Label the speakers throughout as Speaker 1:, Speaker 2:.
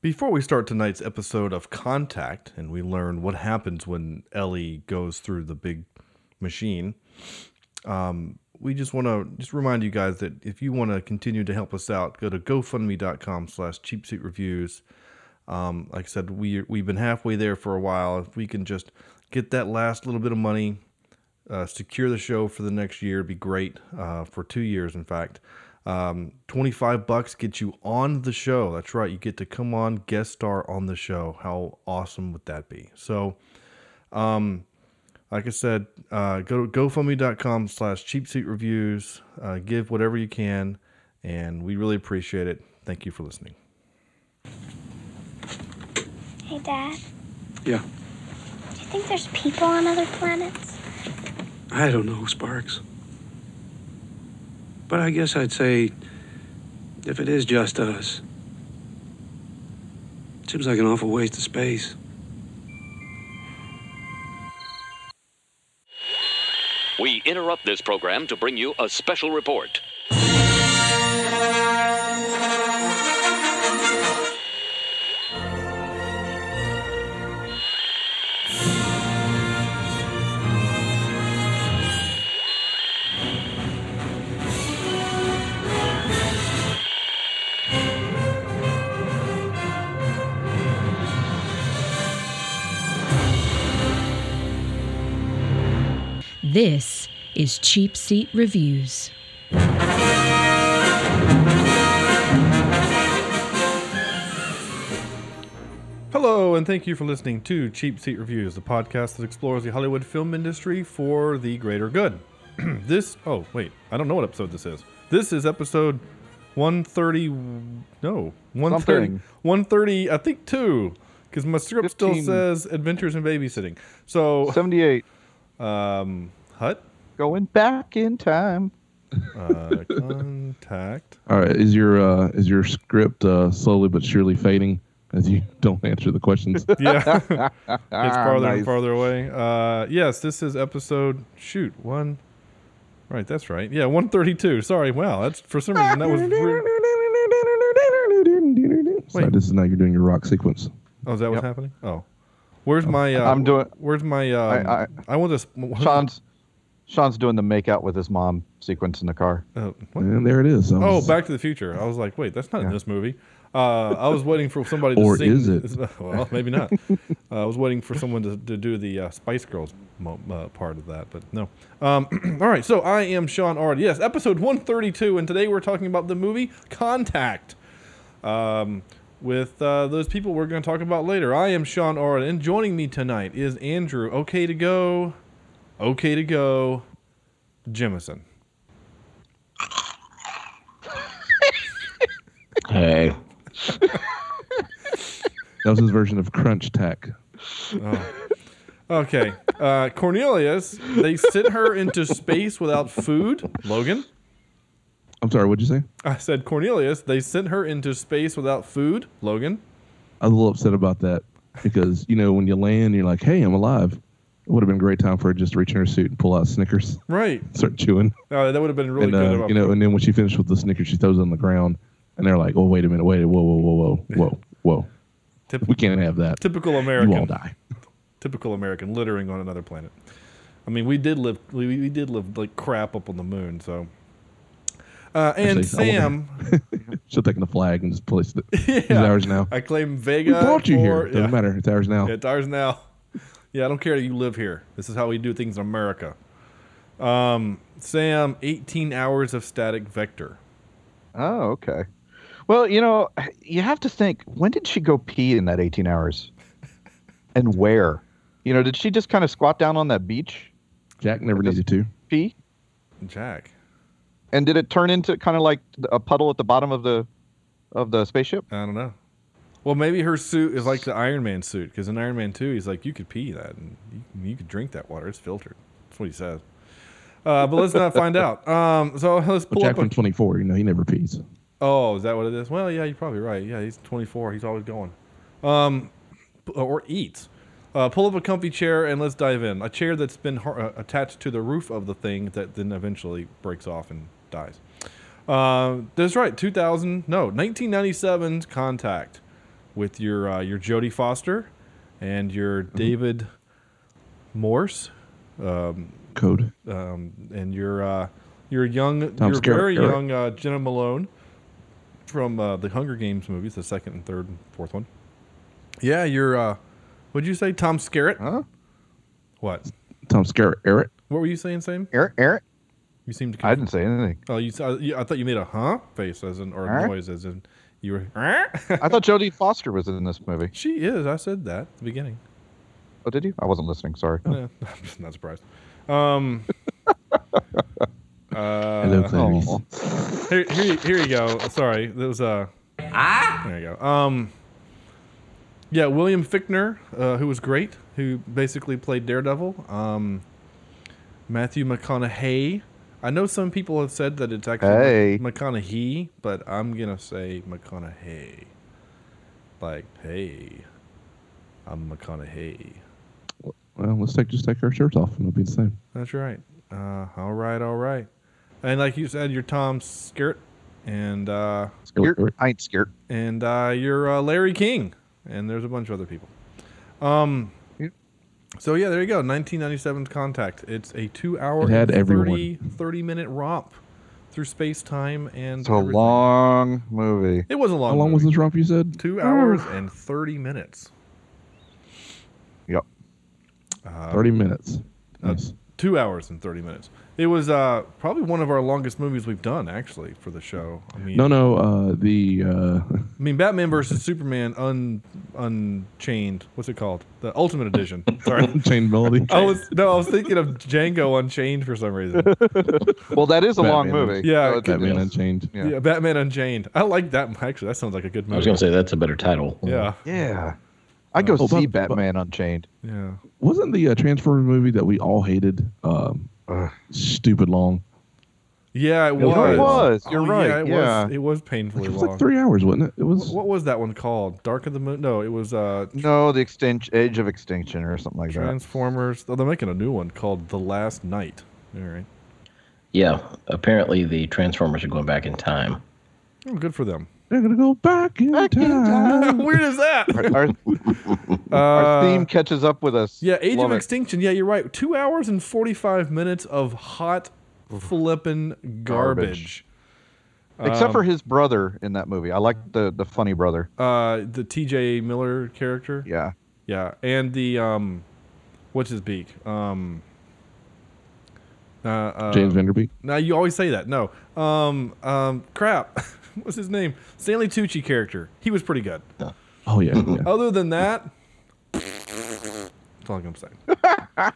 Speaker 1: Before we start tonight's episode of Contact and we learn what happens when Ellie goes through the big machine, um, we just want to just remind you guys that if you want to continue to help us out, go to gofundme.com slash cheap seat reviews. Um, like I said, we, we've been halfway there for a while. If we can just get that last little bit of money, uh, secure the show for the next year, it'd be great uh, for two years, in fact. Um, 25 bucks gets you on the show. That's right. You get to come on guest star on the show. How awesome would that be? So, um, like I said, uh, go to gofundme.com slash cheap seat reviews. Uh, give whatever you can, and we really appreciate it. Thank you for listening.
Speaker 2: Hey, Dad.
Speaker 3: Yeah.
Speaker 2: Do you think there's people on other planets?
Speaker 3: I don't know, Sparks. But I guess I'd say if it is just us, it seems like an awful waste of space.
Speaker 4: We interrupt this program to bring you a special report.
Speaker 5: This is Cheap Seat Reviews.
Speaker 1: Hello, and thank you for listening to Cheap Seat Reviews, the podcast that explores the Hollywood film industry for the greater good. this, oh, wait, I don't know what episode this is. This is episode 130, no, 130,
Speaker 6: Something.
Speaker 1: 130 I think two, because my script still
Speaker 6: 15.
Speaker 1: says Adventures in Babysitting. So,
Speaker 6: 78.
Speaker 1: um, Hut,
Speaker 6: Going back in time.
Speaker 1: uh, contact.
Speaker 7: All right, is your uh, is your script uh, slowly but surely fading as you don't answer the questions?
Speaker 1: Yeah. It's farther and
Speaker 6: nice.
Speaker 1: farther away. Uh, yes, this is episode shoot one. Right, that's right. Yeah, one thirty-two. Sorry. Wow, that's for some reason that was. Re-
Speaker 7: so this is now you're doing your rock sequence.
Speaker 1: oh, is that what's
Speaker 6: Yep.
Speaker 1: happening? Oh, where's my? Uh,
Speaker 6: I'm doing-
Speaker 1: Where's my? Um, I,
Speaker 6: I-
Speaker 1: want this.
Speaker 6: Sean's Sean's doing the make out with his mom sequence in the car.
Speaker 1: Oh, what?
Speaker 7: And there it is. I
Speaker 1: Oh,
Speaker 7: was-
Speaker 1: Back to the Future. I was like, wait, that's not in this movie. Uh, I was waiting for somebody to
Speaker 7: Or
Speaker 1: sing.
Speaker 7: is it?
Speaker 1: Well, maybe not. uh, I was waiting for someone to, to do the uh, Spice Girls mo- uh, part of that, but no. Um, all right, so I am Sean Ard. Yes, episode 132, and today we're talking about the movie Contact um, with uh, those people we're going to talk about later. I am Sean Ard, and joining me tonight is Andrew. Okay to go. Okay to go. Jemison.
Speaker 8: Hey,
Speaker 7: That was his version of Crunch Tack.
Speaker 1: Okay. Uh, Cornelius, they sent her into space without food. Logan?
Speaker 7: I'm sorry, what'd you say?
Speaker 1: I said, Cornelius, they sent her into space without food. Logan?
Speaker 7: I was a little upset about that because you know when you land, you're like, "Hey, I'm alive." It would have been a great time for her just to reach in her suit and pull out Snickers,
Speaker 1: Right.
Speaker 7: start chewing,
Speaker 1: Uh, that would have been really
Speaker 7: and
Speaker 1: good.
Speaker 7: uh,
Speaker 1: About
Speaker 7: you know. And then when she finished with the Snickers, she throws it on the ground, and they're like, "Oh, wait a minute, wait, whoa, whoa, whoa, whoa, whoa, whoa."
Speaker 1: Typ-
Speaker 7: We can't have that.
Speaker 1: typical
Speaker 7: You all
Speaker 1: American.
Speaker 7: die.
Speaker 1: Typical American littering on another planet. I mean, we did live. We, we did live like crap up on the moon. So. Uh, and
Speaker 7: Actually, I
Speaker 1: Sam,
Speaker 7: She'll take the flag and just place it. It's
Speaker 1: Yeah.
Speaker 7: ours now.
Speaker 1: I claim Vega.
Speaker 7: we brought you here.
Speaker 1: for-
Speaker 7: Doesn't
Speaker 1: yeah.
Speaker 7: matter. It's ours now.
Speaker 1: Yeah, it's ours now. Yeah, I don't care that you live here. This is how we do things in America. Um, Sam, 18 hours of static vector.
Speaker 6: Oh, okay. Well, you know, you have to think when did she go pee in that 18 hours? And where? You know, did she just kind of squat down on that beach
Speaker 7: Jack never needed to.
Speaker 6: pee?
Speaker 1: Jack.
Speaker 6: And did it turn into kind of like a puddle at the bottom of the of the spaceship?
Speaker 1: I don't know. Well, maybe her suit is like the Iron Man suit because in Iron Man 2, he's like, you could pee that and you, you could drink that water. It's filtered. That's what he says. Uh, but let's not find out. Um, so let's
Speaker 7: But
Speaker 1: pull
Speaker 7: Jack
Speaker 1: up.
Speaker 7: from
Speaker 1: A,
Speaker 7: 24, you know, he never pees.
Speaker 1: oh, is that what it is? Well, yeah, you're probably right. Yeah, he's 24. He's always going. Um, p- or eats. Uh, pull up a comfy chair and let's dive in. A chair that's been har- uh, attached to the roof of the thing that then eventually breaks off and dies. Uh, that's right. 2000, no, 1997's Contact. with your uh, your Jodie Foster and your David Morse
Speaker 7: Code.
Speaker 1: and your uh, your young,
Speaker 7: Tom
Speaker 1: your
Speaker 7: Skerritt.
Speaker 1: very young uh, Jenna Malone from uh, the Hunger Games movies, the second and third and fourth one. Yeah, you're. Uh, what'd you say, Tom Skerritt?
Speaker 6: Huh?
Speaker 1: What?
Speaker 7: Tom Skerritt. Eric.
Speaker 1: What were you saying, Sam?
Speaker 6: Eric, Eric,
Speaker 1: You seemed to.
Speaker 6: I didn't say anything.
Speaker 1: Oh, you, I, you. I thought you made a huh face as in or a
Speaker 6: Huh?
Speaker 1: noise as in you were.
Speaker 6: I thought Jodie Foster was in this movie.
Speaker 1: she is. I said that at the beginning.
Speaker 6: Oh, did you? I wasn't listening. Sorry.
Speaker 1: Yeah, I'm just not surprised. Um, uh,
Speaker 7: Hello, Clarice.
Speaker 6: oh.
Speaker 1: here, here, you- here you go. Sorry, that was uh. Ah. There you go. Um. Yeah, William Fickner, uh, who was great, who basically played Daredevil. Um, Matthew McConaughey. I know some people have said that it's actually
Speaker 6: Hey.
Speaker 1: McConaughey, but I'm gonna say McConaughey. Like, hey, I'm McConaughey.
Speaker 7: Well, let's take just take our shirts off and it'll be the same.
Speaker 1: That's right. Uh, all right, all right. And like you said, you're Tom Skirt, and uh,
Speaker 7: Skerritt,
Speaker 6: Scared?
Speaker 7: Eric.
Speaker 6: I ain't scared.
Speaker 1: and uh, you're uh, Larry King, and there's a bunch of other people. Um,
Speaker 6: Yep.
Speaker 1: so yeah, there you go. 1997's Contact. It's a two-hour,
Speaker 7: It had
Speaker 1: and
Speaker 7: everyone.
Speaker 1: 30, 30 minute romp through space, time, and
Speaker 6: It's a
Speaker 1: everything.
Speaker 6: long movie.
Speaker 1: It was a long.
Speaker 7: How long was
Speaker 1: movie.
Speaker 7: this romp you said?
Speaker 1: Two hours and thirty minutes.
Speaker 6: Yep.
Speaker 1: Uh,
Speaker 7: Thirty minutes. Nice.
Speaker 1: Two hours and thirty minutes. It was uh, probably one of our longest movies we've done, actually, for the show. I mean,
Speaker 7: No, no. Uh, the uh,
Speaker 1: I mean, Batman versus Superman, un Unchained. What's it called? The Ultimate Edition. Sorry,
Speaker 7: chain melody.
Speaker 1: I was no, I was thinking of Django Unchained for some reason.
Speaker 6: Well, that is a long
Speaker 7: Batman.
Speaker 6: movie.
Speaker 1: Yeah,
Speaker 6: so it-
Speaker 7: Batman
Speaker 6: it's-
Speaker 7: Unchained.
Speaker 1: Yeah.
Speaker 6: Yeah.
Speaker 1: Batman Unchained. I like that. Actually, that sounds like a good movie.
Speaker 8: I was going to say that's a better title.
Speaker 1: Yeah,
Speaker 6: Yeah. I go
Speaker 7: Oh,
Speaker 6: see
Speaker 7: but- but-
Speaker 6: Batman Unchained.
Speaker 1: yeah.
Speaker 7: Wasn't the uh, Transformers movie that we all hated um,
Speaker 6: Ugh.
Speaker 7: stupid long?
Speaker 1: Yeah, it
Speaker 7: It
Speaker 1: was. Oh,
Speaker 6: was. You're right.
Speaker 1: it
Speaker 6: Yeah.
Speaker 1: was. It was painfully
Speaker 7: It was
Speaker 1: long.
Speaker 7: like three hours, wasn't it? It was.
Speaker 1: What was that one called? Dark of the Moon? No, it was uh,
Speaker 6: No, the extinction, Age of Extinction, or something like that.
Speaker 1: Transformers. Oh, they're making a new one called The Last Night. All right.
Speaker 8: Yeah. Apparently, the Transformers are going back in time.
Speaker 1: Oh, good for them.
Speaker 7: They're gonna go back in time.
Speaker 1: How weird is that?
Speaker 6: Our,
Speaker 7: Uh,
Speaker 6: our theme catches up with us.
Speaker 1: Yeah, Age
Speaker 6: Love
Speaker 1: of
Speaker 6: it.
Speaker 1: Extinction. Yeah, you're right. Two hours and 45 minutes of hot, flippin' garbage.
Speaker 6: Garbage. Except
Speaker 7: um,
Speaker 6: for his brother in that movie. I like the the funny brother.
Speaker 1: Uh, the TJ Miller character.
Speaker 6: Yeah.
Speaker 1: Yeah, and the um, what's his beak? Um, uh, uh,
Speaker 7: James Vanderbeek.
Speaker 1: Now you always say that. No, um, um, crap. what's his name? Stanley Tucci character. He was pretty good.
Speaker 7: Oh yeah. yeah.
Speaker 1: Other than that, that's all I'm saying.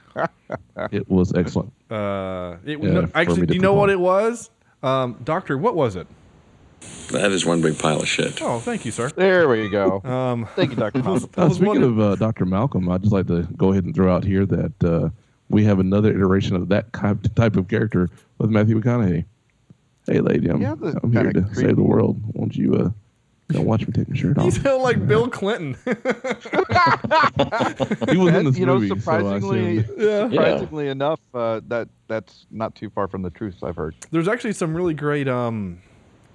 Speaker 7: It was excellent.
Speaker 1: Uh, it,
Speaker 7: Yeah,
Speaker 1: no,
Speaker 7: for
Speaker 1: actually, do
Speaker 7: me to
Speaker 1: you know what
Speaker 7: complain.
Speaker 1: it was? Um, doctor, what was it?
Speaker 9: That is one big pile of shit.
Speaker 1: Oh, thank you, sir.
Speaker 6: There we go.
Speaker 1: Um,
Speaker 6: Thank you, Dr. Mouse.
Speaker 1: I
Speaker 7: Uh,
Speaker 1: was
Speaker 7: speaking
Speaker 1: wondering-
Speaker 7: of uh, Dr. Malcolm, I'd just like to go ahead and throw out here that uh, we have another iteration of that ki- type of character with Matthew McConaughey. Hey, lady, I'm,
Speaker 6: Yeah, that's
Speaker 7: I'm here to
Speaker 6: kinda
Speaker 7: save
Speaker 6: creepy.
Speaker 7: the world. Won't you uh, don't watch me take my shirt
Speaker 1: you
Speaker 7: off?
Speaker 1: sound like Bill Clinton.
Speaker 7: He was in this
Speaker 6: you know,
Speaker 7: movie, so I
Speaker 6: surprisingly,
Speaker 7: assumed-
Speaker 6: surprisingly enough, uh, that that's not too far from the truth. I've heard.
Speaker 1: There's actually some really great um,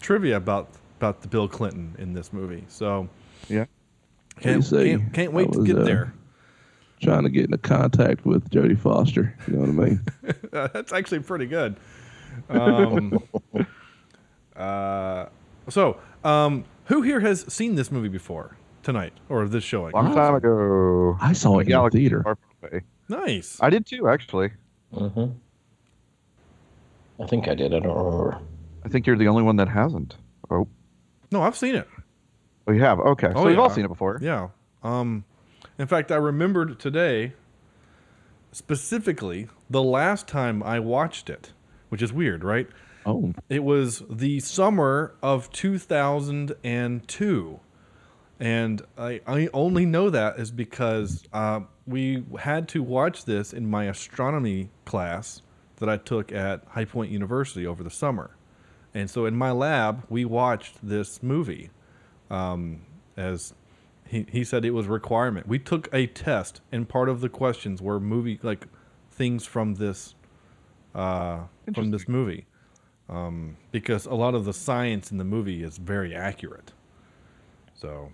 Speaker 1: trivia about about the Bill Clinton in this movie. So
Speaker 6: Yeah.
Speaker 7: do you
Speaker 1: can't
Speaker 7: say?
Speaker 1: can't, can't wait
Speaker 7: I
Speaker 1: to
Speaker 7: was,
Speaker 1: get
Speaker 7: uh,
Speaker 1: there.
Speaker 7: trying to get into contact with Jodie Foster. You know what I mean?
Speaker 1: Uh, That's actually pretty good. Um, uh, so, um, who here has seen this movie before tonight or this showing?
Speaker 6: Long time ago.
Speaker 7: I saw it in the
Speaker 6: Galaxy
Speaker 7: theater.
Speaker 6: far, far away.
Speaker 1: Nice.
Speaker 6: I did too, actually.
Speaker 8: hmm I think I did. I don't remember.
Speaker 6: I think you're the only one that hasn't. Oh,
Speaker 1: No, I've seen it.
Speaker 6: oh you have. Okay, so
Speaker 1: Oh,
Speaker 6: we've all
Speaker 1: yeah.
Speaker 6: seen it before.
Speaker 1: Yeah. Um, in fact, I remembered today specifically the last time I watched it, which is weird, right?
Speaker 7: Oh,
Speaker 1: It was the summer of 2002. And I, I only know that is because uh, we had to watch this in my astronomy class that I took at High Point University over the summer. And so in my lab, we watched this movie um, as he, he said it was a requirement. We took a test, and part of the questions were movie, like things from this. Uh, from this movie, because a lot of the science in the movie is very accurate. So,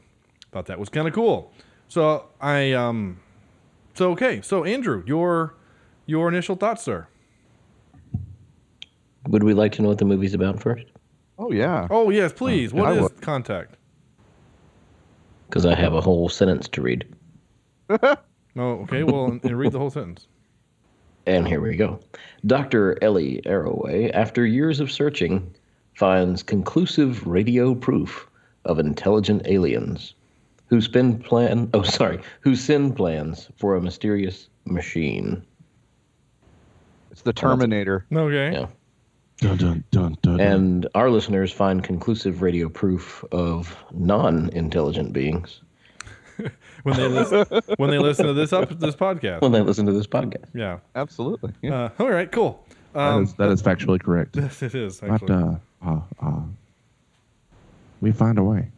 Speaker 1: thought that was kind of cool. So I um, so okay. So Andrew, your your initial thoughts, sir.
Speaker 8: Would we like to know what the movie's about first?
Speaker 6: Oh yeah.
Speaker 1: Oh yes, please. What
Speaker 6: I
Speaker 1: is
Speaker 6: would.
Speaker 1: contact?
Speaker 8: Because I have a whole sentence to read.
Speaker 1: Oh, okay. Well, and, and read the whole sentence.
Speaker 8: And here we go. Dr. Ellie Arroway, after years of searching, finds conclusive radio proof of intelligent aliens who spend plan oh sorry, who send plans for a mysterious machine.
Speaker 6: It's the Terminator.
Speaker 1: Okay.
Speaker 8: Yeah.
Speaker 7: Dun dun dun dun. dun.
Speaker 8: And our listeners find conclusive radio proof of non-intelligent beings
Speaker 1: When they listen when they listen to this up this podcast.
Speaker 8: when they listen to this podcast.
Speaker 1: Yeah.
Speaker 6: Absolutely. Yeah.
Speaker 1: Uh, all right. Cool.
Speaker 7: that,
Speaker 1: Um,
Speaker 7: is, that is factually correct.
Speaker 1: yes, it is
Speaker 7: But
Speaker 1: actually.
Speaker 7: uh, uh, uh, we find a way.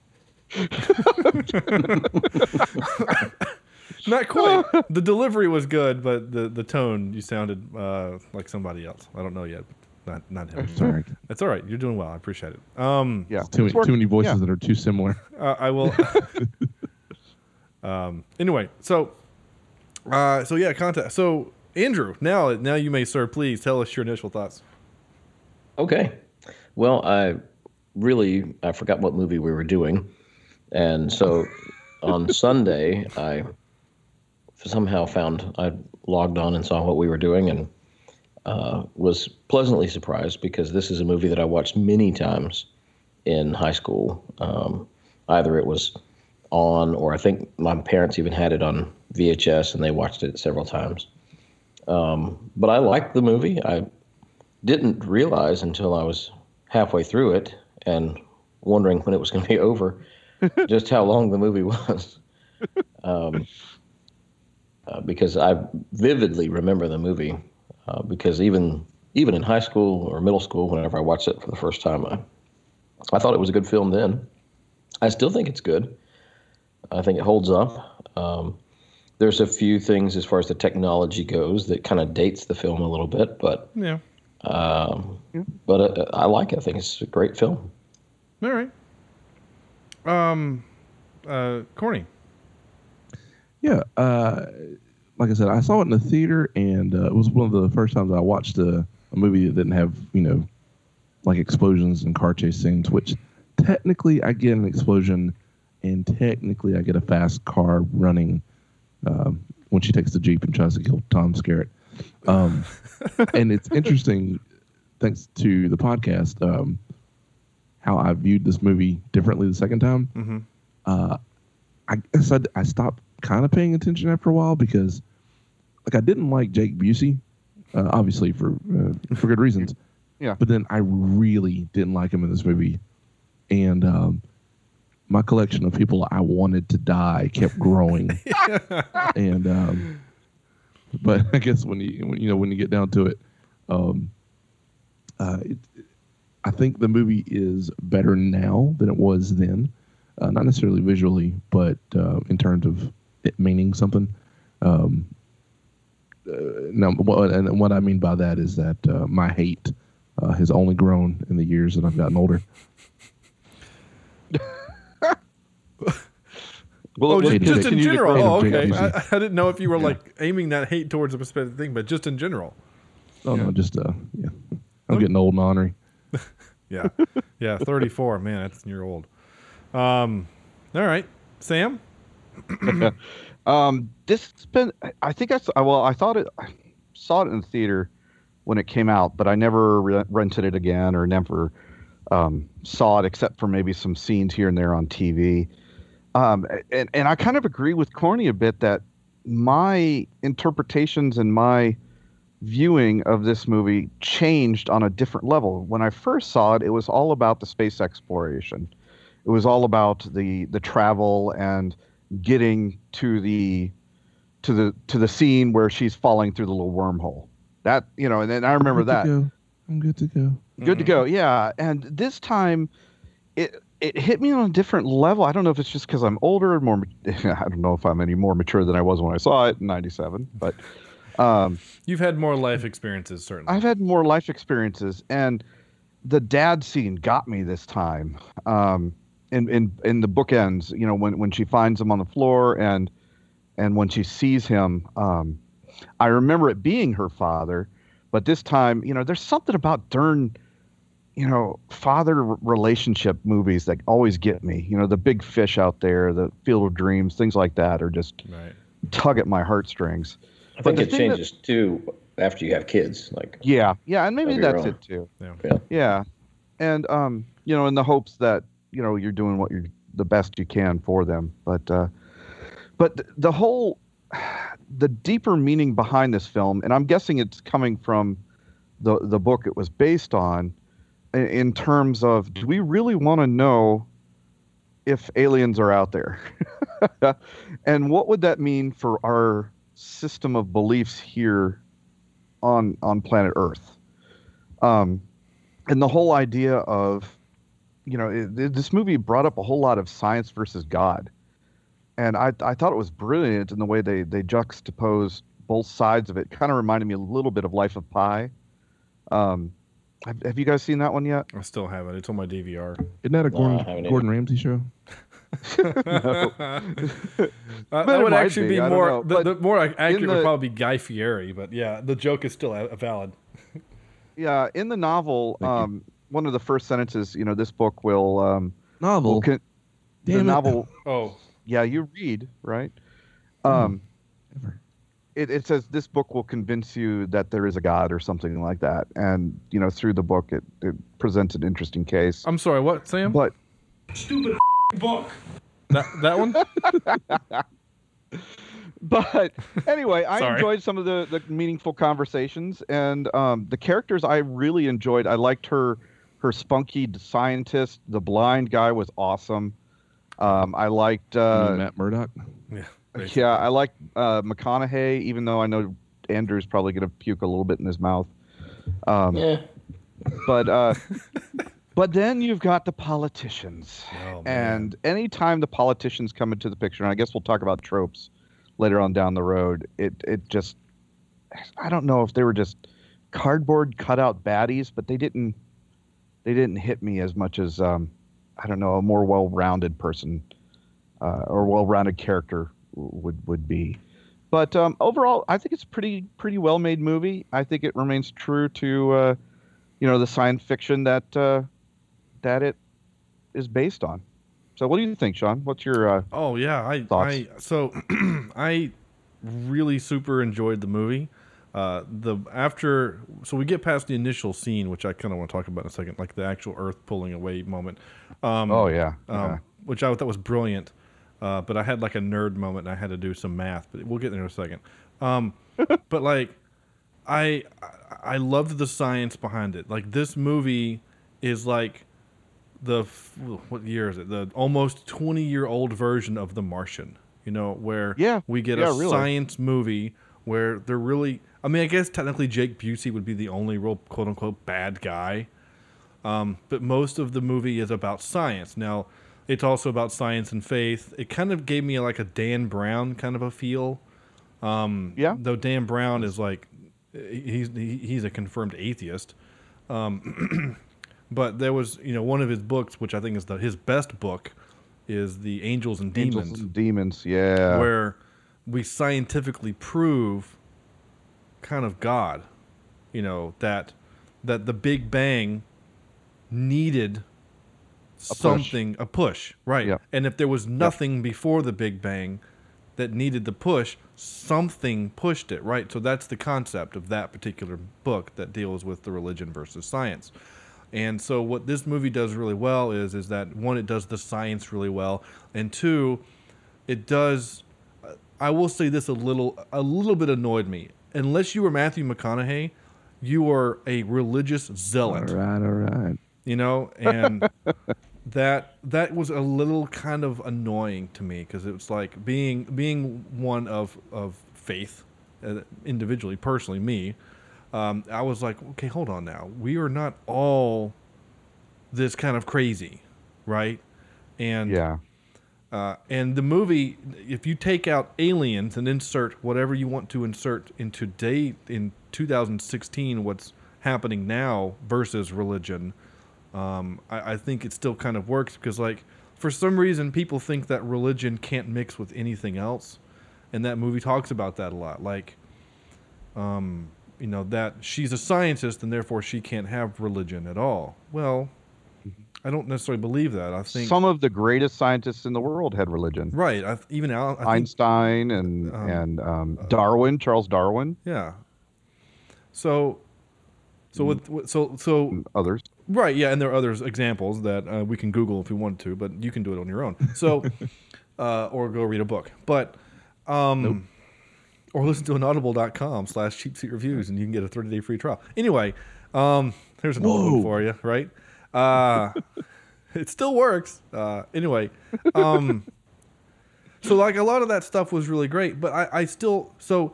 Speaker 1: Not quite. the delivery was good, but the the tone you sounded uh, like somebody else. I don't know yet. But not not him.
Speaker 7: Sorry,
Speaker 1: That's all right. You're doing well. I appreciate it. Um,
Speaker 6: yeah.
Speaker 7: too,
Speaker 6: It's
Speaker 7: many,
Speaker 6: working.
Speaker 7: too many voices
Speaker 6: Yeah.
Speaker 7: that are too similar.
Speaker 1: uh, I will. um, anyway, so uh, so yeah, contact. So Andrew, now now you may, sir, please tell us your initial thoughts.
Speaker 8: Okay. Well, I really I forgot what movie we were doing, and so on Sunday I somehow found I logged on and saw what we were doing and uh, was pleasantly surprised because this is a movie that I watched many times in high school. Um, either it was on, or I think my parents even had it on VHS and they watched it several times. Um, but I liked the movie. I didn't realize until I was halfway through it and wondering when it was going to be over just how long the movie was. Um, uh, because I vividly remember the movie uh, because even even in high school or middle school, whenever I watched it for the first time, I, I thought it was a good film then. I still think it's good. I think it holds up. Um, there's a few things as far as the technology goes that kind of dates the film a little bit, but
Speaker 1: Yeah.
Speaker 8: um, But uh, I like it. I think it's a great film.
Speaker 1: All right. Um, uh, corny.
Speaker 7: Yeah, uh, like I said, I saw it in the theater, and uh, it was one of the first times I watched a, a movie that didn't have you know, like explosions and car chase scenes. Which technically, I get an explosion, and technically, I get a fast car running um, when she takes the jeep and tries to kill Tom Skerritt. Um, and it's interesting, thanks to the podcast, um, how I viewed this movie differently the second time.
Speaker 1: Mhm.
Speaker 7: Uh, I guess I, I stopped kind of paying attention after a while because, like, I didn't like Jake Busey, uh, obviously for uh, for good reasons.
Speaker 6: Yeah.
Speaker 7: But then I really didn't like him in this movie, and um, my collection of people I wanted to die kept growing, and um, but I guess when you when, you know when you get down to it, um, uh, it, I think the movie is better now than it was then uh, not necessarily visually, but uh, in terms of it meaning something. Um, uh, now, what, and what I mean by that is that uh, my hate uh, has only grown in the years that I've gotten older.
Speaker 6: Well,
Speaker 1: oh, just,
Speaker 6: it was
Speaker 7: wait,
Speaker 1: just
Speaker 7: wait,
Speaker 1: in
Speaker 7: continue to
Speaker 1: general.
Speaker 7: grow.
Speaker 1: Oh,
Speaker 7: Jake
Speaker 1: okay.
Speaker 7: Busey.
Speaker 1: I, I didn't know if you were like aiming that hate towards a specific thing, but just in general.
Speaker 7: Oh no, just uh, yeah, I'm getting old and ornery.
Speaker 1: Yeah. yeah. 34. Man, that's you're old. Um, all right. Sam?
Speaker 6: Um, this has been. I- I think I saw. Well, I thought it. I saw it in the theater when it came out, but I never re- rented it again or never um, saw it except for maybe some scenes here and there on TV. Um, and and I kind of agree with Corny a bit that my interpretations and my viewing of this movie changed on a different level. When I first saw it, it was all about the space exploration. It was all about the the travel and getting to the to the to the scene where she's falling through the little wormhole. That you know, and then I remember
Speaker 7: Good
Speaker 6: that.
Speaker 7: to go. I'm good to go.
Speaker 6: Good to go. Yeah, and this time, it it hit me on a different level. I don't know if it's just because I'm older and more. ma- I don't know if I'm any more mature than I was when I saw it in '97, but um,
Speaker 1: You've had more life experiences, certainly.
Speaker 6: I've had more life experiences, and the dad scene got me this time. Um, in in in the book ends, you know, when when she finds him on the floor and and when she sees him, um, I remember it being her father, but this time, you know, there's something about Dern, you know, father r- relationship movies that always get me. You know, the Big Fish out there, the Field of Dreams, things like that, are just
Speaker 1: Right.
Speaker 6: tug at my heartstrings.
Speaker 8: I
Speaker 6: But
Speaker 8: think
Speaker 6: the
Speaker 8: it
Speaker 6: thing that-
Speaker 8: changes too after you have kids. Like,
Speaker 6: Yeah, yeah, and maybe
Speaker 8: Of your
Speaker 6: that's
Speaker 8: own.
Speaker 6: it too.
Speaker 1: Yeah.
Speaker 8: Yeah.
Speaker 6: Yeah. And um, you know, in the hopes that, you know, you're doing what you're the best you can for them. But uh but th- the whole the deeper meaning behind this film, and I'm guessing it's coming from the the book it was based on in, in terms of do we really want to know if aliens are out there? and what would that mean for our system of beliefs here on on planet Earth? Um, and the whole idea of you know it, th- this movie brought up a whole lot of science versus god and i i thought it was brilliant in the way they they juxtaposed both sides of it kind of reminded me a little bit of life of pi um have, have you guys seen that one yet
Speaker 1: I still have it. It's on my DVR.
Speaker 7: Isn't that a
Speaker 8: Nah, I haven't
Speaker 7: Gordon,
Speaker 8: either.
Speaker 7: Gordon Ramsay show?
Speaker 1: Uh,
Speaker 6: But
Speaker 1: that
Speaker 6: it
Speaker 1: would
Speaker 6: might
Speaker 1: actually
Speaker 6: be,
Speaker 1: be,
Speaker 6: I don't
Speaker 1: more.
Speaker 6: know,
Speaker 1: The,
Speaker 6: but
Speaker 1: the more ac- accurate would
Speaker 6: the-
Speaker 1: probably be Guy Fieri, but yeah, the joke is still a- valid.
Speaker 6: yeah in the novel
Speaker 7: Thank you.
Speaker 6: um one of the first sentences you know this book will um
Speaker 7: Novel.
Speaker 6: will con- the
Speaker 7: Damn it.
Speaker 6: novel
Speaker 1: Oh,
Speaker 6: yeah you read right um
Speaker 7: Ever.
Speaker 6: it, it says this book will convince you that there is a god or something like that and you know through the book it, it presents an interesting case
Speaker 1: I'm sorry. What, Sam?
Speaker 6: but
Speaker 1: That, that one?
Speaker 6: but anyway i
Speaker 1: Sorry.
Speaker 6: enjoyed some of the, the meaningful conversations and um, the characters i really enjoyed i liked her her spunky scientist the blind guy was awesome um, i liked
Speaker 7: You mean
Speaker 6: uh,
Speaker 7: Matt Murdock.
Speaker 1: yeah.
Speaker 6: yeah i liked uh, mcconaughey even though i know andrew's probably going to puke a little bit in his mouth um,
Speaker 8: yeah,
Speaker 6: but uh, but then you've got the politicians
Speaker 1: Oh, man.
Speaker 6: and anytime the politicians come into the picture and i guess we'll talk about tropes later on down the road it it just i don't know if they were just cardboard cutout baddies but they didn't they didn't hit me as much as um, i don't know a more well-rounded person uh, or well-rounded character w- would would be but um, overall i think it's a pretty pretty well-made movie i think it remains true to uh, you know the science fiction that uh, that it is based on. So what do you think, Sean? What's your uh,
Speaker 1: Oh yeah, I,
Speaker 6: Thoughts?
Speaker 1: I so I really super enjoyed the movie. Uh, the after so we get past the initial scene, which I kind of want to talk about in a second, like the actual Earth pulling away moment. Um,
Speaker 6: Oh yeah.
Speaker 1: um,
Speaker 6: yeah.
Speaker 1: which I thought was brilliant. Uh, but I had like a nerd moment and I had to do some math, but we'll get there in a second. Um, but like, I I- I loved the science behind it. Like this movie is like the f- what year is it? The almost twenty year old version of The Martian. You know where
Speaker 6: Yeah,
Speaker 1: we get
Speaker 6: yeah,
Speaker 1: a
Speaker 6: really.
Speaker 1: science movie where they're really. I mean, I guess technically Jake Busey would be the only real quote unquote bad guy Um, but most of the movie is about science. Now, it's also about science and faith. It kind of gave me like a Dan Brown kind of a feel,
Speaker 6: yeah.
Speaker 1: though Dan Brown is like he's he's a confirmed atheist. Um, but there was you know one of his books, which I think is the his best book, is the Angels and Demons,
Speaker 6: Angels and demons. Yeah.
Speaker 1: where we scientifically prove kind of God, you know, that that the Big Bang needed something a push, right?
Speaker 6: Yep.
Speaker 1: And if there was nothing before the Big Bang that needed the push, something pushed it, right? So that's the concept of that particular book that deals with the religion versus science. And so what this movie does really well is is that one it does the science really well and two it does I will say this a little a little bit annoyed me. Unless you were Matthew McConaughey, you are a religious
Speaker 7: All
Speaker 1: zealot
Speaker 7: right, all right.
Speaker 1: you know and that that was a little kind of annoying to me because it was like being being one of of faith uh, individually personally me um, i was like okay hold on now we are not all this kind of crazy right and
Speaker 6: yeah.
Speaker 1: uh, and the movie, if you take out aliens and insert whatever you want to insert in today, in 2016, what's happening now versus religion, um, I, I think it still kind of works because, like, for some reason people think that religion can't mix with anything else and that movie talks about that a lot like um you know that she's a scientist and therefore she can't have religion at all well i don't necessarily believe that i think
Speaker 6: Mm-hmm. Some of the greatest scientists in the world had religion.
Speaker 1: right I, even Al, I think
Speaker 6: Einstein and
Speaker 1: um,
Speaker 6: and um, Darwin, Charles Darwin,
Speaker 1: Yeah. So, so with with- so so
Speaker 6: and others.
Speaker 1: right, yeah, and there are others examples that uh, we can Google if we want to, but you can do it on your own. So, uh, or go read a book, but um, or listen to an audible.com/slash cheap seat reviews, and you can get a thirty-day free trial. Anyway, um, there's an old one
Speaker 7: Whoa.
Speaker 1: for you, right? Uh, it still works. Uh, anyway, um, so like a lot of that stuff was really great, but I, I still so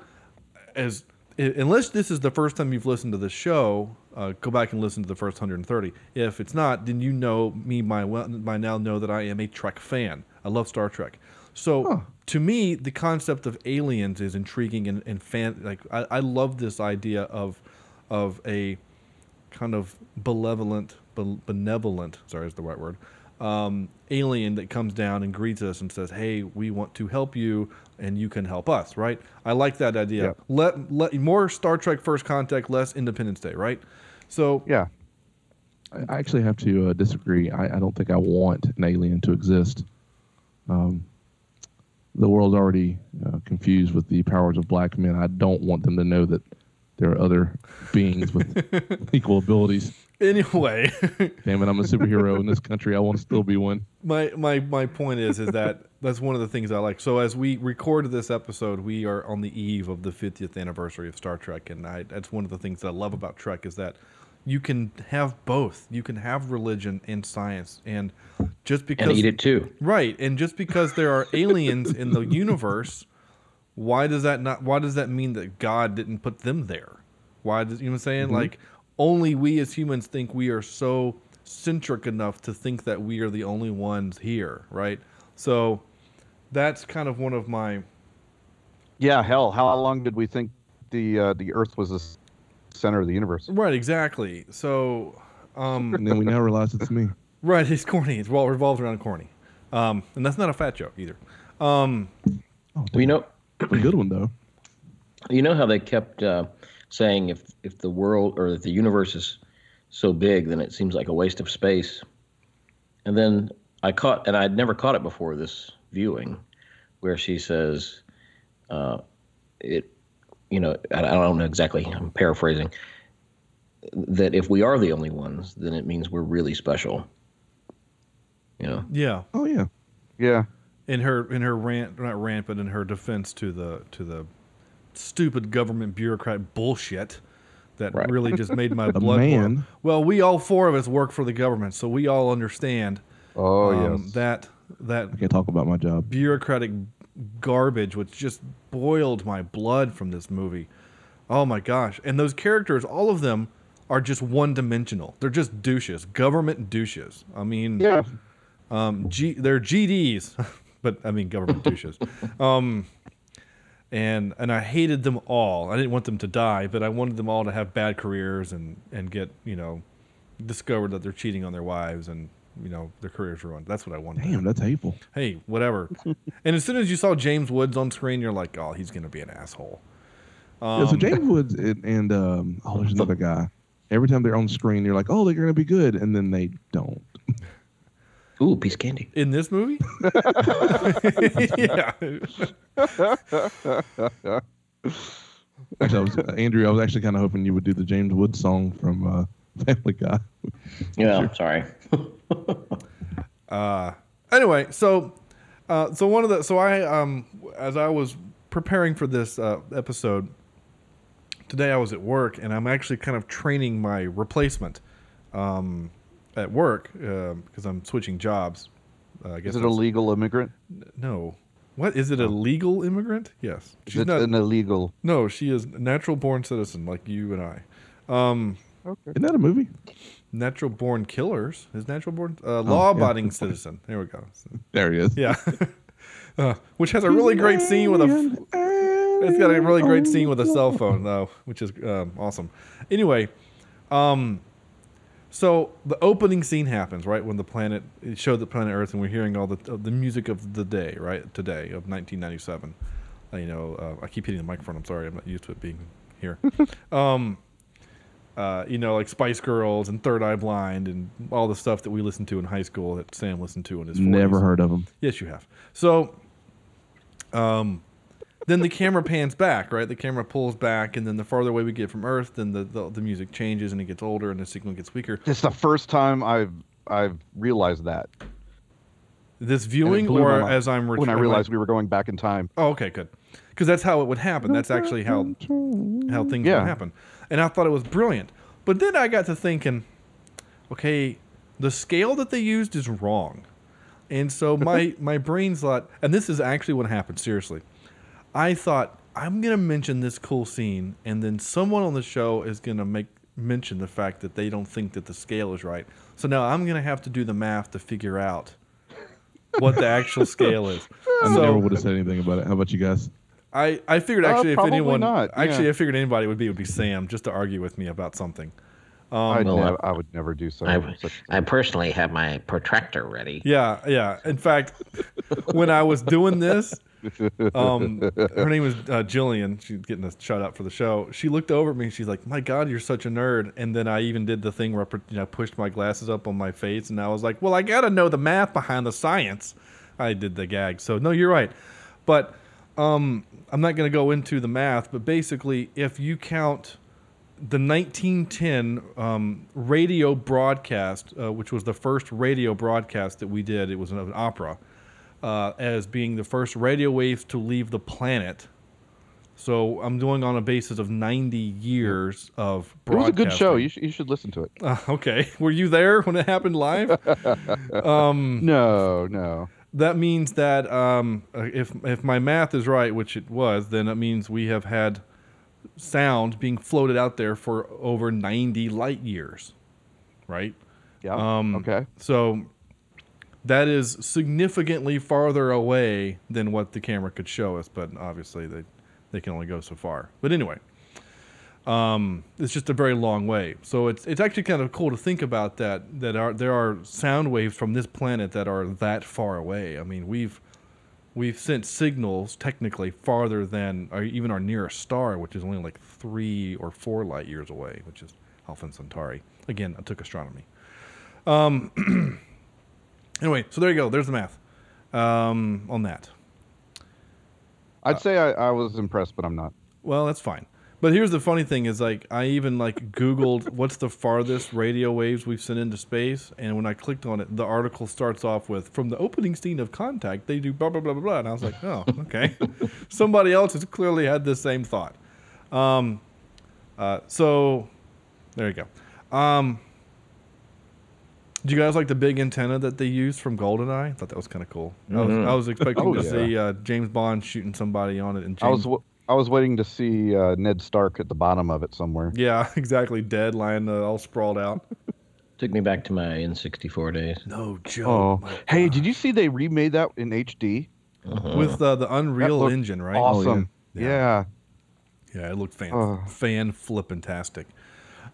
Speaker 1: as unless this is the first time you've listened to the show, uh, go back and listen to the first 130. If it's not, then you know me my well by now know that I am a Trek fan. I love Star Trek. So to me, the concept of aliens is intriguing and, and fan like I, I love this idea of of a kind of malevolent, be- benevolent, sorry, is the right word, um, alien that comes down and greets us and says, "Hey, we want to help you, and you can help us." Right? I like that idea.
Speaker 6: Yeah.
Speaker 1: Let let more Star Trek First Contact, less Independence Day. Right? So
Speaker 6: Yeah,
Speaker 7: I- I actually have to uh, disagree. I, I don't think I want an alien to exist. Um, the world's already uh, confused with the powers of black men. I don't want them to know that there are other beings with equal abilities.
Speaker 1: anyway,
Speaker 7: Damn it, I'm a superhero in this country. I want to still be one.
Speaker 1: my my my point is is that that's one of the things I like. So as we record this episode, we are on the eve of the 50th anniversary of Star Trek, and I, that's one of the things that I love about Trek is that you can have both. You can have religion and science, and just because
Speaker 8: and eat it too.
Speaker 1: right, and just because there are aliens in the universe, why does that not? Why does that mean that God didn't put them there? Why does you know what I'm saying? Like only we as humans think we are so centric enough to think that we are the only ones here, right? So that's kind of one of my
Speaker 6: yeah. Hell, how long did we think the uh, the Earth was the s- center of the universe?
Speaker 1: right exactly. So um,
Speaker 7: And then we now realize it's me.
Speaker 1: right, it's corny. It's well revolves around corny, um, and that's not a fat joke either. Um,
Speaker 7: Oh,
Speaker 8: Well, you know,
Speaker 7: damn, good one though.
Speaker 8: you know how they kept uh, saying if if the world or if the universe is so big, then it seems like a waste of space. And then I caught, and I'd never caught it before this viewing, where she says, uh, "It, you know, I, I don't know exactly. I'm paraphrasing. That if we are the only ones, then it means we're really special. You know,
Speaker 1: yeah.
Speaker 7: Oh yeah.
Speaker 6: Yeah,
Speaker 1: in her in her rant not rant but in her defense to the to the stupid government bureaucrat bullshit that
Speaker 8: Right.
Speaker 1: really just made my
Speaker 7: The
Speaker 1: blood
Speaker 7: man.
Speaker 1: boil. Well, we all four of us work for the government, so we all understand
Speaker 6: Oh,
Speaker 1: um,
Speaker 6: yes.
Speaker 1: that that
Speaker 7: I can't talk about my job.
Speaker 1: bureaucratic garbage which just boiled my blood from this movie. Oh my gosh. And those characters, all of them are just one dimensional. They're just douches, government douches. I mean,
Speaker 6: yeah.
Speaker 1: um, G, they're GDs, but I mean government douches. Um, and and I hated them all. I didn't want them to die, but I wanted them all to have bad careers and and get you know discovered that they're cheating on their wives and you know their careers ruined. That's what I wanted.
Speaker 7: Damn, that's hateful.
Speaker 1: Hey, whatever. and as soon as you saw James Woods on screen, you're like, oh, he's gonna be an asshole.
Speaker 7: yeah, so James Woods and, and um, oh, there's another guy. Every time they're on screen, you're like, oh, they're gonna be good, and then they don't.
Speaker 8: ooh, piece of candy.
Speaker 1: In this movie? yeah.
Speaker 7: Actually, I was, uh, Andrew, I was actually kind of hoping you would do the James Woods song from uh, Family Guy.
Speaker 8: Yeah, sorry.
Speaker 1: anyway, so uh, so one of the so I um as I was preparing for this uh, episode today, I was at work and I'm actually kind of training my replacement um, at work because I'm switching jobs. Uh, I guess
Speaker 6: Is it a
Speaker 1: that's-
Speaker 6: legal immigrant?
Speaker 1: no? What is it? A legal immigrant? Yes,
Speaker 6: Is
Speaker 1: she's
Speaker 6: it
Speaker 1: not.
Speaker 6: an illegal?
Speaker 1: no, she is a natural born citizen like you and I.
Speaker 7: Isn't that a movie?
Speaker 1: Natural born killers is natural born
Speaker 6: Oh,
Speaker 1: uh, law abiding citizen. There we go.
Speaker 7: There he is.
Speaker 1: Yeah. uh, which has a really great scene with a It's got a really great scene with a cell phone though, which is um, awesome. Anyway, um, So the opening scene happens right when the planet it showed the planet Earth, and we're hearing all the of the music of the day, right today of 1997. Uh, you know, uh, I keep hitting the microphone. I'm sorry, I'm not used to it being here. um, uh, you know, like Spice Girls and Third Eye Blind and all the stuff that we listened to in high school that Sam listened to in his 40s.
Speaker 7: Never heard of them.
Speaker 1: Yes, you have. So, um, then the camera pans back, right? The camera pulls back, and then the farther away we get from Earth, then the, the, the music changes and it gets older and the signal gets weaker.
Speaker 6: It's the first time I've I've realized that.
Speaker 1: This
Speaker 6: And it
Speaker 1: viewing,
Speaker 6: blew my
Speaker 1: or
Speaker 6: mind
Speaker 1: as I'm
Speaker 6: when I
Speaker 1: am I-
Speaker 6: realized we were going back in time.
Speaker 1: Oh, okay, good. Because that's how it would happen. That's actually how how things
Speaker 6: Yeah.
Speaker 1: would happen. And I thought it was brilliant. But then I got to thinking, okay, the scale that they used is wrong. And so my my brain's thought, and this is actually what happened. Seriously, I thought I'm gonna mention this cool scene, and then someone on the show is gonna make mention the fact that they don't think that the scale is right. So now I'm gonna have to do the math to figure out what the actual scale is.
Speaker 7: I
Speaker 1: So-
Speaker 7: never would have said anything about it. How about you guys?
Speaker 1: I, I figured
Speaker 6: Uh,
Speaker 1: actually if
Speaker 6: probably
Speaker 1: anyone
Speaker 6: not, yeah.
Speaker 1: actually I figured anybody would be would be Sam just to argue with me about something.
Speaker 6: I'd
Speaker 10: well,
Speaker 6: nev- I would never do so.
Speaker 10: I,
Speaker 6: Such-
Speaker 10: I personally have my protractor ready.
Speaker 1: Yeah, yeah. In fact, when I was doing this, um, her name was uh, Jillian. She's getting a shout out for the show. She looked over at me and she's like, "My God, you're such a nerd." And then I even did the thing where I put- you know, pushed my glasses up on my face, and I was like, "Well, I gotta know the math behind the science." I did the gag. So no, you're right, but um, I'm not gonna go into the math. But basically, if you count the 1910 um, radio broadcast, uh, which was the first radio broadcast that we did, it was an, an opera, uh, as being the first radio waves to leave the planet. So I'm doing on a basis of 90 years of
Speaker 6: it was a
Speaker 1: broadcasting.
Speaker 6: good show. You, sh- you should listen to it.
Speaker 1: Uh, okay, were you there when it happened live? Mm.
Speaker 6: No, no.
Speaker 1: that means that um, uh, if if my math is right, which it was, then it means we have had sound being floated out there for over 90 light years, right?
Speaker 6: Yeah.
Speaker 1: Um,
Speaker 6: okay.
Speaker 1: So that is significantly farther away than what the camera could show us, but obviously they they can only go so far. But anyway, um, it's just a very long way. So it's it's actually kind of cool to think about that that are there are sound waves from this planet that are that far away. I mean, we've we've sent signals technically farther than or even our nearest star, which is only like three or four light years away, which is Alpha and Centauri. Again, I took astronomy. Anyway, so there you go. There's the math um, on that. uh,
Speaker 6: I'd say I, I was impressed, but I'm not.
Speaker 1: Well, that's fine. But here's the funny thing: is like I even like Googled what's the farthest radio waves we've sent into space, and when I clicked on it, the article starts off with from the opening scene of Contact, they do blah blah blah blah, blah. and I was like, oh, okay. Somebody else has clearly had the same thought. Um, uh, so there you go. Um, do you guys like the big antenna that they used from GoldenEye? I thought that was kind of cool. I, was, I was expecting
Speaker 6: Oh,
Speaker 1: to
Speaker 6: yeah.
Speaker 1: see uh, James Bond shooting somebody on it, and James
Speaker 6: I was w- I was waiting to see uh, Ned Stark at the bottom of it somewhere.
Speaker 1: Yeah, exactly. Dead, lying uh, all sprawled out.
Speaker 8: Took me back to my N64 days.
Speaker 1: No
Speaker 6: Oh, hey, did you see they remade that in HD?
Speaker 1: With uh, the Unreal
Speaker 6: looked
Speaker 1: Engine, right? Oh,
Speaker 6: Awesome. Oh,
Speaker 1: Yeah.
Speaker 6: yeah.
Speaker 1: Yeah, it looked fan
Speaker 6: Oh.
Speaker 1: fan flippantastic.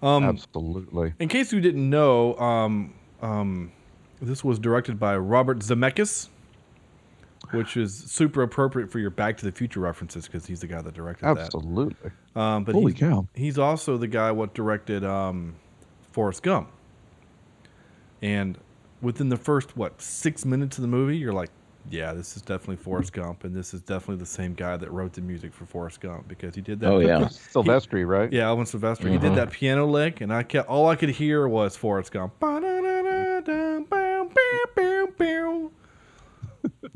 Speaker 1: Um,
Speaker 6: absolutely.
Speaker 1: In case you didn't know, um, um, this was directed by Robert Zemeckis, which is super appropriate for your Back to the Future references because he's the guy that directed
Speaker 6: Absolutely.
Speaker 1: that. Um, but
Speaker 7: Holy
Speaker 1: he's,
Speaker 7: cow.
Speaker 1: he's also the guy what directed um, Forrest Gump. And within the first what six minutes of the movie, you're like, yeah, this is definitely Forrest Gump, and this is definitely the same guy that wrote the music for Forrest Gump because he did that.
Speaker 8: Oh yeah. Uh-huh.
Speaker 6: Silvestri, right?
Speaker 1: Yeah, Elvin Sylvester. He did that piano lick, and I kept all I could hear was Forrest Gump.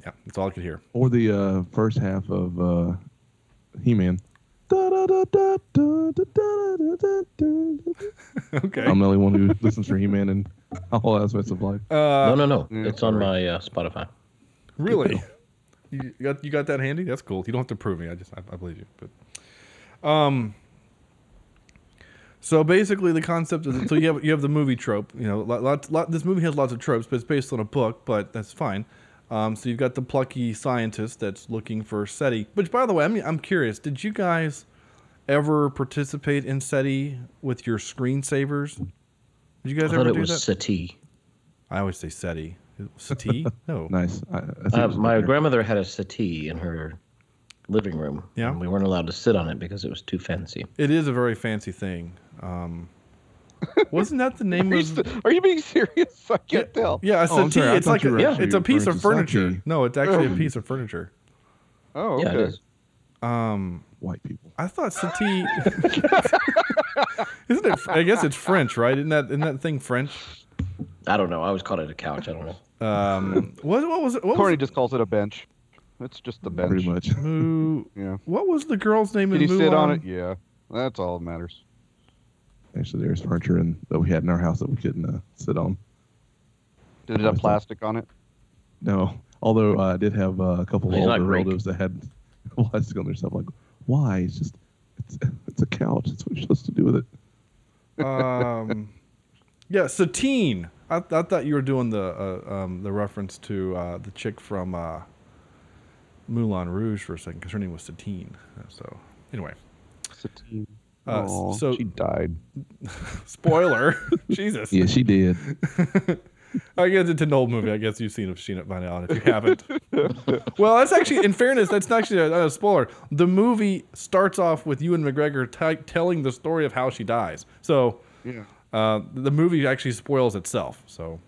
Speaker 1: Yeah, that's all I could hear.
Speaker 7: Or the uh, first half of uh, He Man. I'm
Speaker 1: Okay.
Speaker 7: the only one who listens for He Man and all aspects of life.
Speaker 1: Uh,
Speaker 8: no, no, no. it's on my uh, Spotify.
Speaker 1: Really? You you got you got that handy? That's cool. You don't have to prove me. I just I, I believe you. But um, so basically the concept is so you have you have the movie trope. You know, lot, lot, lot, this movie has lots of tropes, but it's based on a book. But that's fine. Um, so you've got the plucky scientist that's looking for SETI. Which, by the way, I'm I'm curious. Did you guys ever participate in SETI with your screensavers? Did you guys
Speaker 8: I thought
Speaker 1: ever
Speaker 8: it
Speaker 1: do
Speaker 8: was
Speaker 1: that?
Speaker 8: Sati.
Speaker 1: I always say SETI. SETI? No.
Speaker 7: Nice. I, I think
Speaker 8: Uh,
Speaker 7: it was
Speaker 8: my
Speaker 7: better.
Speaker 8: grandmother had a settee in her living room.
Speaker 1: Yeah.
Speaker 8: and we weren't allowed to sit on it because it was too fancy.
Speaker 1: It is a very fancy thing. Um, wasn't that the name
Speaker 6: Are you,
Speaker 1: of?
Speaker 6: st- are you being serious? I can't tell.
Speaker 1: Yeah, a
Speaker 7: Oh, I'm
Speaker 1: settee.
Speaker 7: sorry, I
Speaker 1: it's
Speaker 7: thought
Speaker 1: like
Speaker 7: you
Speaker 1: a,
Speaker 7: were
Speaker 1: yeah,
Speaker 7: actually
Speaker 1: it's a piece
Speaker 7: referring
Speaker 1: of
Speaker 7: to sake.
Speaker 1: furniture. No, it's actually a
Speaker 6: Oh.
Speaker 1: piece of furniture.
Speaker 6: Oh, okay.
Speaker 8: Yeah, it is.
Speaker 1: Um,
Speaker 7: white people.
Speaker 1: I thought settee. isn't it? I guess it's French, right? Isn't that isn't that thing French?
Speaker 8: I don't know. I always called it a couch. I don't know.
Speaker 1: Um, what what was it? What
Speaker 6: Corny
Speaker 1: was,
Speaker 6: just calls it a bench. It's just the bench.
Speaker 7: Pretty much.
Speaker 1: Mu-
Speaker 6: Yeah.
Speaker 1: what was the girl's name
Speaker 6: Can
Speaker 1: in
Speaker 6: you
Speaker 1: Mulan?
Speaker 6: sit on it? Yeah. That's all that matters.
Speaker 7: Actually, there's furniture in, that we had in our house that we couldn't uh, sit on.
Speaker 6: Did it have plastic on it?
Speaker 7: No, although uh, I did have uh, a couple of
Speaker 8: They
Speaker 7: older
Speaker 8: like rake.
Speaker 7: relatives that had plastic on their stuff. Like, why? It's just it's, it's a couch. That's what you're supposed to do with it.
Speaker 1: um, yeah, Satine. I, I thought you were doing the uh, um, the reference to uh, the chick from uh, Moulin Rouge for a second because her name was Satine. Uh, So anyway,
Speaker 6: Satine.
Speaker 1: Uh, s-
Speaker 6: Oh,
Speaker 1: so-
Speaker 6: she died.
Speaker 1: spoiler. Jesus.
Speaker 7: Yeah, she did.
Speaker 1: I guess it's an old movie. I guess you've seen it, seen it by now, and if you haven't, well, that's actually, in fairness, that's not actually a, a spoiler. The movie starts off with Ewan McGregor t- telling the story of how she dies. So
Speaker 6: Yeah.
Speaker 1: Uh, the movie actually spoils itself. So,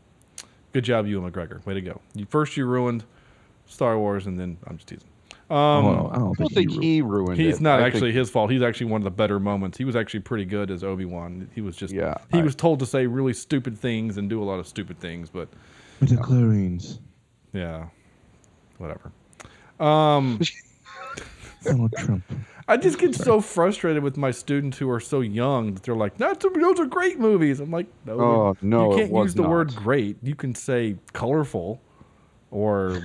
Speaker 1: good job, Ewan McGregor. Way to go. You, first, you ruined Star Wars, and then I'm just teasing.
Speaker 7: I
Speaker 1: Um,
Speaker 7: don't know. I don't
Speaker 6: I don't
Speaker 7: think,
Speaker 6: think
Speaker 7: he
Speaker 6: he ruined it.
Speaker 1: he's not
Speaker 6: I think-
Speaker 1: actually his fault. He's actually one of the better moments. He was actually pretty good as Obi Wan. He was just
Speaker 6: Yeah,
Speaker 1: he
Speaker 6: I-
Speaker 1: was told to say really stupid things and do a lot of stupid things, but
Speaker 7: With the chlorines.
Speaker 1: yeah, whatever. Um,
Speaker 7: Donald Trump.
Speaker 1: I just get so frustrated with my students who are so young that they're like, "That's those are great movies." I'm like, "No,
Speaker 6: Oh, no,
Speaker 1: you
Speaker 6: it
Speaker 1: can't
Speaker 6: was
Speaker 1: use the word
Speaker 6: not.
Speaker 1: great. You can say colorful, or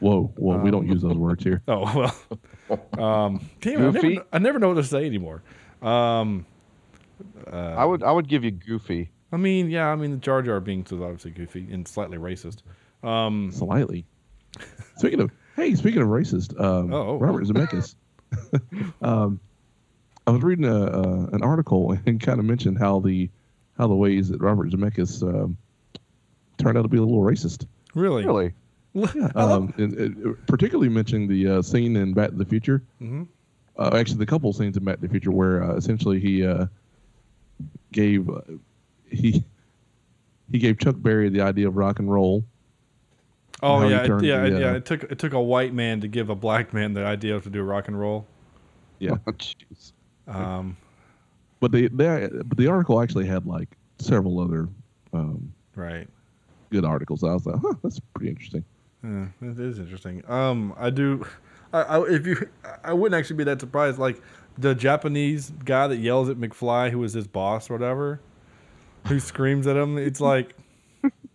Speaker 7: Whoa, whoa. we don't use those words here.
Speaker 1: oh well, um, damn, it, I never,
Speaker 6: Goofy?
Speaker 1: kn- I never know what to say anymore. Um,
Speaker 6: I would I would give you goofy.
Speaker 1: I mean, yeah, I mean, the Jar Jar Binks is obviously goofy and slightly racist. Um,
Speaker 7: Slightly. Speaking of, hey, speaking of racist, um,
Speaker 1: Oh.
Speaker 7: Robert Zemeckis. um, I was reading a, uh, an article and kind of mentioned how the how the ways that Robert Zemeckis um, turned out to be a little racist.
Speaker 1: really,
Speaker 6: Really?
Speaker 7: Um, and, and particularly mentioning the uh, scene in Back to the Future.
Speaker 1: Mhm.
Speaker 7: Uh, actually, the couple scenes in Back to the Future where uh, essentially he uh, gave uh, he he gave Chuck Berry the idea of rock and roll.
Speaker 1: Oh
Speaker 7: How he
Speaker 1: yeah, it,
Speaker 7: turned
Speaker 1: yeah,
Speaker 7: the,
Speaker 1: it- yeah.
Speaker 7: uh,
Speaker 1: It took it took a white man to give a black man the idea to do rock and roll.
Speaker 7: Yeah.
Speaker 6: Oh, jeez.
Speaker 1: Um,
Speaker 7: But the they, but the article actually had like several other um,
Speaker 1: right.
Speaker 7: good articles. I was like, huh, that's pretty interesting.
Speaker 1: Yeah, it is interesting. Um, I do. I, I if you, I wouldn't actually be that surprised. Like the Japanese guy that yells at McFly, who is his boss, or whatever, who screams at him. It's like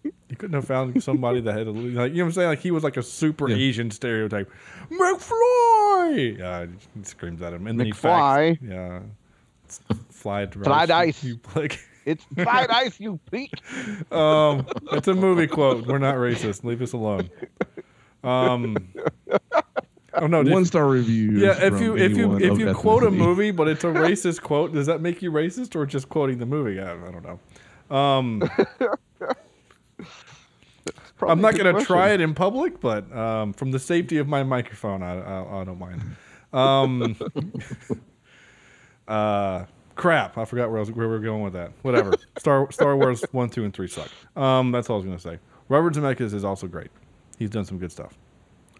Speaker 1: you couldn't have found somebody that had a li- like. You know what I'm saying? Like he was like a super
Speaker 7: Yeah.
Speaker 1: Asian stereotype. McFly. Yeah, he screams at him, and then he
Speaker 6: McFly.
Speaker 1: facts, yeah, it's fried rice.
Speaker 6: Fried ice.
Speaker 1: You, like,
Speaker 6: It's fried ice, you peak.
Speaker 1: um, it's a movie quote. We're not racist. Leave us alone. Um, oh no,
Speaker 7: One
Speaker 1: if,
Speaker 7: star review.
Speaker 1: yeah. If you if you
Speaker 7: Oh,
Speaker 1: if you quote a movie, but it's a racist quote, does that make you racist or just quoting the movie? I, I don't know. Um, I'm not gonna try it in public, but um, from the safety of my microphone, I I, I don't mind. Um, uh, crap, I forgot where I was, where we were going with that. Whatever. Star Star Wars one, two, and three suck. Um, that's all I was gonna say. Robert Zemeckis is also great. He's done some good stuff.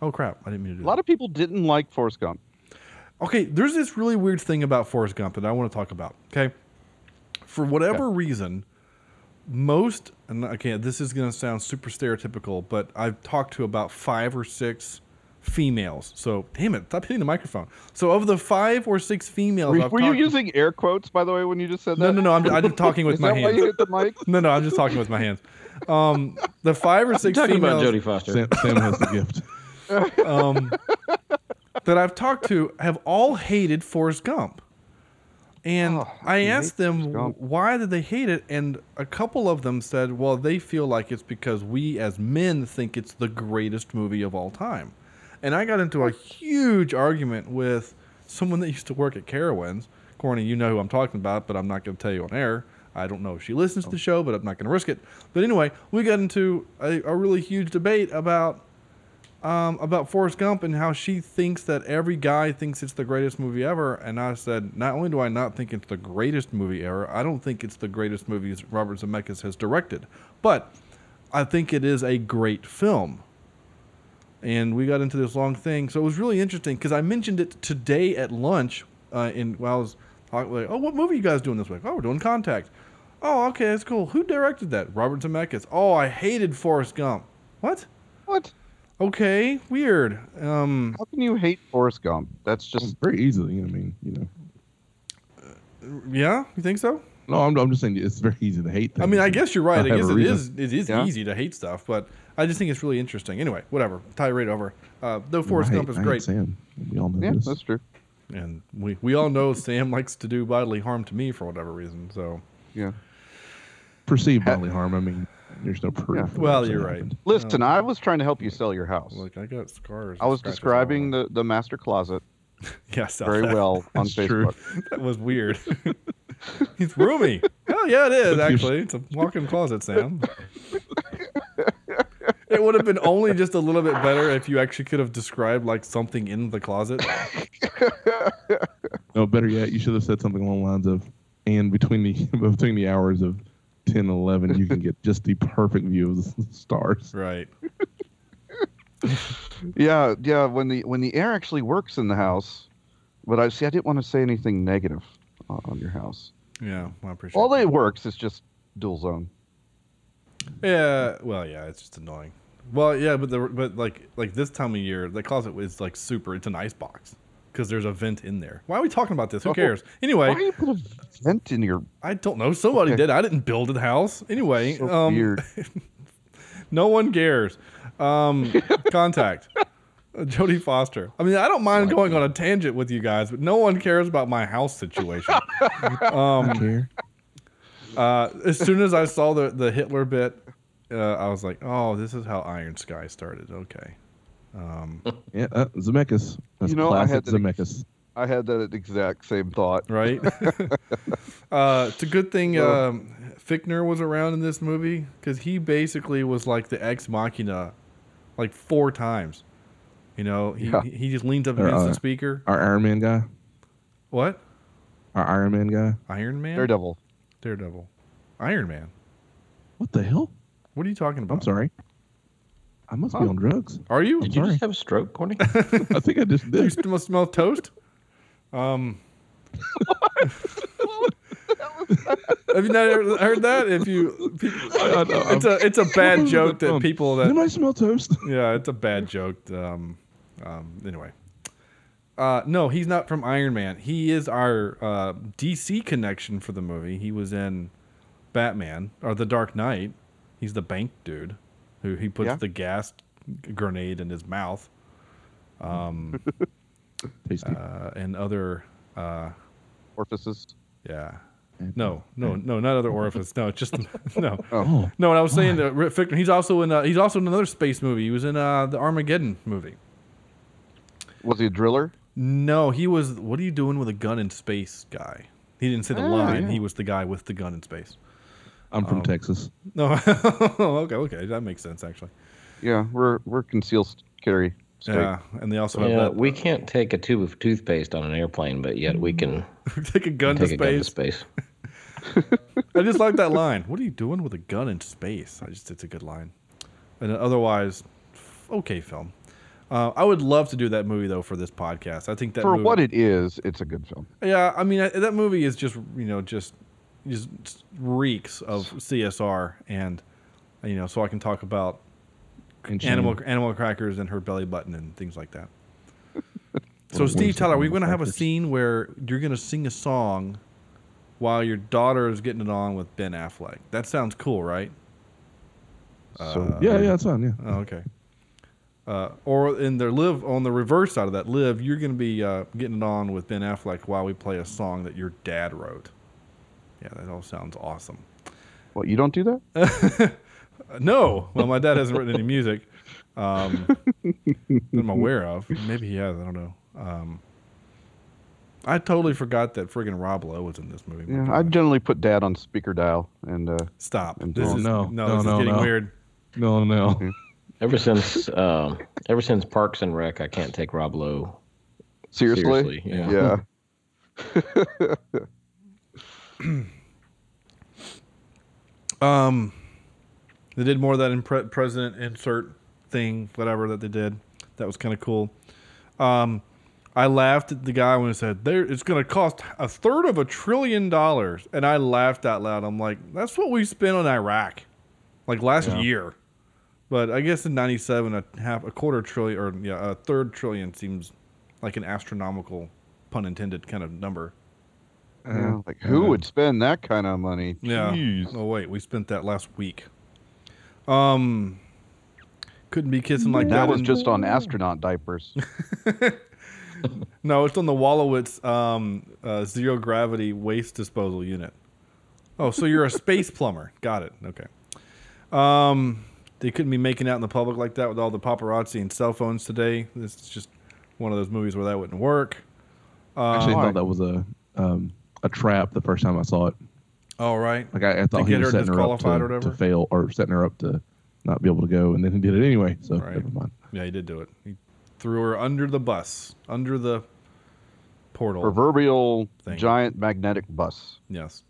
Speaker 1: Oh crap, I didn't mean to do
Speaker 6: A
Speaker 1: that.
Speaker 6: lot of people didn't like Forrest Gump.
Speaker 1: Okay, there's this really weird thing about Forrest Gump that I want to talk about. Okay. For whatever reason, most and okay, this is gonna sound super stereotypical, but I've talked to about five or six females. So damn it, stop hitting the microphone. So of the five or six females
Speaker 6: Were,
Speaker 1: I've
Speaker 6: were you
Speaker 1: talked to-
Speaker 6: using air quotes, by the way, when you just said
Speaker 1: No
Speaker 6: that?
Speaker 1: no no, I'm, I'm just talking with
Speaker 6: Is
Speaker 1: my
Speaker 6: that why you
Speaker 1: hands.
Speaker 6: hit the mic?
Speaker 1: No, no, I'm just talking with my hands. Um, the five or six
Speaker 8: Talking
Speaker 1: females
Speaker 8: about Jodie Foster.
Speaker 7: Sam, Sam has the gift.
Speaker 1: um, that I've talked to have all hated Forrest Gump. And
Speaker 6: Oh,
Speaker 1: I
Speaker 6: they hate
Speaker 1: asked them
Speaker 6: Forrest Gump.
Speaker 1: why did they hate it, and a couple of them said, "Well, they feel like it's because we as men think it's the greatest movie of all time." And I got into a huge argument with someone that used to work at Carowinds. Corny, you know who I'm talking about, but I'm not going to tell you on air. I I don't know if she listens
Speaker 6: Oh.
Speaker 1: to the show, but I'm not going to risk it. But anyway, we got into a, a really huge debate about um, about Forrest Gump and how she thinks that every guy thinks it's the greatest movie ever. And I said, not only do I not think it's the greatest movie ever, I don't think it's the greatest movie Robert Zemeckis has directed, but I think it is a great film. And we got into this long thing, so it was really interesting because I mentioned it today at lunch. Uh, in while I was talking, like, oh, what movie you guys doing this week? Oh, we're doing Contact. Oh, okay, that's cool. Who directed that? Robert Zemeckis. Oh, I hated Forrest Gump. What?
Speaker 6: What?
Speaker 1: Okay, weird. Um,
Speaker 6: How can you hate Forrest Gump? That's just
Speaker 1: Oh,
Speaker 7: very easily. I mean, you know.
Speaker 1: yeah, you think so?
Speaker 7: No, I'm, I'm just saying it's very easy to hate.
Speaker 1: I mean,
Speaker 7: things.
Speaker 1: I guess you're right. I
Speaker 7: have
Speaker 1: guess
Speaker 7: a
Speaker 1: it
Speaker 7: reason.
Speaker 1: is it is
Speaker 6: Yeah.
Speaker 1: easy to hate stuff, but I just think it's really interesting. Anyway, whatever. Tirade over. Uh, though Forrest
Speaker 7: I hate-
Speaker 1: Gump is
Speaker 7: I hate
Speaker 1: great,
Speaker 7: Sam. We all know
Speaker 6: yeah,
Speaker 7: this.
Speaker 6: that's true.
Speaker 1: and we we all know Sam likes to do bodily harm to me for whatever reason. So,
Speaker 6: Yeah.
Speaker 1: Oh.
Speaker 7: Perceived bodily harm. I mean, there's no proof.
Speaker 6: Yeah.
Speaker 7: that
Speaker 1: well,
Speaker 7: that
Speaker 1: you're right.
Speaker 7: happened.
Speaker 6: Listen, I was trying to help you sell your house.
Speaker 1: Look, I got scars.
Speaker 6: I
Speaker 1: and
Speaker 6: was
Speaker 1: scratches
Speaker 6: describing
Speaker 1: all
Speaker 6: the, the master closet
Speaker 1: over. yeah, I saw
Speaker 6: very
Speaker 1: that.
Speaker 6: well on
Speaker 7: That's true.
Speaker 6: Facebook.
Speaker 1: That was weird. it's roomy. Hell yeah, it is
Speaker 7: But you-
Speaker 1: actually. It's a walk-in closet, Sam. it would have been only just a little bit better if you actually could have described like something in the closet.
Speaker 7: No, better yet, you should have said something along the lines of, and between the between the hours of 10 and 11, you can get just the perfect view of the stars.
Speaker 1: Right.
Speaker 6: Yeah, yeah. When the when the air actually works in the house, but I see I didn't want to say anything negative on, on your house.
Speaker 1: Yeah, well, I appreciate.
Speaker 6: Although
Speaker 1: that.
Speaker 6: it works, it's just dual zone.
Speaker 1: Yeah. Well, yeah, it's just annoying. Well, yeah, but the but like like this time of year, the closet is like super. It's an ice box because there's a vent in there. Why are we talking about this? Who
Speaker 6: Oh.
Speaker 1: cares?
Speaker 6: Why
Speaker 1: Anyway,
Speaker 6: do you put a vent in your
Speaker 1: I don't know. Somebody
Speaker 6: Okay.
Speaker 1: did. I didn't build the house. Anyway,
Speaker 6: so
Speaker 1: um,
Speaker 6: weird?
Speaker 1: no one cares. Um, contact. Uh, Jodie Foster. I mean, I don't mind going on a tangent with you guys, but no one cares about my house situation. Um,
Speaker 7: I don't care.
Speaker 1: Uh, as soon as I saw the, the Hitler bit, uh, I was like, oh, this is how Iron Sky started. Okay.
Speaker 7: Yeah, uh, Zemeckis. That's
Speaker 6: You know, I
Speaker 7: classic
Speaker 6: had that-
Speaker 7: Zemeckis.
Speaker 6: I had that exact same thought.
Speaker 1: right? uh, it's a good thing um, Fickner was around in this movie because he basically was like the ex machina, like four times. You know, he,
Speaker 6: Yeah.
Speaker 1: he just leans up
Speaker 7: Or,
Speaker 1: against the
Speaker 7: uh,
Speaker 1: speaker.
Speaker 7: Our Iron Man guy.
Speaker 1: What?
Speaker 7: Our Iron Man guy.
Speaker 1: Iron Man?
Speaker 6: Daredevil.
Speaker 1: Daredevil. Iron Man.
Speaker 7: What the hell?
Speaker 1: What are you talking about?
Speaker 7: I'm sorry. I must be
Speaker 6: Uh, Huh?
Speaker 7: on drugs.
Speaker 1: Are you?
Speaker 8: Did
Speaker 1: Did
Speaker 8: you
Speaker 7: Sorry.
Speaker 8: just have a stroke, Corny?
Speaker 7: I think I just
Speaker 1: you
Speaker 7: did.
Speaker 1: smell, smell toast? Um. Have you not ever heard that? If you,
Speaker 7: I know,
Speaker 1: it's a it's a bad joke that
Speaker 7: Um,
Speaker 1: people that
Speaker 7: Did I smell toast?
Speaker 1: yeah, it's a bad joke. Um, um, anyway, uh, no, he's not from Iron Man. He is our uh, DC connection for the movie. He was in Batman or The Dark Knight. He's the bank dude who he puts
Speaker 6: Yeah.
Speaker 1: the gas grenade in his mouth
Speaker 7: Tasty.
Speaker 1: uh, and other. Uh,
Speaker 6: Orifices.
Speaker 1: yeah. No, no, no, not other orifice. No, just no,
Speaker 7: oh,
Speaker 1: no. And I was saying that Rick Fickner. He's also in. Uh, he's also in another space movie. He was in uh, the Armageddon movie.
Speaker 6: Was he a driller?
Speaker 1: No, he was. What are you doing with a gun in space, guy? He didn't say the
Speaker 8: Oh,
Speaker 6: Ah,
Speaker 1: line.
Speaker 6: yeah.
Speaker 1: He was the guy with the gun in space.
Speaker 7: I'm
Speaker 1: um,
Speaker 7: from Texas.
Speaker 1: No, okay, okay, that makes sense actually.
Speaker 6: Yeah, we're we're concealed carry. state.
Speaker 1: Yeah, and they also have
Speaker 8: yeah,
Speaker 1: that.
Speaker 8: we can't take a tube of toothpaste on an airplane, but yet we can
Speaker 1: take a gun to
Speaker 8: take a gun to
Speaker 1: space.
Speaker 8: space.
Speaker 1: I just like that line. What are you doing with a gun in space? I just, it's a good line. And otherwise, okay, film. Uh, I would love to do that movie though for this podcast. I think that
Speaker 6: For
Speaker 1: movie,
Speaker 6: what it is, it's a good film.
Speaker 1: Yeah, I mean I, that movie is just you know just just reeks of CSR and you know so I can talk about
Speaker 7: And
Speaker 1: animal
Speaker 7: shame.
Speaker 1: animal crackers and her belly button and things like that. so
Speaker 7: Or
Speaker 1: Steve
Speaker 7: worse,
Speaker 1: Tyler, we're
Speaker 7: animal
Speaker 1: going to have a
Speaker 7: crackers.
Speaker 1: scene where you're going to sing a song while your daughter is getting it on with Ben Affleck. That sounds cool, right?
Speaker 6: so
Speaker 1: Uh,
Speaker 7: Yeah, yeah, that's fine. Yeah.
Speaker 1: Oh, okay. Uh, or in their live on the reverse side of that live, you're going to be uh, getting it on with Ben Affleck while we play a song that your dad wrote. Yeah, that all sounds awesome.
Speaker 6: Well, you don't do that?
Speaker 1: Uh, no, well, my dad hasn't written any music um, that I'm aware of. Maybe he has. I don't know. Um, I totally forgot that friggin' Rob Lowe was in this movie.
Speaker 6: Yeah, I generally put dad on speaker dial and uh,
Speaker 1: Stop.
Speaker 6: And-
Speaker 1: This
Speaker 6: Oh,
Speaker 1: is,
Speaker 7: no.
Speaker 1: no,
Speaker 7: No,
Speaker 1: this
Speaker 7: no,
Speaker 1: is getting
Speaker 7: no.
Speaker 1: weird.
Speaker 7: No, no.
Speaker 8: Ever since, um, ever since Parks and Rec, I can't take Rob Lowe
Speaker 6: seriously,
Speaker 8: seriously. yeah.
Speaker 6: yeah.
Speaker 1: Um, they did more of that in pre- president insert thing, whatever that they did. That was kind of cool. Um, I laughed at the guy when he said, "There, it's going to cost a third of a trillion dollars," and I laughed out loud. I'm like, "That's what we spent on Iraq, like last year." But I guess in '97, a half, a quarter trillion, or yeah, a third trillion seems like an astronomical, pun intended, kind of number.
Speaker 6: Yeah, Like who would spend that kind of money?
Speaker 1: Yeah.
Speaker 7: Jeez.
Speaker 1: Oh wait, we spent that last week. Um, couldn't be kissing like that.
Speaker 6: That was
Speaker 1: in-
Speaker 6: just on astronaut diapers.
Speaker 1: no. It's on the Wallowitz um, uh, zero gravity waste disposal unit. Oh, so you're a space plumber? Got it. Okay. Um, they couldn't be making out in the public like that with all the paparazzi and cell phones today. This is just one of those movies where that wouldn't work.
Speaker 7: Actually, I
Speaker 6: why?
Speaker 7: thought that was a um, a trap the first time I saw it.
Speaker 1: All right.
Speaker 7: Like I, I thought he
Speaker 1: get
Speaker 7: was
Speaker 1: her
Speaker 7: setting her up
Speaker 1: disqualified
Speaker 7: to,
Speaker 1: or whatever?
Speaker 7: to fail or setting her up to not be able to go, and then he did it anyway. So
Speaker 1: Right.
Speaker 7: never mind.
Speaker 1: Yeah, he did do it. He threw her under the bus, under the portal.
Speaker 6: Proverbial
Speaker 1: Thing.
Speaker 6: giant magnetic bus.
Speaker 1: Yes.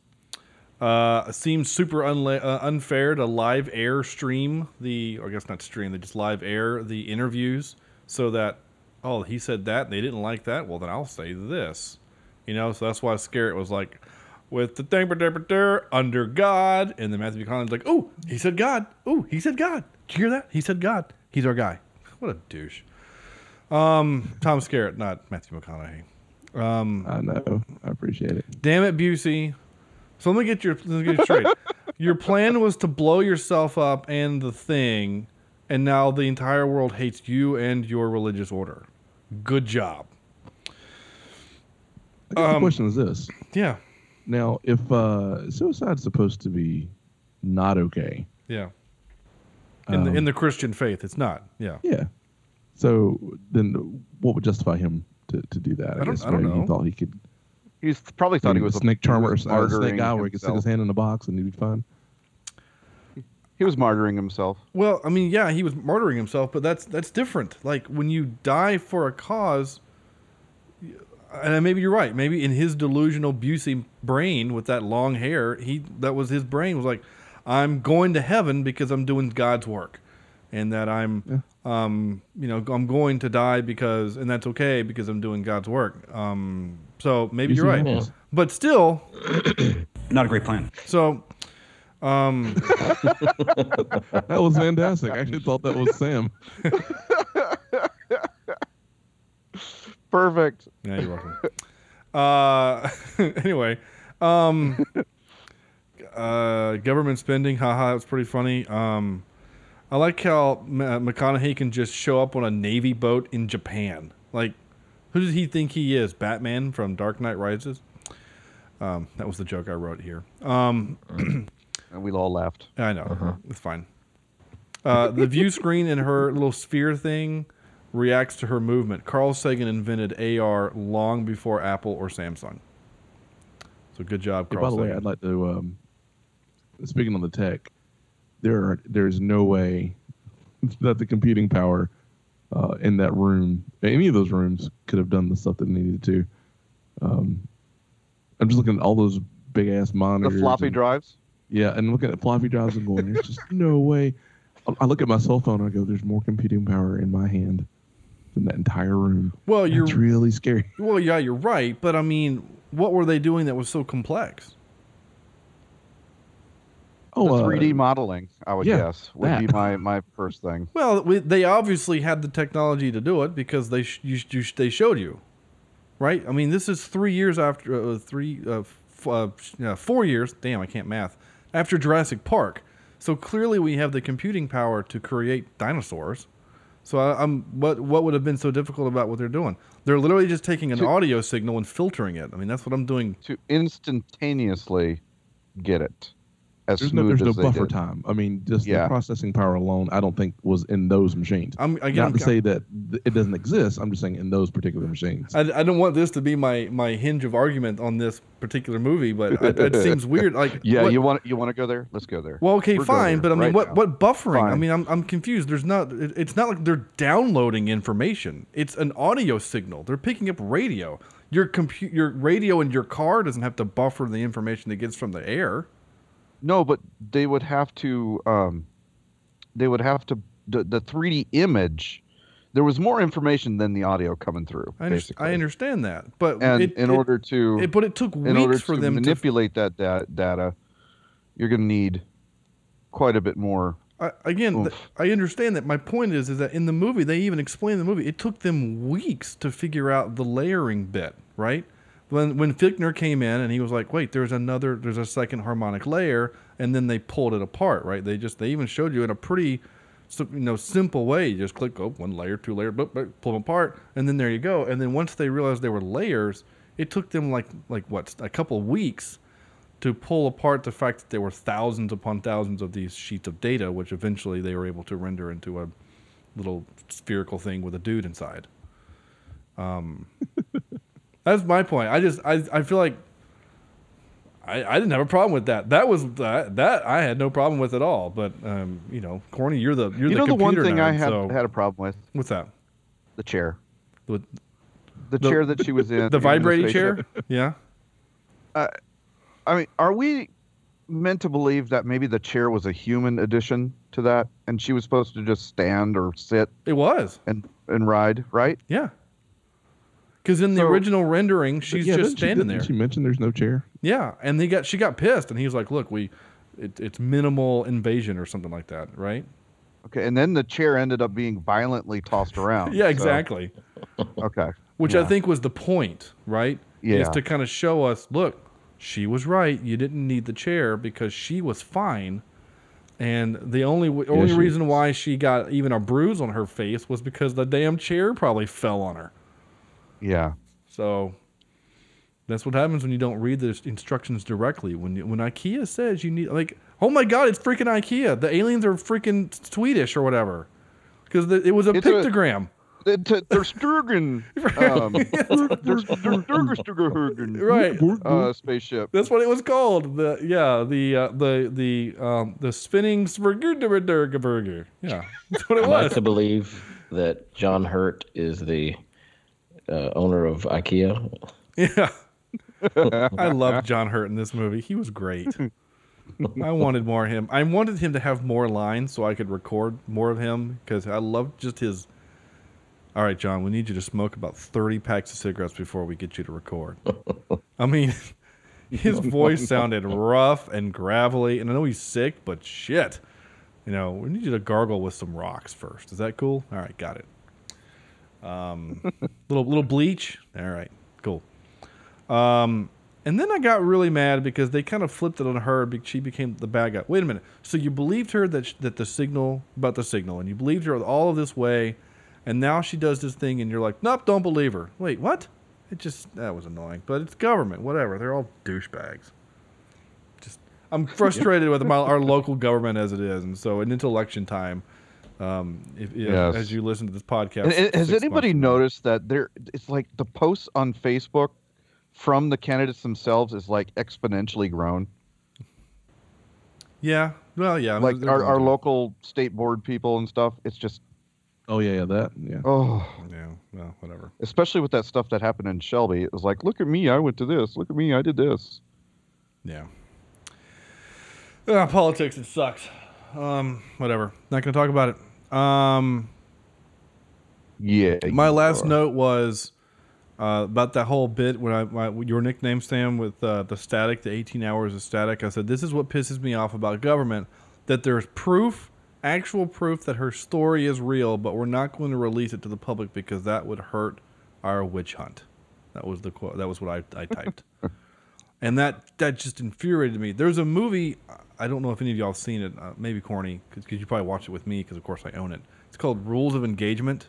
Speaker 1: Uh, seems super unla- uh, unfair to live air stream the, or I guess not stream, they just live air the interviews so that, oh, he said that, they didn't like that. Well, then I'll say this. You know, so that's why Scarrett was like, with the thing, under God. And then Matthew McConaughey's like, oh, he said God. Oh, he said God. Did you hear that? He said God. He's our guy. What a douche. Um, Tom Scarrett, not Matthew McConaughey. Hmm.
Speaker 7: I know. I appreciate it.
Speaker 1: Damn it, Busey. So let me get your let me get you straight. your plan was to blow yourself up and the thing, and now the entire world hates you and your religious order. Good job.
Speaker 7: I guess
Speaker 1: Um,
Speaker 7: the question is this:
Speaker 1: Yeah.
Speaker 7: Now, if uh, suicide's supposed to be not okay,
Speaker 1: Yeah. In the in the Christian faith, it's not. Yeah.
Speaker 7: yeah. So then, what would justify him to, to do that?
Speaker 1: I don't- I don't
Speaker 7: maybe he
Speaker 1: know.
Speaker 7: thought he could.
Speaker 6: He's probably thought he
Speaker 7: maybe
Speaker 6: was a
Speaker 7: snake charmer, or
Speaker 6: he was
Speaker 7: a snake
Speaker 6: martyring
Speaker 7: guy, where he could stick his
Speaker 6: himself.
Speaker 7: hand in a box and he'd be fine.
Speaker 6: He was martyring himself.
Speaker 1: Well, I mean, yeah, he was martyring himself, but that's that's different. Like when you die for a cause, and maybe you're right. Maybe in his delusional Busey brain with that long hair, he that was his brain was like, I'm going to heaven because I'm doing God's work, and that I'm, um, you know, I'm going to die because, and that's okay because I'm doing God's work. Um, so maybe you're
Speaker 7: Busey
Speaker 1: right,
Speaker 7: knows.
Speaker 1: but still,
Speaker 11: Not a great plan.
Speaker 1: so
Speaker 7: That was fantastic. I actually thought that was Sam.
Speaker 6: Perfect.
Speaker 1: Yeah, you're welcome. uh, anyway, um, uh, government spending, haha, it was pretty funny. Um, I like how M- uh, McConaughey can just show up on a Navy boat in Japan. Like, who does he think he is? Batman from Dark Knight Rises? Um, that was the joke I wrote here. Um,
Speaker 6: And we all laughed.
Speaker 1: I know.
Speaker 7: Uh-huh.
Speaker 1: It's fine. Uh, the view screen in her little sphere thing reacts to her movement. Carl Sagan invented AR long before Apple or Samsung. So good job,
Speaker 7: Yeah,
Speaker 1: Carl
Speaker 7: by the way,
Speaker 1: Sagan.
Speaker 7: I'd like to. Um, speaking on the tech, there are there is no way that the computing power uh, in that room, any of those rooms, could have done the stuff that it needed to. Um, I'm just looking at all those big ass
Speaker 6: The
Speaker 7: monitors.
Speaker 6: floppy
Speaker 7: and-
Speaker 6: drives.
Speaker 7: Yeah, and looking at floppy drives and going, there's just no way. I- I look at my cell phone. and I go, there's more computing power in my hand than that entire room.
Speaker 1: Well,
Speaker 7: And
Speaker 1: you're-
Speaker 7: it's really scary.
Speaker 1: well, yeah, you're right. But I mean, what were they doing that was so complex?
Speaker 7: Oh,
Speaker 6: the
Speaker 7: uh,
Speaker 6: 3D modeling, I would
Speaker 7: yeah,
Speaker 6: guess, would
Speaker 7: that.
Speaker 6: be my, my first thing.
Speaker 1: Well, we, they obviously had the technology to do it because they sh- you, you, they showed you, right? I mean, this is three years after uh, three uh, f- uh, sh- uh, four years. Damn, I can't math. After Jurassic Park, so clearly we have the computing power to create dinosaurs. So I, I'm what what would have been so difficult about what they're doing? They're literally just taking an audio signal and filtering it. I mean, that's what I'm doing.
Speaker 6: To instantaneously get it as
Speaker 7: there's no,
Speaker 6: smooth
Speaker 7: there's no
Speaker 6: as they
Speaker 7: buffer
Speaker 6: did.
Speaker 7: time. I mean, just
Speaker 6: Yeah.
Speaker 7: the processing power alone, I don't think was in those machines.
Speaker 1: I'm- I get-
Speaker 7: Not to say that th- it doesn't exist. I'm just saying in those particular machines.
Speaker 1: I, I don't want this to be my, my hinge of argument on this particular movie, but it, it seems weird. Like,
Speaker 6: yeah,
Speaker 1: what-
Speaker 6: you want you want to go there? Let's go there.
Speaker 1: Well, okay,
Speaker 6: We're going
Speaker 1: fine, but
Speaker 6: there
Speaker 1: I mean,
Speaker 6: right
Speaker 1: what
Speaker 6: now.
Speaker 1: what buffering? I
Speaker 6: Fine.
Speaker 1: mean, I'm I'm confused. There's not. It, it's not like they're downloading information. It's an audio signal. They're picking up radio. Your compu- your radio in your car doesn't have to buffer the information that gets from the air.
Speaker 6: No, but they would have to. Um, they would have to the, the 3D image. There was more information than the audio coming through.
Speaker 1: I, under-
Speaker 6: basically.
Speaker 1: I understand that, but
Speaker 6: and
Speaker 1: it-
Speaker 6: in
Speaker 1: it-
Speaker 6: order to
Speaker 1: it- but it took
Speaker 6: in order
Speaker 1: weeks for
Speaker 6: to
Speaker 1: them to
Speaker 6: manipulate that da- data, you're going to need quite a bit more.
Speaker 1: I, again, th-
Speaker 6: Oof.
Speaker 1: I understand that. My point is, is that in the movie, they even explain the movie. It took them weeks to figure out the layering bit, right? When when Fichtner came in and he was like, "Wait, there's another, there's a second harmonic layer," and then they pulled it apart, right? They just they even showed you in a pretty, sim- you know, simple way. You just click, oh, one layer, two layer, boop, boop, pull them apart, and then there you go. And then once they realized they were layers, it took them like like what a couple of weeks to pull apart the fact that there were thousands upon thousands of these sheets of data, which eventually they were able to render into a little spherical thing with a dude inside. Um, that's my point. I just I, I feel like I, I didn't have a problem with that. That was that that I had no problem with at all. But um, you know, corny, you're the you're
Speaker 6: you know the,
Speaker 1: the
Speaker 6: one
Speaker 1: computer
Speaker 6: thing I
Speaker 1: nerd,
Speaker 6: had
Speaker 1: so-
Speaker 6: had a problem with
Speaker 1: what's that?
Speaker 6: the chair,
Speaker 1: The,
Speaker 6: the,
Speaker 1: The-
Speaker 6: chair that she was in,
Speaker 1: the
Speaker 6: in
Speaker 1: vibrating
Speaker 6: spaceship.
Speaker 1: chair? Yeah.
Speaker 6: I mean, are we meant to believe that maybe the chair was a human addition to that, and she was supposed to just stand or sit
Speaker 1: It was.
Speaker 6: and and ride, right?
Speaker 1: Yeah. Cuz in the
Speaker 6: So-
Speaker 1: original rendering, she's
Speaker 7: Yeah,
Speaker 1: just
Speaker 7: didn't she-
Speaker 1: standing
Speaker 7: didn't
Speaker 1: there.
Speaker 7: She mentioned there's no chair.
Speaker 1: Yeah, and they got she got pissed, and he was like, "Look, we, it, it's minimal invasion or something like that, right?"
Speaker 6: Okay, and then the chair ended up being violently tossed around.
Speaker 1: yeah,
Speaker 6: so-
Speaker 1: exactly.
Speaker 6: okay,
Speaker 1: Which I
Speaker 6: Yeah.
Speaker 1: think was the point, right? is
Speaker 6: Yeah.
Speaker 1: to kind of show us, look, she was right. You didn't need the chair because she was fine, and the only w- only
Speaker 7: she
Speaker 1: reason why she got even a bruise on her face was because the damn chair probably fell on her.
Speaker 6: yeah.
Speaker 1: So that's what happens when you don't read the instructions directly. When you, when IKEA says you need like, oh my god, it's freaking IKEA. The aliens are freaking Swedish or whatever, because it was a
Speaker 6: It's a-
Speaker 1: pictogram.
Speaker 6: They're Sturgen, um, they're- they're Sturgestugehogen,
Speaker 1: Right.
Speaker 6: uh, spaceship.
Speaker 1: That's what it was called. The yeah, the uh, the the um, the spinning Svergerdurga burger. Yeah, that's what it
Speaker 8: I like
Speaker 1: was.
Speaker 8: to believe that John Hurt is the uh, owner of IKEA.
Speaker 1: Yeah, I loved John Hurt in this movie. He was great. I wanted more of him. I wanted him to have more lines so I could record more of him because I loved just his. All right, John, we need you to smoke about 30 packs of cigarettes before we get you to record. I mean, his voice sounded rough and gravelly, and I know he's sick, but shit. You know, we need you to gargle with some rocks first. Is that cool? All right, got it. Um, little little bleach. All right, cool. Um, and then I got really mad because they kind of flipped it on her. be- She became the bad guy. Wait a minute. So you believed her that sh- that the signal about the signal, and you believed her all of this way, and now she does this thing, and you're like, nope, don't believe her. Wait, what? It just that was annoying. But it's government, whatever. They're all douchebags. Just I'm frustrated with my, our local government as it is, and so in election time. Um, if, if-
Speaker 6: Yes.
Speaker 1: as you listen to this podcast,
Speaker 6: And- and has
Speaker 1: six
Speaker 6: anybody
Speaker 1: months from now.
Speaker 6: noticed that there? It's like the posts on Facebook from the candidates themselves is like exponentially grown.
Speaker 1: Yeah. Well, yeah. I mean,
Speaker 6: like
Speaker 1: they're
Speaker 6: our,
Speaker 1: going
Speaker 6: our
Speaker 1: to.
Speaker 6: local state board people and stuff. It's just
Speaker 7: Oh yeah, yeah, that yeah.
Speaker 6: oh,
Speaker 1: Yeah. Well, whatever.
Speaker 6: especially with that stuff that happened in Shelby. It was like, look at me, I went to this. Look at me, I did this.
Speaker 1: Yeah. Ah, politics, it sucks. Um, whatever. Not gonna talk about it. Um,
Speaker 6: Yeah.
Speaker 1: my
Speaker 6: you
Speaker 1: last
Speaker 6: are.
Speaker 1: note was uh, about that whole bit when I my, your nickname Sam with uh, the static, the eighteen hours of static. I said this is what pisses me off about government that there's proof, actual proof that her story is real, but we're not going to release it to the public because that would hurt our witch hunt. That was the quote. That was what I, I typed. and that that just infuriated me. There's a movie I don't know if any of y'all have seen it. Uh, maybe corny because you probably watch it with me because of course I own it. It's called Rules of Engagement.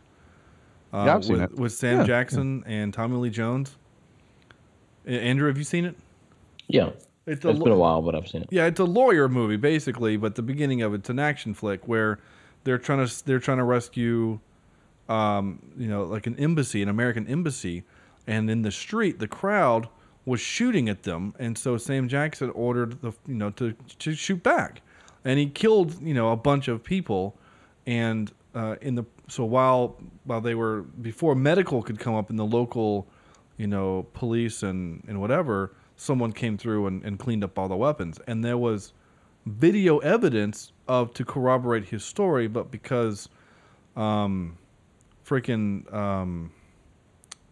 Speaker 1: Uh,
Speaker 6: Yeah, I've seen
Speaker 1: with,
Speaker 6: it.
Speaker 1: with Sam
Speaker 7: Yeah,
Speaker 1: Jackson and Tommy Lee Jones. A- Andrew, have you seen it?
Speaker 8: Yeah. It's, it's
Speaker 1: lo-
Speaker 8: been a while, but I've seen it.
Speaker 1: Yeah, it's a lawyer movie basically, but the beginning of it's an action flick where they're trying to they're trying to rescue, um, you know, like an embassy, an American embassy, and in the street the crowd was shooting at them, and so Sam Jackson ordered the you know to to shoot back, and he killed you know a bunch of people, and uh, in the so while while they were before medical could come up in the local, you know, police and and whatever someone came through and, and cleaned up all the weapons. And there was video evidence of to corroborate his story, but because um freaking um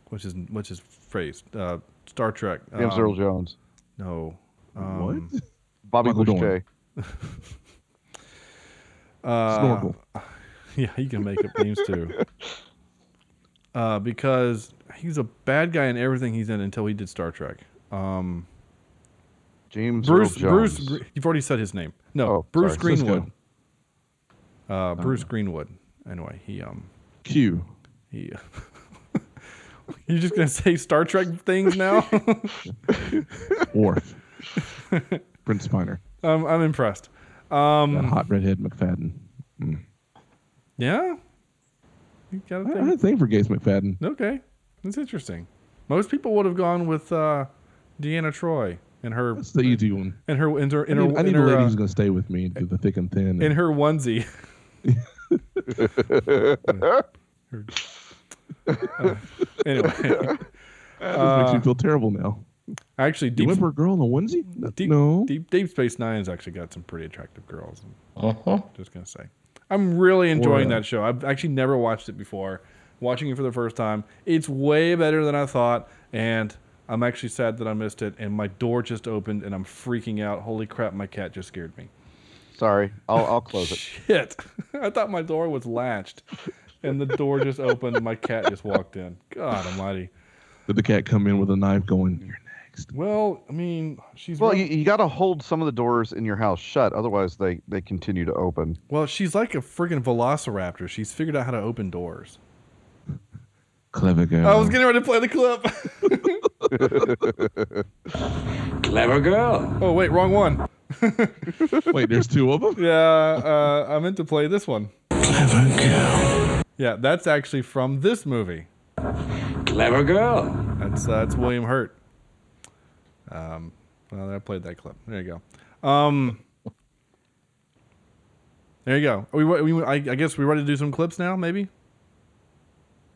Speaker 1: which is which is phrase? Uh Star Trek. Um,
Speaker 6: James Earl Jones.
Speaker 1: No. Um,
Speaker 7: what?
Speaker 6: Bobby
Speaker 7: Michael
Speaker 6: Boucher.
Speaker 1: Uh,
Speaker 7: Snorkel.
Speaker 1: Yeah, he can make up names too. Uh, because he's a bad guy in everything he's in until he did Star Trek. Um,
Speaker 6: James
Speaker 1: Bruce,
Speaker 6: Earl Jones.
Speaker 1: Bruce, Gr- you've already said his name. No,
Speaker 6: Oh,
Speaker 1: Bruce
Speaker 6: sorry.
Speaker 7: Cisco.
Speaker 1: Greenwood. Uh, Bruce
Speaker 7: know.
Speaker 1: Greenwood. Anyway, he um
Speaker 7: Q.
Speaker 1: he. You're just gonna say Star Trek things now?
Speaker 7: Worf. Prince Spiner.
Speaker 1: um, I'm impressed.
Speaker 7: That
Speaker 1: Um,
Speaker 7: hot redhead McFadden. Mm.
Speaker 1: yeah, you got a
Speaker 7: I I
Speaker 1: thing.
Speaker 7: had a thing for Gaze McFadden.
Speaker 1: Okay, that's interesting. Most people would have gone with uh, Deanna Troy and her
Speaker 7: That's the easy one.
Speaker 1: and her in her in
Speaker 7: I
Speaker 1: her,
Speaker 7: need, I need
Speaker 1: in
Speaker 7: a
Speaker 1: her,
Speaker 7: lady
Speaker 1: uh,
Speaker 7: who's going to stay with me and do the thick and thin.
Speaker 1: in her onesie. Her- uh, anyway,
Speaker 7: This makes me feel terrible now.
Speaker 1: actually,
Speaker 7: You
Speaker 1: uh, deep,
Speaker 7: went for a girl in a onesie? No.
Speaker 1: deep,
Speaker 7: no.
Speaker 1: deep Deep Space Nine's actually got some pretty attractive girls.
Speaker 8: Uh huh.
Speaker 1: just gonna say i'm really enjoying
Speaker 7: Or, uh,
Speaker 1: that show i've actually never watched it before watching it for the first time it's way better than i thought and i'm actually sad that i missed it and my door just opened and i'm freaking out holy crap my cat just scared me
Speaker 6: Sorry, I'll, I'll close it.
Speaker 1: shit i thought my door was latched and the door just opened and my cat just walked in god almighty
Speaker 7: Did the cat come in with a knife going, You're next?
Speaker 1: well i mean she's
Speaker 6: Well,
Speaker 1: real-
Speaker 6: you, you got to hold some of the doors in your house shut, otherwise they they continue to open.
Speaker 1: well she's like a freaking velociraptor she's figured out how to open doors
Speaker 7: Clever girl.
Speaker 6: Mm.
Speaker 1: i was getting ready to play the clip
Speaker 3: Clever girl.
Speaker 1: oh wait wrong one
Speaker 7: Wait, there's two of them?
Speaker 1: Yeah, uh, I meant to play this one.
Speaker 3: Clever girl.
Speaker 1: Yeah, that's actually from this movie.
Speaker 3: Clever girl.
Speaker 1: That's uh, that's William Hurt. Um, well, I played that clip. There you go. Um, there you go. Are we, re- we I, I guess we ready to do some clips now, maybe.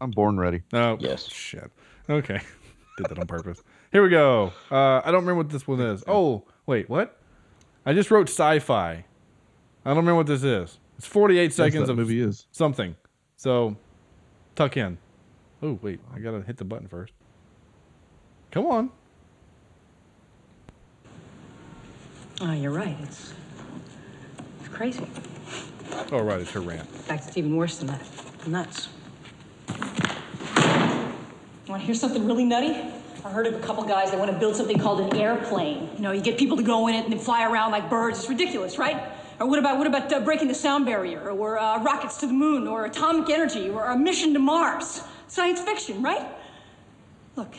Speaker 6: I'm born ready.
Speaker 1: Oh
Speaker 8: Yes.
Speaker 1: Shit. Okay. Did that on purpose. Here we go. Uh, I don't remember what this one is. Oh wait, what? I just wrote sci-fi. I don't remember what this is. It's 48
Speaker 7: That's
Speaker 1: seconds
Speaker 7: that
Speaker 1: of
Speaker 7: movie is.
Speaker 1: something. So tuck in. Oh wait, I gotta hit the button first. Come on.
Speaker 12: Oh, you're right. It's, it's crazy.
Speaker 1: Oh right, it's her rant.
Speaker 12: In fact, it's even worse than that. Nuts.
Speaker 13: Want to hear something really nutty? I heard of a couple guys that want to build something called an airplane. You know, you get people to go in it and then fly around like birds. It's ridiculous, right? Or what about what about uh, breaking the sound barrier, or uh, rockets to the moon, or atomic energy, or a mission to Mars? Science fiction, right? Look,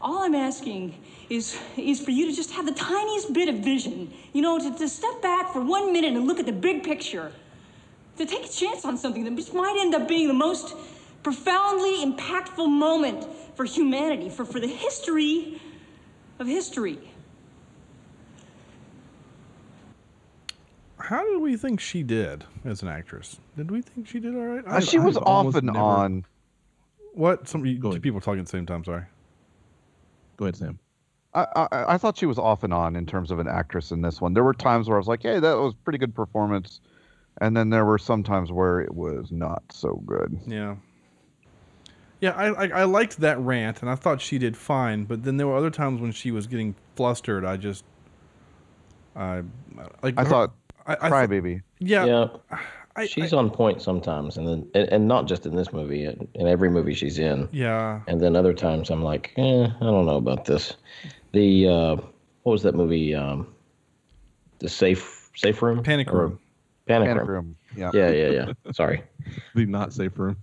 Speaker 13: all I'm asking is is for you to just have the tiniest bit of vision. You know, to, to step back for one minute and look at the big picture to take a chance on something that just might end up being the most profoundly impactful moment for humanity, for, for the history of history.
Speaker 1: How did we think she did as an actress? Did we think she did all right?
Speaker 6: Uh, she was
Speaker 7: I've
Speaker 6: off
Speaker 7: almost
Speaker 6: and
Speaker 7: never-
Speaker 6: on.
Speaker 1: What? Some you-
Speaker 7: Go
Speaker 1: two
Speaker 7: ahead.
Speaker 1: people talking at the same time. Sorry.
Speaker 7: Go ahead, Sam.
Speaker 6: I, I I thought she was off and on in terms of an actress in this one. There were times where I was like, "Hey, that was pretty good performance," and then there were some times where it was not so good.
Speaker 1: Yeah. Yeah, I, I I liked that rant, and I thought she did fine. But then there were other times when she was getting flustered. I just, I like.
Speaker 6: I
Speaker 1: her-
Speaker 6: thought
Speaker 1: I, I th-
Speaker 6: Crybaby.
Speaker 1: yeah,
Speaker 8: yeah.
Speaker 1: I-
Speaker 8: she's on point sometimes, and then and, and not just in this movie, in, in every movie she's in.
Speaker 1: yeah.
Speaker 8: And then other times I'm like, eh, I don't know about this. The uh, what was that movie? Um, the safe safe room.
Speaker 1: Panic
Speaker 8: Or-
Speaker 1: Room.
Speaker 8: Panic,
Speaker 6: Panic
Speaker 8: room.
Speaker 6: room. Yeah.
Speaker 8: Yeah, yeah, yeah. Sorry.
Speaker 7: The not safe room.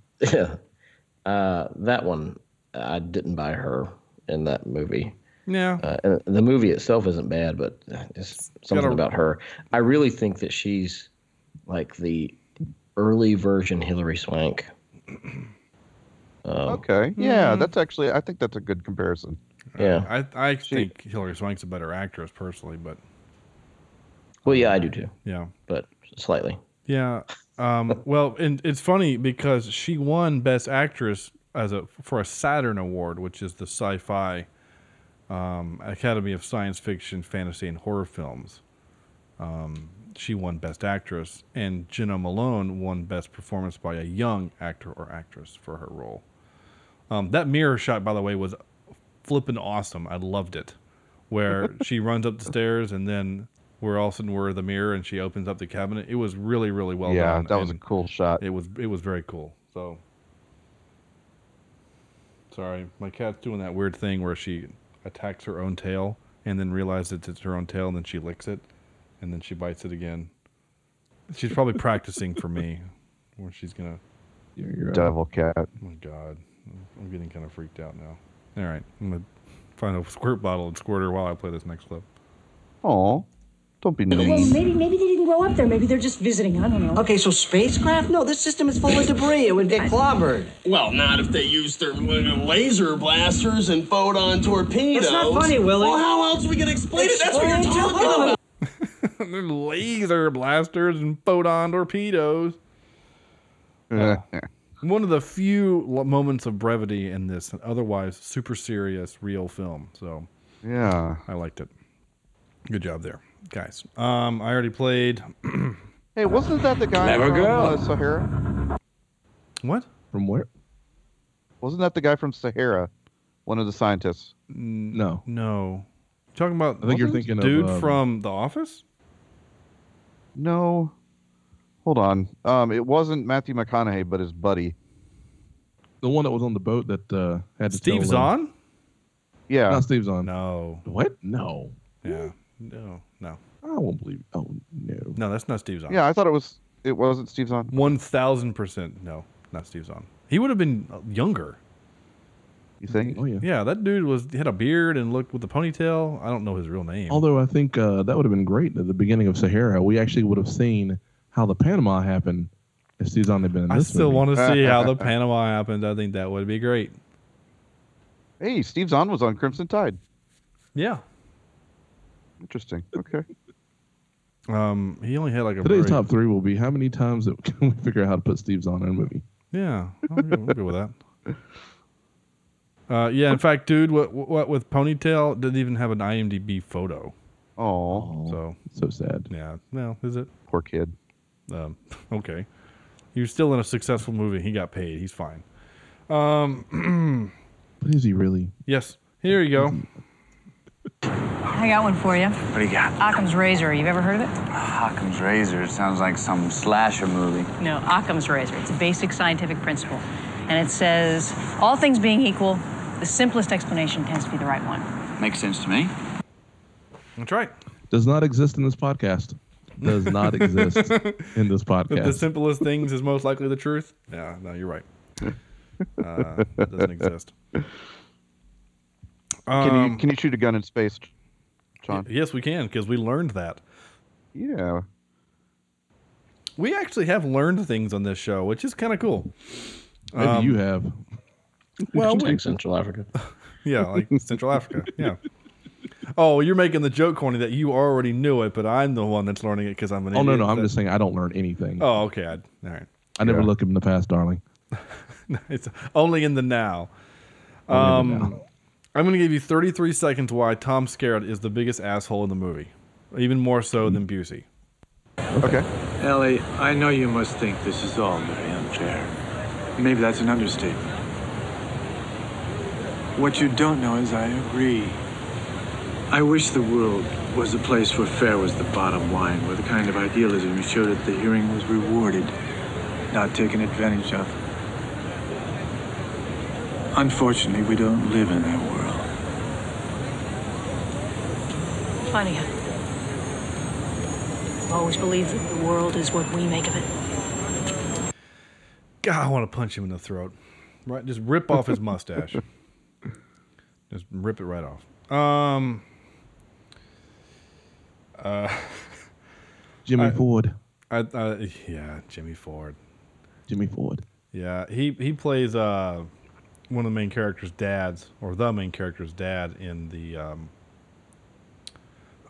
Speaker 8: uh, that one I didn't buy her in that movie.
Speaker 1: Yeah.
Speaker 8: Uh, the movie itself isn't bad, but uh, just something
Speaker 1: gotta-
Speaker 8: about her. I really think that she's like the early version Hillary Swank. Um,
Speaker 6: Okay. Yeah,
Speaker 1: Mhm.
Speaker 6: that's actually I think that's a good comparison.
Speaker 8: Yeah.
Speaker 1: I, I think Hillary Swank's a better actress personally, but
Speaker 8: Well, yeah, I do too.
Speaker 1: Yeah.
Speaker 8: But slightly.
Speaker 1: yeah. Um, well, and it's funny because she won Best Actress as a for a Saturn Award, which is the Sci-Fi um, Academy of Science Fiction, Fantasy, and Horror Films. Um, she won Best Actress, and Jenna Malone won Best Performance by a Young Actor or Actress for her role. Um, that mirror shot, by the way, was flipping awesome. I loved it. Where she runs up the stairs and then we're all of a sudden we're in the mirror and she opens up the cabinet. It was really, really well
Speaker 6: yeah,
Speaker 1: done.
Speaker 6: that was a
Speaker 1: and
Speaker 6: cool shot.
Speaker 1: It was it was very cool. So sorry, my cat's doing that weird thing where she attacks her own tail and then realizes it's her own tail and then she licks it and then she bites it again. She's probably practicing for me where she's gonna
Speaker 6: Devil cat.
Speaker 1: Oh my god, I'm getting kind of freaked out now. All right, I'm gonna find a squirt bottle and squirt her while I play this next clip.
Speaker 6: Oh, don't be
Speaker 12: Well,
Speaker 6: mean.
Speaker 12: maybe maybe they didn't grow up there. Maybe they're just visiting. I don't know.
Speaker 14: Okay, so spacecraft? No, this system is full of debris. It would get clobbered.
Speaker 15: Well, not if they use their laser blasters and photon torpedoes.
Speaker 14: It's not funny, Willie.
Speaker 15: Well, how else we gonna explain, it? That's what
Speaker 14: Explain
Speaker 15: you're
Speaker 14: to
Speaker 15: talking about.
Speaker 1: They're laser blasters and photon torpedoes. One of the few lo- moments of brevity in this otherwise super serious real film. So
Speaker 6: yeah,
Speaker 1: I liked it. Good job there, guys. Um, I already played.
Speaker 6: hey, wasn't that the guy
Speaker 1: Never
Speaker 6: from
Speaker 1: go.
Speaker 6: Uh, Sahara?
Speaker 1: What?
Speaker 7: From where?
Speaker 6: Wasn't that the guy from Sahara? One of the scientists.
Speaker 1: No. No. Talking about
Speaker 7: I think you're
Speaker 1: wasn't
Speaker 7: thinking of,
Speaker 1: dude
Speaker 7: um,
Speaker 1: from The Office.
Speaker 6: No. Hold on. Um, it wasn't Matthew McConaughey, but his buddy.
Speaker 7: The one that was on the boat that uh, had to
Speaker 1: Steve
Speaker 7: tell, uh,
Speaker 1: Zahn.
Speaker 6: Yeah.
Speaker 7: Not Steve Zahn.
Speaker 1: No.
Speaker 7: What? No.
Speaker 1: Yeah. No. No.
Speaker 7: I won't believe. Oh no.
Speaker 1: No, that's not Steve Zahn.
Speaker 6: Yeah, I thought it was. It wasn't Steve Zahn.
Speaker 1: One thousand percent. No, not Steve Zahn. He would have been uh, younger.
Speaker 6: You think?
Speaker 7: Oh yeah.
Speaker 1: Yeah, that dude was had a beard and looked with a ponytail. I don't know his real name.
Speaker 7: Although I think uh, that would have been great at the beginning of Sahara. We actually would have seen how the Panama happened if Steve Zahn had been in
Speaker 1: I
Speaker 7: this
Speaker 1: still
Speaker 7: movie.
Speaker 1: want to see how the Panama happened. I think that would be great.
Speaker 6: Hey, Steve Zahn was on Crimson Tide.
Speaker 1: Yeah.
Speaker 6: Interesting. Okay.
Speaker 1: Um, he only had like a
Speaker 7: Today's
Speaker 1: very-
Speaker 7: top three will be how many times that can we figure out how to put Steve Zahn in a movie?
Speaker 1: Yeah, I'm good, I'm good with that. Uh, yeah, in fact, dude, what what with ponytail didn't even have an IMDb photo.
Speaker 6: Oh,
Speaker 1: so
Speaker 7: so sad.
Speaker 1: Yeah, well, is it?
Speaker 6: Poor kid.
Speaker 1: Um, okay, he was still in a successful movie. He got paid. He's fine. Um,
Speaker 7: but is he really?
Speaker 1: Yes. Here you go.
Speaker 12: I got one for you.
Speaker 16: What do you got?
Speaker 12: Occam's Razor. You've ever heard of it?
Speaker 16: Occam's Razor sounds like some slasher movie.
Speaker 12: No, Occam's Razor. It's a basic scientific principle, and it says all things being equal, the simplest explanation tends to be the right one.
Speaker 16: Makes sense to me.
Speaker 1: That's right.
Speaker 7: Does not exist in this podcast. Does not exist in this
Speaker 1: That The
Speaker 7: podcast.
Speaker 1: simplest things is most likely the truth. Yeah, no, you're right. Uh, it doesn't exist.
Speaker 6: can you
Speaker 1: Um,
Speaker 6: can you shoot a gun in space, John?
Speaker 1: Yes, we can because we learned that.
Speaker 6: Yeah.
Speaker 1: We actually have learned things on this show, which is kind of cool.
Speaker 7: Maybe
Speaker 1: Um,
Speaker 7: you have.
Speaker 1: Well, we-
Speaker 8: Take Central Africa.
Speaker 1: yeah, like Central Africa. Yeah. Oh, you're making the joke, Corny, that you already knew it, but I'm the one that's learning it because I'm an
Speaker 7: Oh no,
Speaker 1: idiot.
Speaker 7: no. I'm
Speaker 1: That-
Speaker 7: just saying I don't learn anything.
Speaker 1: Oh, okay. I, all right.
Speaker 7: I never
Speaker 1: Yeah.
Speaker 7: look him in the past, darling.
Speaker 1: it's only in the now.
Speaker 7: Only in the
Speaker 1: Um, I'm going to give you 33 seconds why Tom Skerritt is the biggest asshole in the movie, even more so than
Speaker 7: Mm-hmm.
Speaker 1: Busey.
Speaker 6: Okay.
Speaker 17: Ellie, I know you must think this is all very unfair. Maybe that's an understatement. What you don't know is I agree. I wish the world was a place where fair was the bottom line, where the kind of idealism you showed at the hearing was rewarded, not taken advantage of. Unfortunately, we don't live in that world.
Speaker 12: Funny. I've always believed that the world is what we make of it.
Speaker 1: God, I want to punch him in the throat. Right, just rip off his mustache. just rip it right off. Um. Uh,
Speaker 7: Jimmy
Speaker 1: I-
Speaker 7: Ford.
Speaker 1: I, I yeah, Jimmy Ford.
Speaker 7: Jimmy Ford.
Speaker 1: Yeah, he he plays uh one of the main characters' dads or the main character's dad in the um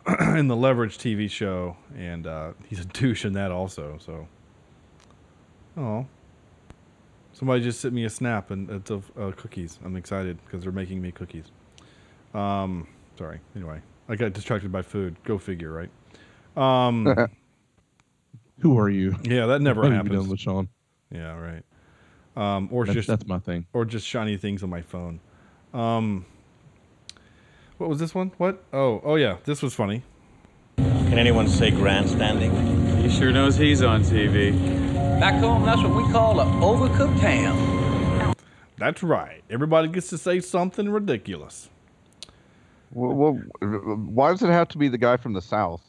Speaker 1: in the Leverage TV show, and uh, he's a douche in that also. So, oh, somebody just sent me a snap and it's of uh, cookies. I'm excited because they're making me cookies. Um, sorry. Anyway, I got distracted by food. Go figure, right? Um.
Speaker 7: Who are you?
Speaker 1: Yeah, that never
Speaker 7: What have you
Speaker 1: happens.
Speaker 7: done with Sean?
Speaker 1: Yeah, right. Um, or
Speaker 7: That's-
Speaker 1: just
Speaker 7: that's my thing.
Speaker 1: Or just shiny things on my phone. Um, what was this one? What? Oh, oh yeah, this was funny.
Speaker 18: Can anyone say grandstanding? He sure knows he's on TV.
Speaker 19: Back home, that's what we call a overcooked ham.
Speaker 1: That's right. Everybody gets to say something ridiculous.
Speaker 6: Well, well, why does it have to be the guy from the South?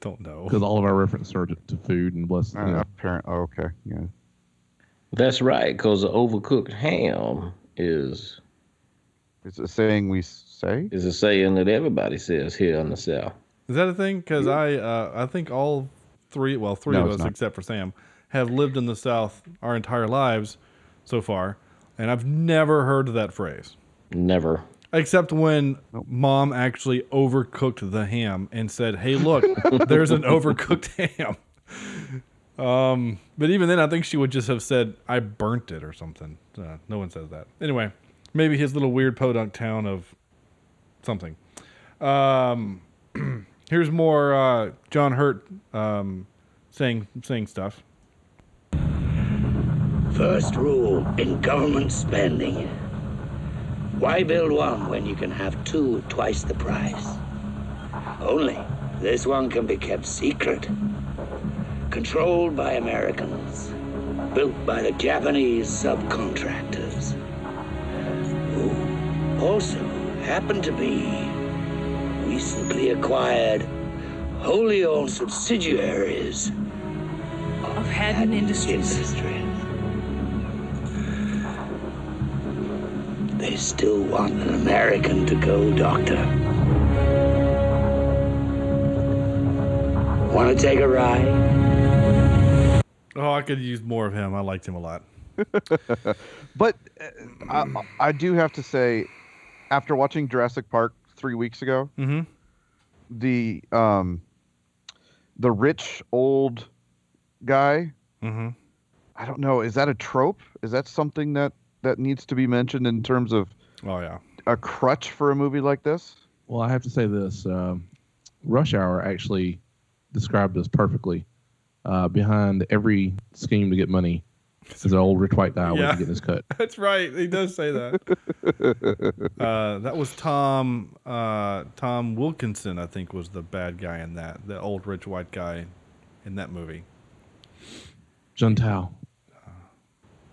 Speaker 1: Don't know.
Speaker 7: Because all of our references are to, to food and bless.
Speaker 6: Uh, apparent. Oh, okay. Yeah.
Speaker 8: That's right, because the overcooked ham is.
Speaker 6: It's a saying we say?
Speaker 8: Is a saying that everybody says here in the South.
Speaker 1: Is that a thing? Because I, uh, I think all three, well, three
Speaker 8: No,
Speaker 1: of
Speaker 8: it's
Speaker 1: us
Speaker 8: not.
Speaker 1: except for Sam, have lived in the South our entire lives so far, and I've never heard that phrase.
Speaker 8: Never.
Speaker 1: Except when mom actually overcooked the ham and said, "Hey, look, there's an overcooked ham." Um, but even then, I think she would just have said, "I burnt it" or something. Uh, no one says that. Anyway, maybe his little weird podunk town of something. Um, here's more uh, John Hurt um, saying saying stuff.
Speaker 20: First rule in government spending. Why build one when you can have two at twice the price? Only this one can be kept secret. Controlled by Americans. Built by the Japanese subcontractors. Who also happen to be recently acquired wholly owned subsidiaries
Speaker 12: Of Haddon Industries.
Speaker 20: They still want an American to go, Doctor. Want to take a ride?
Speaker 1: Oh, I could use more of him. I liked him a lot.
Speaker 6: But uh, I, I do have to say, after watching Jurassic Park three weeks ago,
Speaker 1: Mhm.
Speaker 6: the um, the rich old guy.
Speaker 1: Mhm.
Speaker 6: I don't know. Is that a trope? Is that something that that needs to be mentioned in terms of?
Speaker 1: Oh yeah.
Speaker 6: A crutch for a movie like this?
Speaker 7: Well, I have to say this. Um, Rush Hour actually described this perfectly. Uh, behind every scheme to get money is an old rich white guy
Speaker 1: Yeah.
Speaker 7: waiting to get his cut.
Speaker 1: That's right. He does say that. uh, that was Tom uh, Tom Wilkinson, I think, was the bad guy in that, the old rich white guy in that movie.
Speaker 7: Gentile.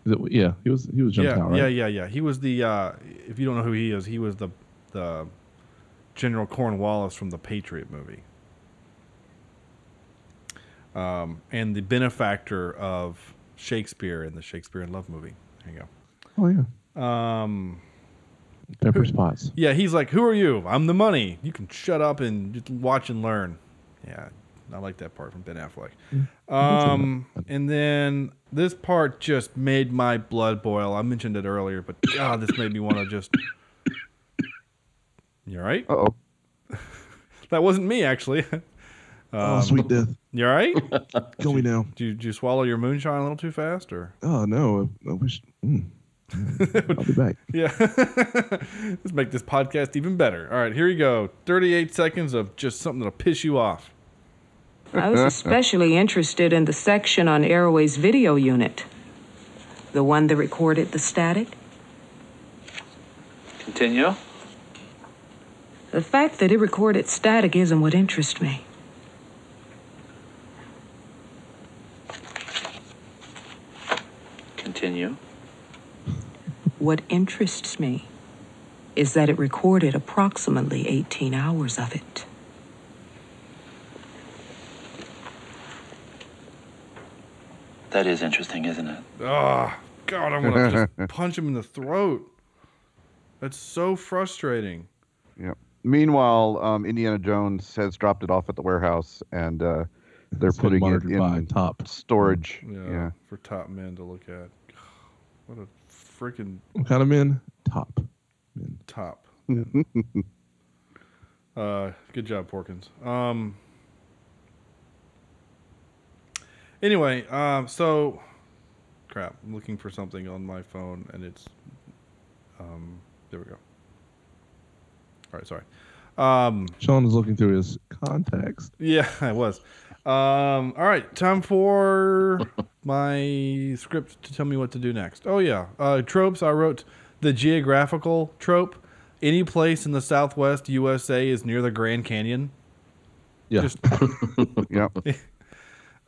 Speaker 7: Is it- yeah, he was he was Gentile,
Speaker 1: yeah,
Speaker 7: right?
Speaker 1: yeah, yeah, yeah. He was the uh, if you don't know who he is, he was the the General Cornwallis from the Patriot movie, um, and the benefactor of Shakespeare in the Shakespeare in Love movie. There you
Speaker 7: Oh yeah.
Speaker 1: go. Um,
Speaker 7: Pepper spots.
Speaker 1: Yeah, he's like, "Who are you? I'm the money. You can shut up and just watch and learn." Yeah, I like that part from Ben Affleck.
Speaker 7: Mm.
Speaker 1: Um, and then this part just made my blood boil. I mentioned it earlier, but God, this made me want to just. You all right?
Speaker 6: Uh oh.
Speaker 1: that wasn't me, actually. Um,
Speaker 7: Oh, sweet death.
Speaker 1: You all right?
Speaker 7: Kill me now.
Speaker 1: Do you, did you swallow your moonshine a little too fast, or?
Speaker 7: Oh no, I, I wish. Mm. I'll be back.
Speaker 1: Yeah. Let's make this podcast even better. All right, here you go. 38 seconds of just something that'll piss you off.
Speaker 21: I was especially interested in the section on Airway's video unit, the one that recorded the static.
Speaker 16: Continue.
Speaker 21: The fact that it recorded static isn't what interests me.
Speaker 16: Continue.
Speaker 21: What interests me is that it recorded approximately 18 hours of it.
Speaker 16: That is interesting, isn't it?
Speaker 1: Oh, God, I'm going to just punch him in the throat. That's so frustrating.
Speaker 6: Yeah. Meanwhile, um, Indiana Jones has dropped it off at the warehouse, and uh, they're
Speaker 7: It's been
Speaker 6: putting it
Speaker 7: marked by
Speaker 6: in
Speaker 7: top.
Speaker 6: storage.
Speaker 1: Yeah,
Speaker 6: yeah.
Speaker 1: for top men to look at. What a freaking
Speaker 7: What kind of men? Top.
Speaker 1: top. Uh, good job, Porkins. Um. Anyway, um, so crap. I'm looking for something on my phone, and it's um. There we go. All right, sorry. Um,
Speaker 7: Sean is looking through his contacts.
Speaker 1: Yeah, I was. Um, all right, time for my script to tell me what to do next. Oh yeah, uh, tropes. I wrote the geographical trope. Any place in the Southwest USA is near the Grand Canyon.
Speaker 7: Yeah.
Speaker 1: Just- uh,
Speaker 6: yep.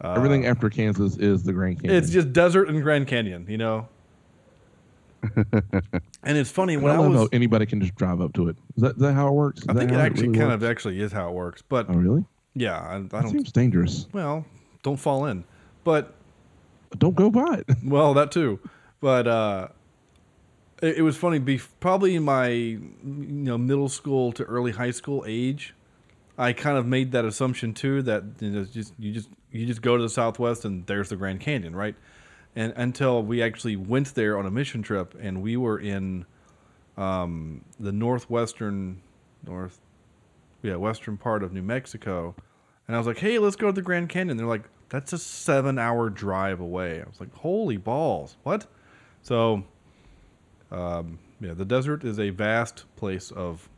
Speaker 7: Everything after Kansas is the Grand Canyon.
Speaker 1: It's just desert and Grand Canyon, you know. and it's funny
Speaker 7: I
Speaker 1: when I,
Speaker 7: love
Speaker 1: was.
Speaker 7: how anybody can just drive up to it. Is that, is that how it works? Is
Speaker 1: I
Speaker 7: that
Speaker 1: think it
Speaker 7: how
Speaker 1: actually
Speaker 7: really
Speaker 1: kind
Speaker 7: works?
Speaker 1: of actually is how it works, but
Speaker 7: Oh, really?
Speaker 1: yeah, I, I
Speaker 7: That
Speaker 1: don't.
Speaker 7: seems dangerous.
Speaker 1: Well, don't fall in. But
Speaker 7: don't go by it.
Speaker 1: Well, that too. But uh, it, it was funny. Bef- probably in my you know middle school to early high school age, I kind of made that assumption too that you know, it's just you just you just go to the Southwest and there's the Grand Canyon, right? And until we actually went there on a mission trip, and we were in um, the northwestern north yeah western part of New Mexico, and I was like, hey, let's go to the Grand Canyon. They're like, that's a seven hour drive away. I was like, holy balls, what? So, um, yeah, the desert is a vast place of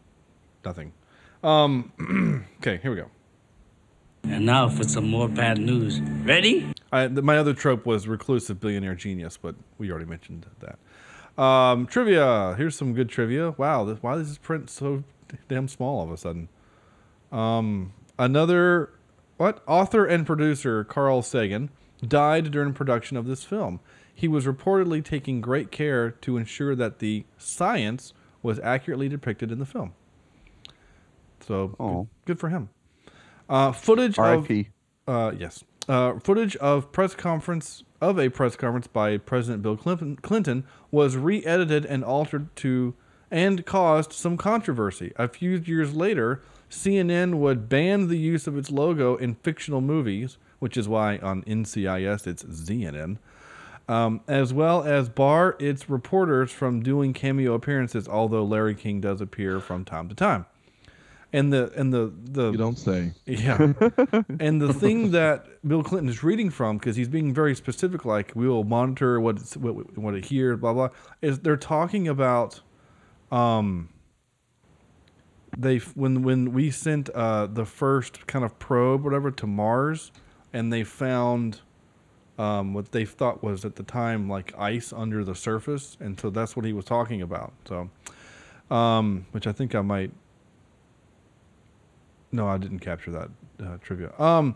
Speaker 1: nothing. Um, okay, here we go.
Speaker 2: And now for some more bad news. Ready?
Speaker 1: I, th- my other trope was reclusive billionaire genius, but we already mentioned that. Um, trivia. Here's some good trivia. Wow, this, why is this print so damn small all of a sudden? Um, another what author and producer Carl Sagan died during production of this film. He was reportedly taking great care to ensure that the science was accurately depicted in the film. So good, good for him. Uh, footage
Speaker 6: RIP.
Speaker 1: of uh, yes, uh, footage of press conference of a press conference by President Bill Clinton, Clinton was re-edited and altered to and caused some controversy. A few years later, CNN would ban the use of its logo in fictional movies, which is why on NCIS it's ZNN. Um, as well as bar its reporters from doing cameo appearances, although Larry King does appear from time to time and the and the the you
Speaker 7: don't say
Speaker 1: yeah and the thing that bill clinton is reading from because he's being very specific like we will monitor what it's, what, what it hears blah blah is they're talking about um they when when we sent uh the first kind of probe whatever to mars and they found um, what they thought was at the time like ice under the surface, and so that's what he was talking about. So, um, which I think I might no, I didn't capture that uh, trivia. Um,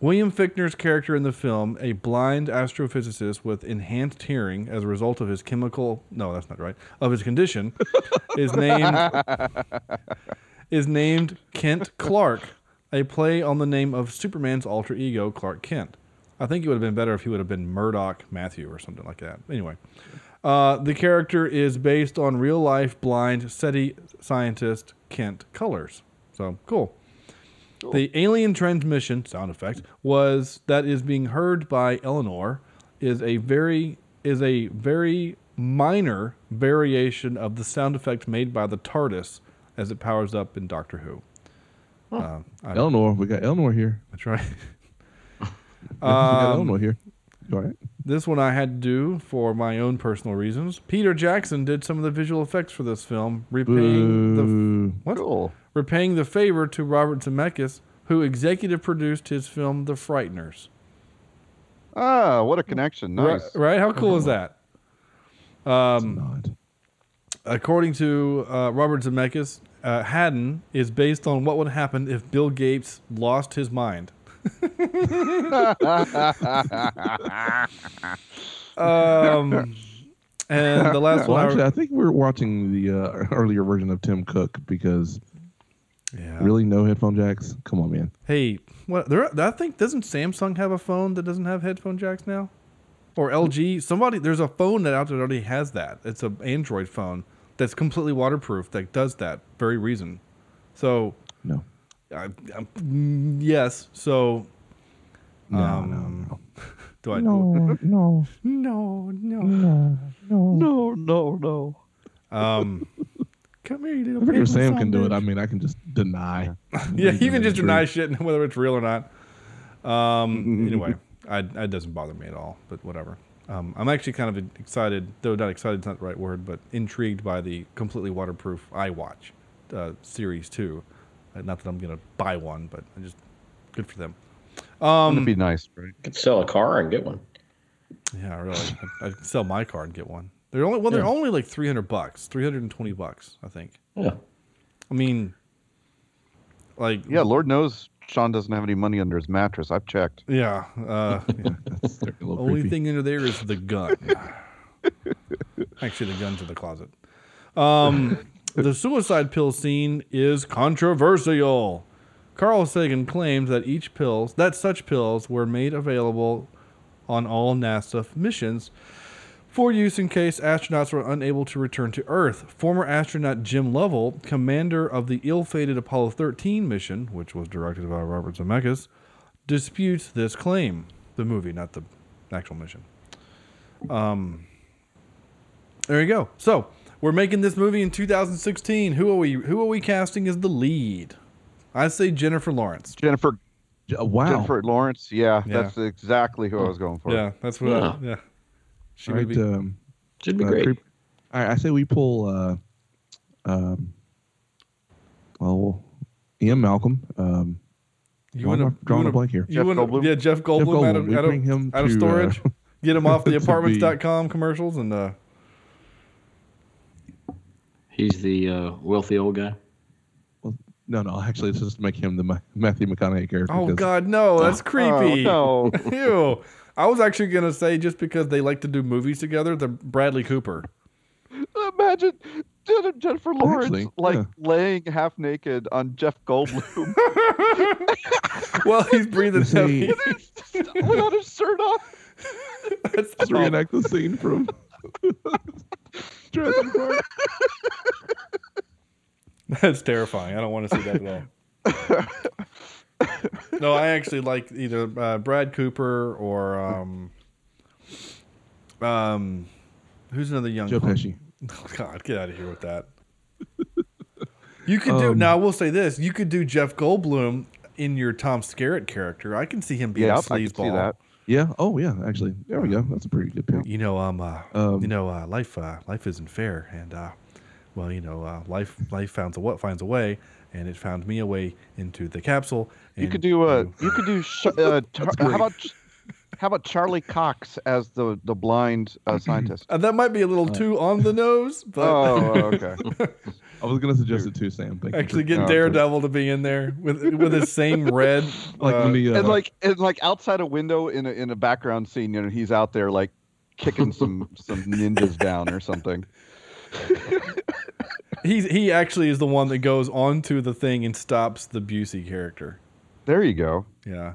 Speaker 1: William Fichtner's character in the film, a blind astrophysicist with enhanced hearing as a result of his chemical no, that's not right of his condition, is named is named Kent Clark, a play on the name of Superman's alter ego Clark Kent. I think it would have been better if he would have been Murdoch Matthew or something like that. Anyway, uh, the character is based on real life blind SETI scientist Kent Colors. So cool. The alien transmission sound effect was that is being heard by Eleanor is a very is a very minor variation of the sound effect made by the TARDIS as it powers up in Doctor Who. Uh, I-
Speaker 7: Eleanor, we got Eleanor here.
Speaker 1: That's right.
Speaker 7: we got
Speaker 1: Um,
Speaker 7: Eleanor here. You all right?
Speaker 1: This one I had to do for my own personal reasons. Peter Jackson did some of the visual effects for this film, repaying the
Speaker 7: Boo.
Speaker 1: what? repaying the favor to Robert Zemeckis, who executive produced his film The Frighteners.
Speaker 6: Ah, what a connection.
Speaker 1: Ri-
Speaker 6: Nice.
Speaker 1: Right? How cool is that? Um, According to uh, Robert Zemeckis, uh, Haddon is based on what would happen if Bill Gates lost his mind. um, and the last
Speaker 7: Well,
Speaker 1: one. I-
Speaker 7: actually, I think we were watching the uh, earlier version of Tim Cook because really no headphone jacks. Come on, man.
Speaker 1: Hey, what? There, I think doesn't Samsung have a phone that doesn't have headphone jacks now, or LG? Somebody, there's a phone that out there that already has that. It's an Android phone that's completely waterproof that does that very reason. So
Speaker 7: no,
Speaker 1: I, I, mm, yes. So
Speaker 7: No,
Speaker 1: um, do I?
Speaker 7: No, no,
Speaker 1: no, no,
Speaker 7: no, no,
Speaker 6: no, no, no.
Speaker 1: Um, come here, you little.
Speaker 7: I figure
Speaker 1: pig,
Speaker 7: Sam
Speaker 1: son
Speaker 7: can
Speaker 1: of
Speaker 7: do
Speaker 1: a
Speaker 7: it.
Speaker 1: bitch.
Speaker 7: I mean, I can just deny.
Speaker 1: yeah, you can just deny shit, and whether it's real or not.
Speaker 7: Mm-hmm.
Speaker 1: Um, anyway, I, it doesn't bother me at all, but whatever. Um, I'm actually kind of excited, though not excited is not the right word, but intrigued by the completely waterproof iWatch uh, series two. Uh, not that I'm gonna buy one, but I just good for them. Um,
Speaker 6: It'd be nice, right?
Speaker 8: Could sell a car and get one.
Speaker 1: Yeah, really. I'd, I'd sell my car and get one. They're only well, they're
Speaker 8: Yeah.
Speaker 1: only like three hundred bucks, three hundred and twenty bucks, I think.
Speaker 8: Yeah.
Speaker 1: I mean, like
Speaker 6: Yeah, Lord knows Sean doesn't have any money under his mattress. I've checked.
Speaker 1: yeah. Uh, yeah. Only thing under there is the gun. Actually, the gun's in the closet. Um, the suicide pill scene is controversial. Carl Sagan claims that each pills that such pills were made available on all NASA missions for use in case astronauts were unable to return to Earth. Former astronaut Jim Lovell, commander of the ill-fated Apollo 13 mission, which was directed by Robert Zemeckis, disputes this claim. The movie, not the actual mission. Um, there you go. So we're making this movie in 2016. Who are we? Who are we casting as the lead? I say Jennifer Lawrence.
Speaker 6: Jennifer.
Speaker 7: Wow.
Speaker 6: Jennifer Lawrence. Yeah,
Speaker 1: Yeah.
Speaker 6: that's exactly who I was going for.
Speaker 1: Yeah, that's what. I, yeah, she
Speaker 7: All
Speaker 1: would
Speaker 7: right,
Speaker 1: be.
Speaker 7: um,
Speaker 8: Should be
Speaker 7: uh,
Speaker 8: great.
Speaker 7: creep- all right, I say we pull. Uh, um, well, Ian Malcolm. Um,
Speaker 1: You
Speaker 7: why
Speaker 1: wanna-
Speaker 7: am I
Speaker 1: you
Speaker 7: drawing
Speaker 1: wanna-
Speaker 7: a blank here.
Speaker 1: You wanna, Yeah, Jeff Goldblum, out of,
Speaker 7: we
Speaker 1: out of,
Speaker 7: bring him
Speaker 1: out of
Speaker 7: to, uh,
Speaker 1: storage. Get him off the
Speaker 7: to be-
Speaker 1: apartments.com commercials and uh,
Speaker 8: He's the uh, wealthy old guy.
Speaker 7: No, no. Actually, it's just make him the Ma- Matthew McConaughey character.
Speaker 1: Oh
Speaker 7: 'cause
Speaker 1: God, no! That's creepy. no.
Speaker 6: Oh,
Speaker 1: Ew. I was actually gonna say just because they like to do movies together, the Bradley Cooper.
Speaker 6: Imagine Jen- Jennifer Lawrence
Speaker 7: Actually,
Speaker 6: like
Speaker 7: yeah.
Speaker 6: laying half naked on Jeff Goldblum
Speaker 1: Well, he's breathing
Speaker 7: You see-
Speaker 1: heavy.
Speaker 6: without his shirt on.
Speaker 1: That's
Speaker 7: Let's
Speaker 1: all.
Speaker 7: reenact the scene from Jurassic Park.
Speaker 1: That's terrifying. I don't want to see that at all. no, I actually like either uh, Brad Cooper or um, um, who's another young
Speaker 7: Joe
Speaker 1: punk-
Speaker 7: Pesci.
Speaker 1: Oh, God, get out of here with that. You could
Speaker 6: Um,
Speaker 1: do now. I will say this: you could do Jeff Goldblum in your Tom Skerritt character. I can see him being
Speaker 6: Yeah,
Speaker 1: a
Speaker 6: I can see
Speaker 1: sleazeball.
Speaker 6: that.
Speaker 7: Yeah. Oh, yeah. Actually, there we go. That's a pretty good pick.
Speaker 1: You know, um, uh,
Speaker 7: Um,
Speaker 1: you know, uh, life, uh, life isn't fair, and uh, well, you know, uh, life, life finds a what finds a way, and it found me a way into the capsule.
Speaker 6: You
Speaker 1: and-
Speaker 6: could do a. You could do. Sh- uh, Char- how about? How about Charlie Cox as the the blind uh, scientist?
Speaker 1: Uh, that might be a little too on the nose, but
Speaker 6: Oh, okay.
Speaker 7: I was gonna suggest it too, Sam. Thank you
Speaker 1: actually
Speaker 7: for-
Speaker 1: get
Speaker 6: Oh, okay.
Speaker 1: Daredevil to be in there with with his same red.
Speaker 7: like
Speaker 1: uh,
Speaker 7: when the uh,
Speaker 6: and like and like outside a window in a in a background scene, you know, he's out there like kicking some some ninjas down or something.
Speaker 1: he uh, he actually is the one that goes onto the thing and stops the Busey character.
Speaker 6: There you go.
Speaker 1: Yeah.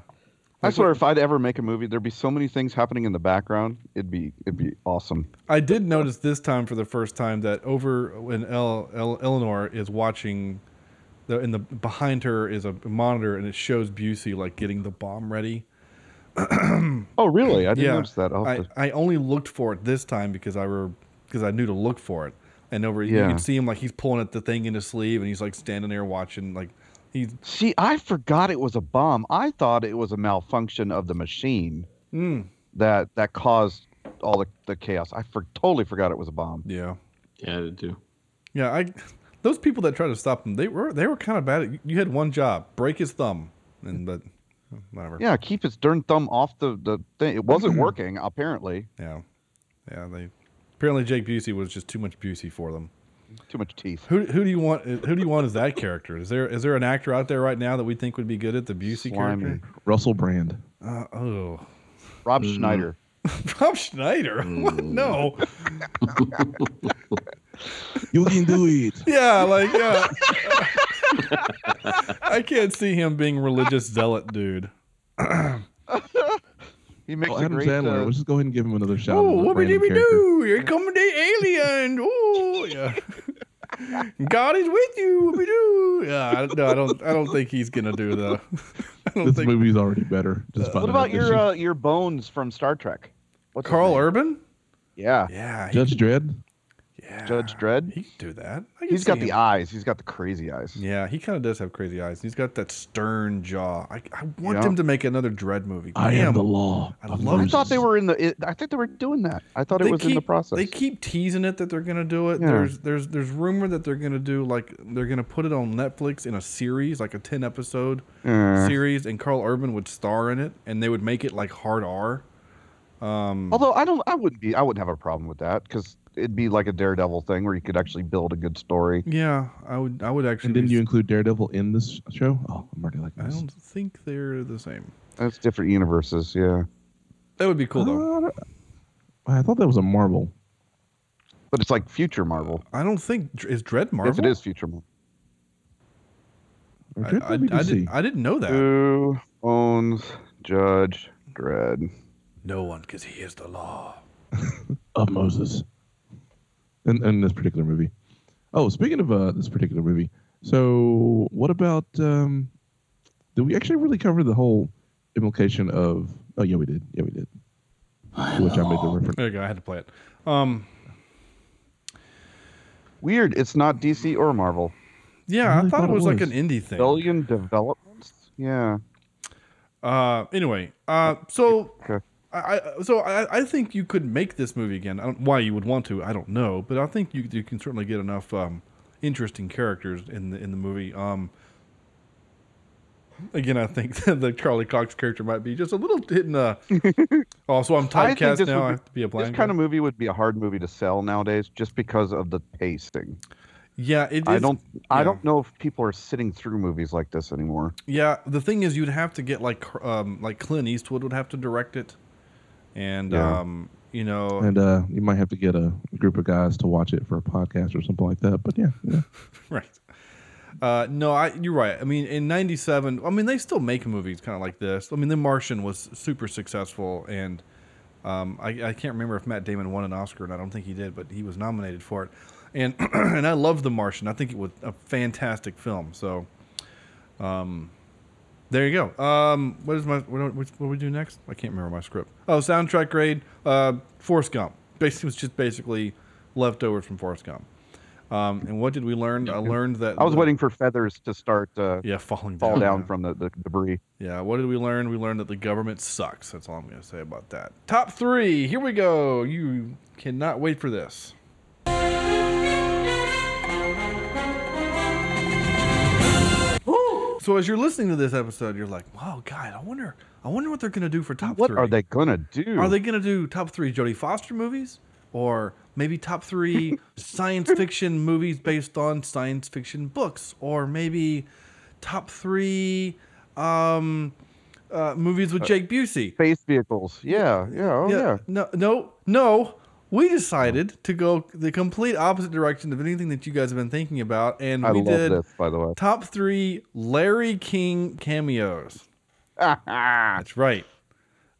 Speaker 6: I swear, if I'd ever make a movie, there'd be so many things happening in the background. It'd be it'd be awesome.
Speaker 1: I did notice this time for the first time that over when El, El, Eleanor is watching, the, in the behind her is a monitor and it shows Busey like getting the bomb ready.
Speaker 6: Oh, really? I didn't
Speaker 1: yeah,
Speaker 6: notice that. I'll
Speaker 1: I,
Speaker 6: have to-
Speaker 1: I only looked for it this time because I were because I knew to look for it. And over you
Speaker 6: Yeah.
Speaker 1: can see him like he's pulling at the thing in his sleeve and he's like standing there watching like he's
Speaker 6: See, I forgot it was a bomb. I thought it was a malfunction of the machine
Speaker 1: mm,
Speaker 6: that that caused all the, the chaos. I for, totally forgot it was a bomb.
Speaker 1: yeah
Speaker 8: Yeah, I do.
Speaker 1: yeah I those people that try to stop him they were they were kind of bad. At, you had one job break his thumb and but whatever
Speaker 6: Yeah, keep his darn thumb off the, the thing. It wasn't
Speaker 1: Hmm.
Speaker 6: working apparently.
Speaker 1: Yeah. Yeah, they apparently Jake Busey was just too much Busey for them.
Speaker 6: Too much teeth.
Speaker 1: Who who do you want who do you want as that character? Is there is there an actor out there right now that we think would be good at the Busey
Speaker 6: Slimy.
Speaker 1: character?
Speaker 7: Russell Brand.
Speaker 1: Uh, oh.
Speaker 6: Rob
Speaker 7: Mm-hmm.
Speaker 6: Schneider.
Speaker 1: Rob Schneider.
Speaker 7: Mm.
Speaker 1: What? No.
Speaker 7: You can do it.
Speaker 1: Yeah, like yeah. I can't see him being religious zealot dude.
Speaker 6: He makes
Speaker 7: Oh,
Speaker 6: a
Speaker 7: Adam
Speaker 6: great.
Speaker 7: Sandler.
Speaker 6: uh,
Speaker 7: Let's just go ahead and give him another shot.
Speaker 1: Oh,
Speaker 7: as a
Speaker 1: what we did
Speaker 7: random
Speaker 1: we
Speaker 7: character.
Speaker 1: do? Here come the alien. Oh, yeah. God is with you. We do. Yeah, I, no, I don't. I don't think he's gonna do that. I don't
Speaker 7: This
Speaker 1: think.
Speaker 7: movie's already better. Just by
Speaker 6: what
Speaker 7: the
Speaker 6: about your
Speaker 7: definition.
Speaker 6: uh, your bones from Star Trek? What's his
Speaker 1: Carl
Speaker 6: name?
Speaker 1: Urban.
Speaker 6: Yeah.
Speaker 1: Yeah.
Speaker 6: uh,
Speaker 7: Judge Dredd?
Speaker 1: Yeah.
Speaker 6: Judge Dredd.
Speaker 1: He can do that. I can
Speaker 6: He's got
Speaker 1: see
Speaker 6: the
Speaker 1: him.
Speaker 6: eyes. He's got the crazy eyes.
Speaker 1: Yeah, he kind of does have crazy eyes. He's got that stern jaw. I, I want
Speaker 6: Yeah.
Speaker 1: them to make another Dread movie.
Speaker 7: I am
Speaker 1: Damn.
Speaker 7: the law.
Speaker 1: I
Speaker 7: of
Speaker 1: love
Speaker 6: I
Speaker 7: Moses.
Speaker 6: thought they were in the. It, I think they were doing that. I thought it
Speaker 1: They
Speaker 6: was in the
Speaker 1: keep-
Speaker 6: process.
Speaker 1: They keep teasing it that they're gonna do it.
Speaker 6: Yeah.
Speaker 1: There's there's there's rumor that they're gonna do like they're gonna put it on Netflix in a series, like a ten episode
Speaker 6: Yeah.
Speaker 1: series, and Carl Urban would star in it, and they would make it like hard R. Um,
Speaker 6: Although I don't, I wouldn't be. I wouldn't have a problem with that because it'd be like a Daredevil thing where you could actually build a good story.
Speaker 1: yeah, I would I would actually.
Speaker 7: And didn't
Speaker 1: be-
Speaker 7: you include Daredevil in this show? Oh, I'm already like
Speaker 1: I
Speaker 7: this.
Speaker 1: don't think they're the same.
Speaker 6: That's different universes. Yeah,
Speaker 1: That would be cool
Speaker 6: Uh.
Speaker 1: though.
Speaker 7: I thought that was a Marvel.
Speaker 6: but it's like future Marvel.
Speaker 1: I don't think is Dread Marvel.
Speaker 6: Yes, it is future Marvel.
Speaker 7: Or
Speaker 1: I,
Speaker 7: Dread
Speaker 1: I, I,
Speaker 7: might be
Speaker 1: did,
Speaker 7: DC.
Speaker 1: I didn't know that.
Speaker 6: Uh, Who owns Judge Dredd?
Speaker 1: No one, because he is the law.
Speaker 7: of Moses. In, in this particular movie. Oh, speaking of uh, this particular movie, so what about? Um, did we actually really cover the whole implication of? Oh yeah, we did. Yeah, we did. Which I made the reference.
Speaker 1: There you go. I had to play it. Um,
Speaker 6: Weird. It's not DC or Marvel.
Speaker 1: yeah, I,
Speaker 7: really
Speaker 1: thought it was, like an indie thing.
Speaker 6: Billion developments. Yeah.
Speaker 1: Uh, anyway, uh, so
Speaker 6: Okay.
Speaker 1: I, I so I, I think you could make this movie again. I don't, why you would want to, I don't know, but I think you you can certainly get enough um, interesting characters in the in the movie. Um, again, I think the Charlie Cox character might be just a little hidden. Uh, oh, so I'm
Speaker 6: I think
Speaker 1: typecast
Speaker 6: this
Speaker 1: now.
Speaker 6: would
Speaker 1: I
Speaker 6: be-
Speaker 1: have to be a
Speaker 6: This
Speaker 1: blind.
Speaker 6: kind
Speaker 1: guy?
Speaker 6: of movie would be a hard movie to sell nowadays, just because of the pacing.
Speaker 1: yeah, it is.
Speaker 6: I don't. I
Speaker 1: yeah.
Speaker 6: don't know if people are sitting through movies like this anymore.
Speaker 1: Yeah, the thing is, you'd have to get like um, like Clint Eastwood would have to direct it, and
Speaker 6: Yeah.
Speaker 1: um, you know,
Speaker 7: And uh, you might have to get a group of guys to watch it for a podcast or something like that. But yeah, yeah.
Speaker 1: right. Uh, no, I, you're right. I mean, in '97, I mean, they still make movies kind of like this. I mean, The Martian was super successful, and um, I, I can't remember if Matt Damon won an Oscar, and I don't think he did, but he was nominated for it. And and I love The Martian. I think it was a fantastic film. So, um, there you go. Um, what is my what, what, what do we do next? I can't remember my script. Oh, soundtrack grade. Uh, Forrest Gump. Basically, it was just basically leftovers from Forrest Gump. Um, and what did we learn? I learned that
Speaker 6: I was
Speaker 1: the-
Speaker 6: waiting for feathers to start uh,
Speaker 1: Yeah, falling down.
Speaker 6: fall down from the, the debris.
Speaker 1: Yeah, what did we learn? We learned that the government sucks. That's all I'm going to say about that. Top three. Here we go. You cannot wait for this. So as you're listening to this episode, you're like, "Wow, God, I wonder, I wonder what they're going to do for top
Speaker 6: What
Speaker 1: three.
Speaker 6: are they gonna do?
Speaker 1: Are they going to do top three Jodie Foster movies, or maybe top three science fiction movies based on science fiction books, or maybe top three um, uh, movies with Jake Busey?
Speaker 6: space vehicles? Yeah, yeah, oh yeah.
Speaker 1: No, no, no. We decided to go the complete opposite direction of anything that you guys have been thinking about, and
Speaker 6: I
Speaker 1: we
Speaker 6: love
Speaker 1: did
Speaker 6: this, by the way.
Speaker 1: top three Larry King cameos. That's right.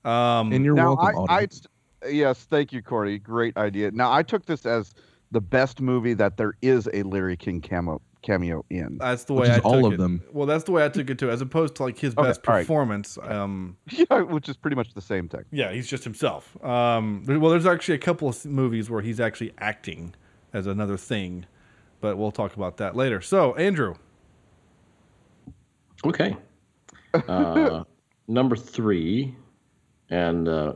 Speaker 1: Um,
Speaker 7: And you're
Speaker 6: now
Speaker 7: welcome,
Speaker 6: I, I,
Speaker 7: audience.
Speaker 6: yes, thank you, Cordy. Great idea. Now I took this as the best movie that there is a Larry King cameo cameo in.
Speaker 1: That's the
Speaker 7: Which
Speaker 1: way
Speaker 7: is
Speaker 1: I took
Speaker 7: all of
Speaker 1: it.
Speaker 7: them.
Speaker 1: Well, that's the way I took it too, as opposed to like his
Speaker 6: Okay,
Speaker 1: best
Speaker 6: all right.
Speaker 1: performance. Um,
Speaker 6: yeah, which is pretty much the same thing.
Speaker 1: yeah, he's just himself. Um, there- well, there's actually a couple of s- movies where he's actually acting as another thing, but we'll talk about that later. So, Andrew,
Speaker 8: Okay. Uh, number three, and uh,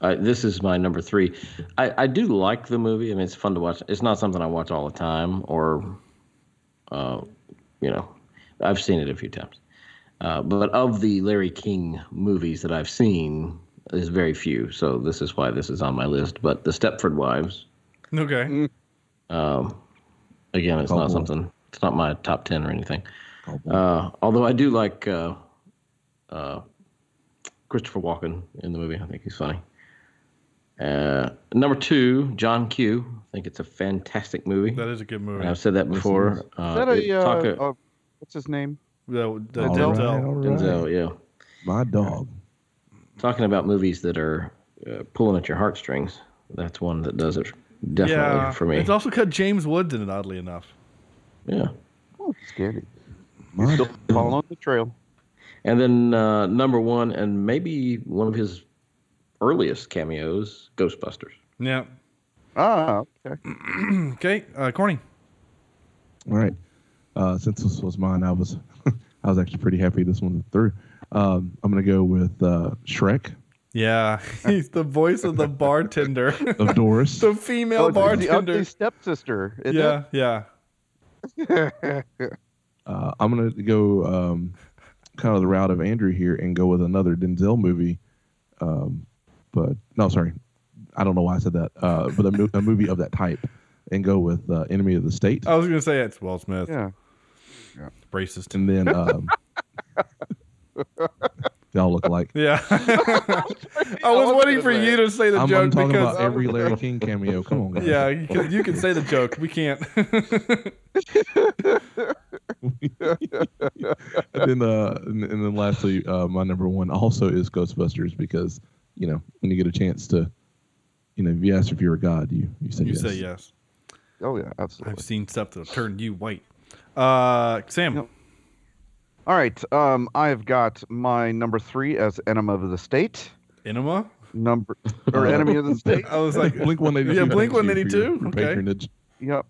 Speaker 8: I, this is my number three. I, I do like the movie. I mean, it's fun to watch. It's not something I watch all the time, or, uh, you know, I've seen it a few times. Uh, but of the Larry King movies that I've seen, there's very few. So this is why this is on my list. But The Stepford Wives,
Speaker 1: okay,
Speaker 8: um, again, it's not
Speaker 7: Oh.
Speaker 8: something. It's not my top ten or anything.
Speaker 7: Oh, boy.
Speaker 8: Uh, although I do like uh, uh, Christopher Walken in the movie. I think he's funny. Uh, number two, John Q. I think it's a fantastic movie.
Speaker 1: that is a good movie.
Speaker 8: And I've said that before. Uh,
Speaker 6: Is that
Speaker 8: it-
Speaker 6: a, uh,
Speaker 8: talk a-
Speaker 6: uh, what's his name?
Speaker 1: The- the
Speaker 7: All
Speaker 1: Denzel.
Speaker 7: right, all right.
Speaker 8: Denzel, yeah.
Speaker 7: My dog.
Speaker 8: Talking about movies that are uh, pulling at your heartstrings, that's one that does it definitely
Speaker 1: yeah,
Speaker 8: for me.
Speaker 1: It's also got James Woods in it, oddly enough.
Speaker 8: yeah.
Speaker 6: Oh, scary. He's still following the trail.
Speaker 8: And then uh, number one, and maybe one of his earliest cameos, Ghostbusters.
Speaker 1: Yeah.
Speaker 6: Ah, okay.
Speaker 1: okay, uh, Corny.
Speaker 7: All right. Uh, since this was mine, I was I was actually pretty happy this one through. Um, I'm gonna go with uh, Shrek
Speaker 1: Yeah, he's the voice of the bartender,
Speaker 7: of Doris.
Speaker 1: the female
Speaker 6: Oh, the- the
Speaker 1: bartender.
Speaker 6: ugly stepsister. isn't
Speaker 1: yeah, yeah.
Speaker 6: it?
Speaker 7: Uh, I'm gonna go um, kind of the route of Andrew here and go with another Denzel movie, um, but no, sorry, I don't know why I said that. Uh, but a, mo- a movie of that type, and go with uh, Enemy of the State,
Speaker 1: I was gonna say it's Will Smith.
Speaker 6: Yeah.
Speaker 1: Racist.
Speaker 7: and then um, they all look alike.
Speaker 1: Yeah. I was waiting for you to say the
Speaker 7: I'm, I'm
Speaker 1: joke
Speaker 7: talking
Speaker 1: because
Speaker 7: about every Larry King cameo. Come on, guys.
Speaker 1: yeah, you can, you can say the joke. We can't.
Speaker 7: and then uh and, and then lastly uh my number one also is ghostbusters because you know when you get a chance to you know if you ask if you're a god you you say
Speaker 1: you
Speaker 7: yes
Speaker 1: say yes.
Speaker 6: Oh yeah, absolutely.
Speaker 1: I've seen stuff that'll turn you white. Uh, Sam.
Speaker 6: All right. Um, I've got my number three as enema of the state.
Speaker 1: Enema?
Speaker 6: Number or enemy of the state.
Speaker 1: I was like,
Speaker 7: blink 182
Speaker 1: Yeah, Blink
Speaker 7: thanks you for
Speaker 1: 182.
Speaker 7: your- your
Speaker 1: Okay.
Speaker 7: patronage.
Speaker 6: Yep.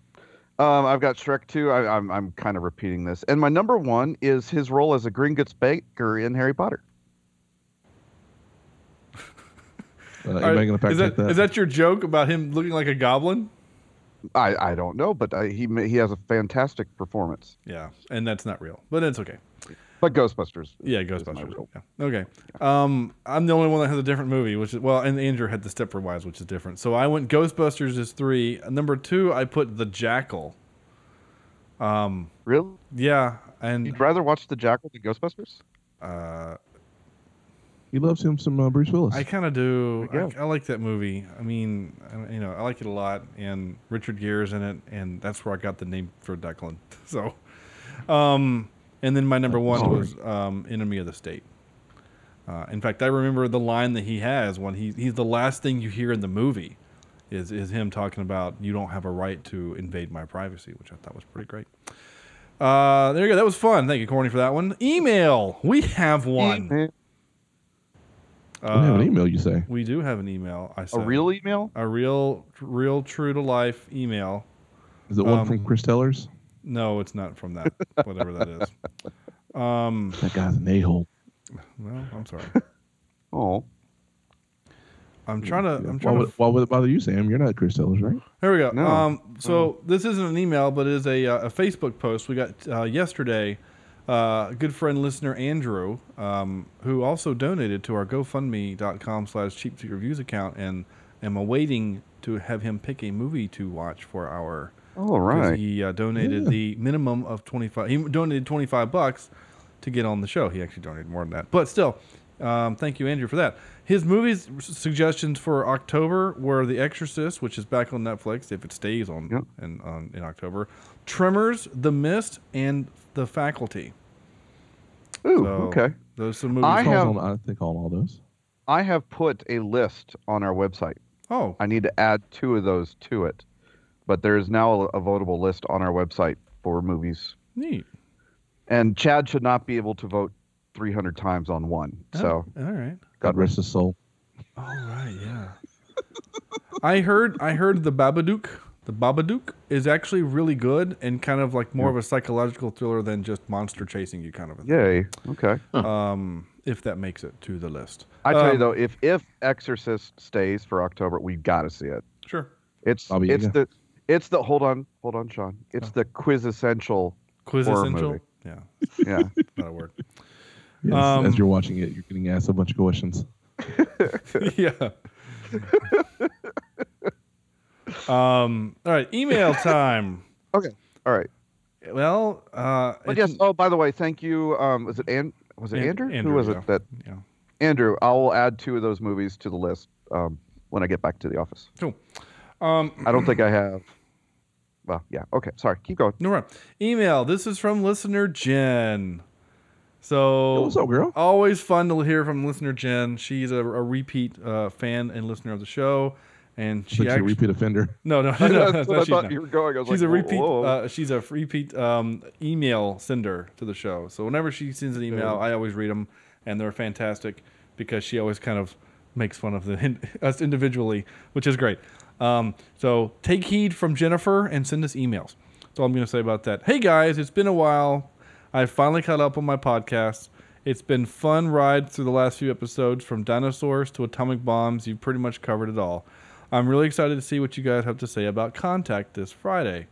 Speaker 6: Um, I've got Shrek 2. I, I'm, I'm kind of repeating this. And my number one is his role as a Gringotts baker in Harry Potter.
Speaker 7: uh,
Speaker 1: All right,
Speaker 7: anybody gonna fact
Speaker 1: is,
Speaker 7: check
Speaker 1: that, is that your joke about him looking like a goblin?
Speaker 6: I, I don't know, but I, he ma- he has a fantastic performance.
Speaker 1: Yeah, and that's not real, but it's okay.
Speaker 6: But Ghostbusters.
Speaker 1: Yeah, Ghostbusters. Yeah. Okay. Um, I'm the only one that has a different movie, which is well, and Andrew had the Stepford Wives, which is different. So I went Ghostbusters is three. Number two, I put The Jackal. Um,
Speaker 6: really?
Speaker 1: Yeah, and
Speaker 6: You'd rather watch The Jackal than Ghostbusters?
Speaker 1: uh,
Speaker 7: he loves him some uh, bruce willis
Speaker 1: I kind of do.
Speaker 6: There you
Speaker 1: I, I like that movie. I mean, I, you know, I like it a lot, and Richard Gere's in it, and that's where I got the name for Declan. So, um, and then my number one
Speaker 7: sorry.
Speaker 1: was um, Enemy of the State. Uh, in fact, I remember the line that he has when he, he's the last thing you hear in the movie is, is him talking about you don't have a right to invade my privacy, which I thought was pretty great. Uh, there you go. That was fun. Thank you, Corny, for that one. Email. We have one.
Speaker 6: Eh,
Speaker 7: we have
Speaker 1: Uh,
Speaker 7: an email you say
Speaker 1: we do have an email. I
Speaker 6: A
Speaker 1: said.
Speaker 6: real email?
Speaker 1: a real, real true to life email.
Speaker 7: is it one
Speaker 1: um,
Speaker 7: from chris tellers
Speaker 1: No, it's not from that. Whatever that is. Um,
Speaker 7: that guy's an a-hole
Speaker 1: well, I'm sorry.
Speaker 6: Oh.
Speaker 1: I'm trying to. I'm
Speaker 7: why
Speaker 1: trying
Speaker 7: would,
Speaker 1: to.
Speaker 7: why would it bother you sam you're not chris tellers right
Speaker 1: Here we go.
Speaker 6: No.
Speaker 1: Um, so this isn't an email, but it is a, uh, a Facebook post we got uh, yesterday. Uh, good friend listener Andrew, um, who also donated to our GoFundMe.com slash Cheap Seat Reviews account, and am awaiting to have him pick a movie to watch for our.
Speaker 6: All
Speaker 1: 'Cause
Speaker 6: right.
Speaker 1: He uh, donated
Speaker 7: Yeah.
Speaker 1: the minimum of 25. He donated 25 bucks to get on the show. He actually donated more than that. But still, um, thank you, Andrew, for that. His movies s- suggestions for October were The Exorcist, which is back on Netflix if it stays on
Speaker 6: Yep.
Speaker 1: in, on in October, Tremors, The Mist, and The Faculty.
Speaker 6: Ooh,
Speaker 1: So,
Speaker 6: okay.
Speaker 1: Those are some movies.
Speaker 7: I,
Speaker 6: I have-
Speaker 7: on, I think on all those
Speaker 6: I have put a list on our website.
Speaker 1: oh,
Speaker 6: I need to add two of those to it. But there is now a, a votable list on our website for movies.
Speaker 1: neat.
Speaker 6: And Chad should not be able to vote 300 times on one. So,
Speaker 1: Oh, all right.
Speaker 7: god rest his soul
Speaker 1: All right, yeah. I heard I heard the Babadook. The Babadook is actually really good and kind of like more of a psychological thriller than just monster chasing you kind of a thing.
Speaker 6: yay. Okay.
Speaker 1: Um, if that makes it to the list.
Speaker 6: I tell you
Speaker 1: Um,
Speaker 6: though, if if Exorcist stays for October, we got to see it.
Speaker 1: Sure.
Speaker 6: It's
Speaker 7: Bobby
Speaker 6: it's the
Speaker 7: Yaga.
Speaker 6: it's the hold on hold on Sean. It's
Speaker 1: Oh.
Speaker 6: the quintessential
Speaker 1: Quiz
Speaker 6: horror
Speaker 1: essential.
Speaker 6: movie.
Speaker 1: Yeah,
Speaker 6: Yeah.
Speaker 1: not a word.
Speaker 7: yes,
Speaker 1: Um,
Speaker 7: as you're watching it you're getting asked a bunch of questions
Speaker 1: yeah. um. All right. Email time.
Speaker 6: okay. All right.
Speaker 1: Well. Uh,
Speaker 6: But
Speaker 1: it's-
Speaker 6: yes. Oh, by the way, thank you. Um, was it and was it
Speaker 1: An-
Speaker 6: Andrew?
Speaker 1: Andrew,
Speaker 6: Who was
Speaker 1: yeah.
Speaker 6: it that?
Speaker 1: Yeah.
Speaker 6: Andrew. I will add two of those movies to the list um, when I get back to the office.
Speaker 1: Cool. Um.
Speaker 6: I don't think I have. Well, yeah. Okay. Sorry. Keep going.
Speaker 1: No, right. Email. This is from listener Jen. So,
Speaker 7: what's up, girl?
Speaker 1: Always fun to hear from listener Jen. She's a, a repeat uh, fan and listener of the show, and she
Speaker 7: She's a
Speaker 1: act-
Speaker 7: repeat offender.
Speaker 1: No, no, no,
Speaker 6: That's
Speaker 1: no, no,
Speaker 6: what I
Speaker 1: she's
Speaker 6: thought
Speaker 1: not.
Speaker 6: you were going. I was
Speaker 1: she's
Speaker 6: like,
Speaker 1: a repeat.
Speaker 6: whoa.
Speaker 1: Uh, she's a repeat um, email sender to the show. So whenever she sends an email,
Speaker 6: Yeah.
Speaker 1: I always read them, and they're fantastic because she always kind of makes fun of the, us individually, which is great. Um, so take heed from Jennifer and send us emails. That's all I'm going to say about that. Hey guys, it's been a while. I finally caught up on my podcast. It's been fun ride through the last few episodes from dinosaurs to atomic bombs. You've pretty much covered it all. I'm really excited to see what you guys have to say about Contact this Friday,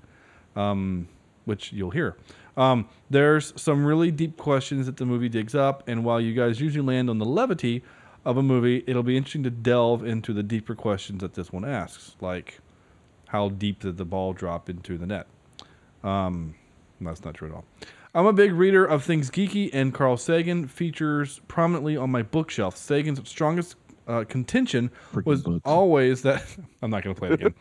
Speaker 1: um, which you'll hear. Um, there's some really deep questions that the movie digs up, and while you guys usually land on the levity of a movie, it'll be interesting to delve into the deeper questions that this one asks, like how deep did the ball drop into the net? Um, that's not true at all. I'm a big reader of things geeky, and Carl Sagan features prominently on my bookshelf. Sagan's strongest uh, contention was always that I'm not going to play it again.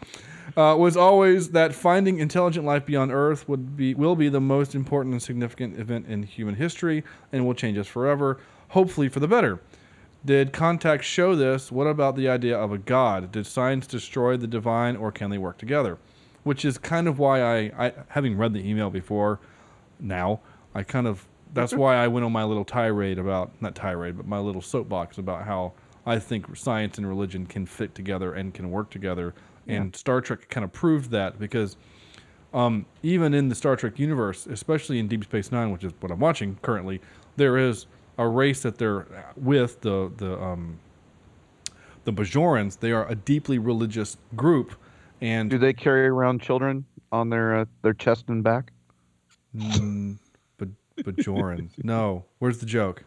Speaker 1: uh, was always that finding intelligent life beyond Earth would be will be the most important and significant event in human history, and will change us forever, hopefully for the better. Did contact show this? What about the idea of a god? Did science destroy the divine, or can they work together? Which is kind of why I, I having read the email before, now I kind of that's why I went on my little tirade about not tirade, but my little soapbox about how I think science and religion can fit together and can work together. And Star Trek kind of proved that because um, even in the Star Trek universe, especially in Deep Space Nine, which is what I'm watching currently, there is a race that they're with the the um, the Bajorans. They are a deeply religious group, and
Speaker 6: do they carry around children on their uh, their chest and back?
Speaker 1: Mm, but Bajoran. no, where's the joke?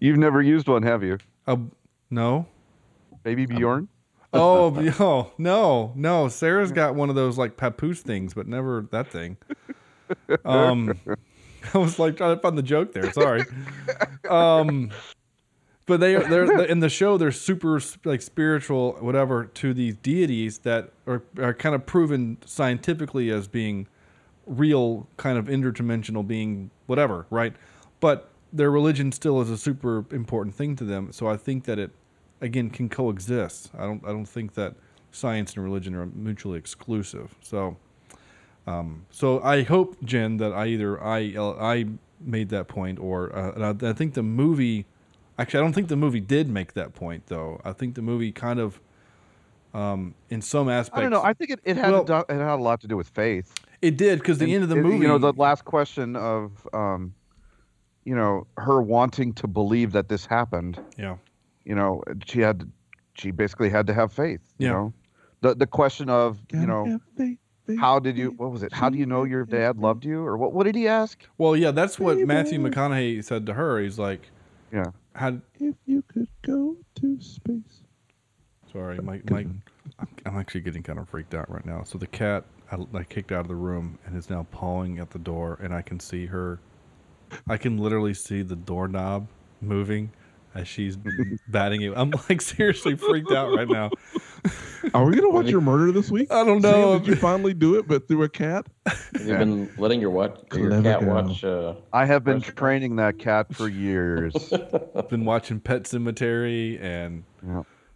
Speaker 6: You've never used one, have you?
Speaker 1: Uh, no.
Speaker 6: Baby Bjorn.
Speaker 1: Oh, b- oh no, no. Sarah's got one of those like papoose things, but never that thing. Um, I was like trying to find the joke there. Sorry. Um, but they they're in the show they're super like spiritual whatever to these deities that are are kind of proven scientifically as being real kind of interdimensional being whatever right but their religion still is a super important thing to them so i think that it again can coexist i don't i don't think that science and religion are mutually exclusive so um, so I hope Jen that I either I I made that point or uh, and I, I think the movie actually I don't think the movie did make that point though I think the movie kind of um, in some aspects
Speaker 6: I don't know. I think it, it had
Speaker 1: Well-
Speaker 6: a do- it had a lot to do with faith.
Speaker 1: It did because the end of the
Speaker 6: it-
Speaker 1: movie
Speaker 6: You know, the last question of, um, you know, her wanting to believe that this happened.
Speaker 1: Yeah.
Speaker 6: You know, she had, she basically had to have faith. You
Speaker 1: Yeah.
Speaker 6: know, the the question of, you know, how did you? What was it? How do you know your dad loved you? Or what? What did he ask?
Speaker 1: well yeah that's what Matthew McConaughey said to her he's like
Speaker 6: yeah
Speaker 1: how
Speaker 7: If you could go to space.
Speaker 1: Sorry, Mike. Mike, I'm, I'm actually getting kind of freaked out right now. So the cat I, I kicked out of the room and is now pawing at the door, and I can see her. I can literally see the doorknob moving as she's batting it. I'm like seriously freaked out right now.
Speaker 7: Are we gonna watch your murder this week?
Speaker 1: I don't
Speaker 7: Sam,
Speaker 1: know.
Speaker 7: did you finally do it, but through a cat?
Speaker 8: You've been letting your watch your
Speaker 6: Clever
Speaker 8: cat
Speaker 6: girl.
Speaker 8: watch. Uh,
Speaker 6: I have been training that cat for years.
Speaker 1: Been watching Pet Cemetery and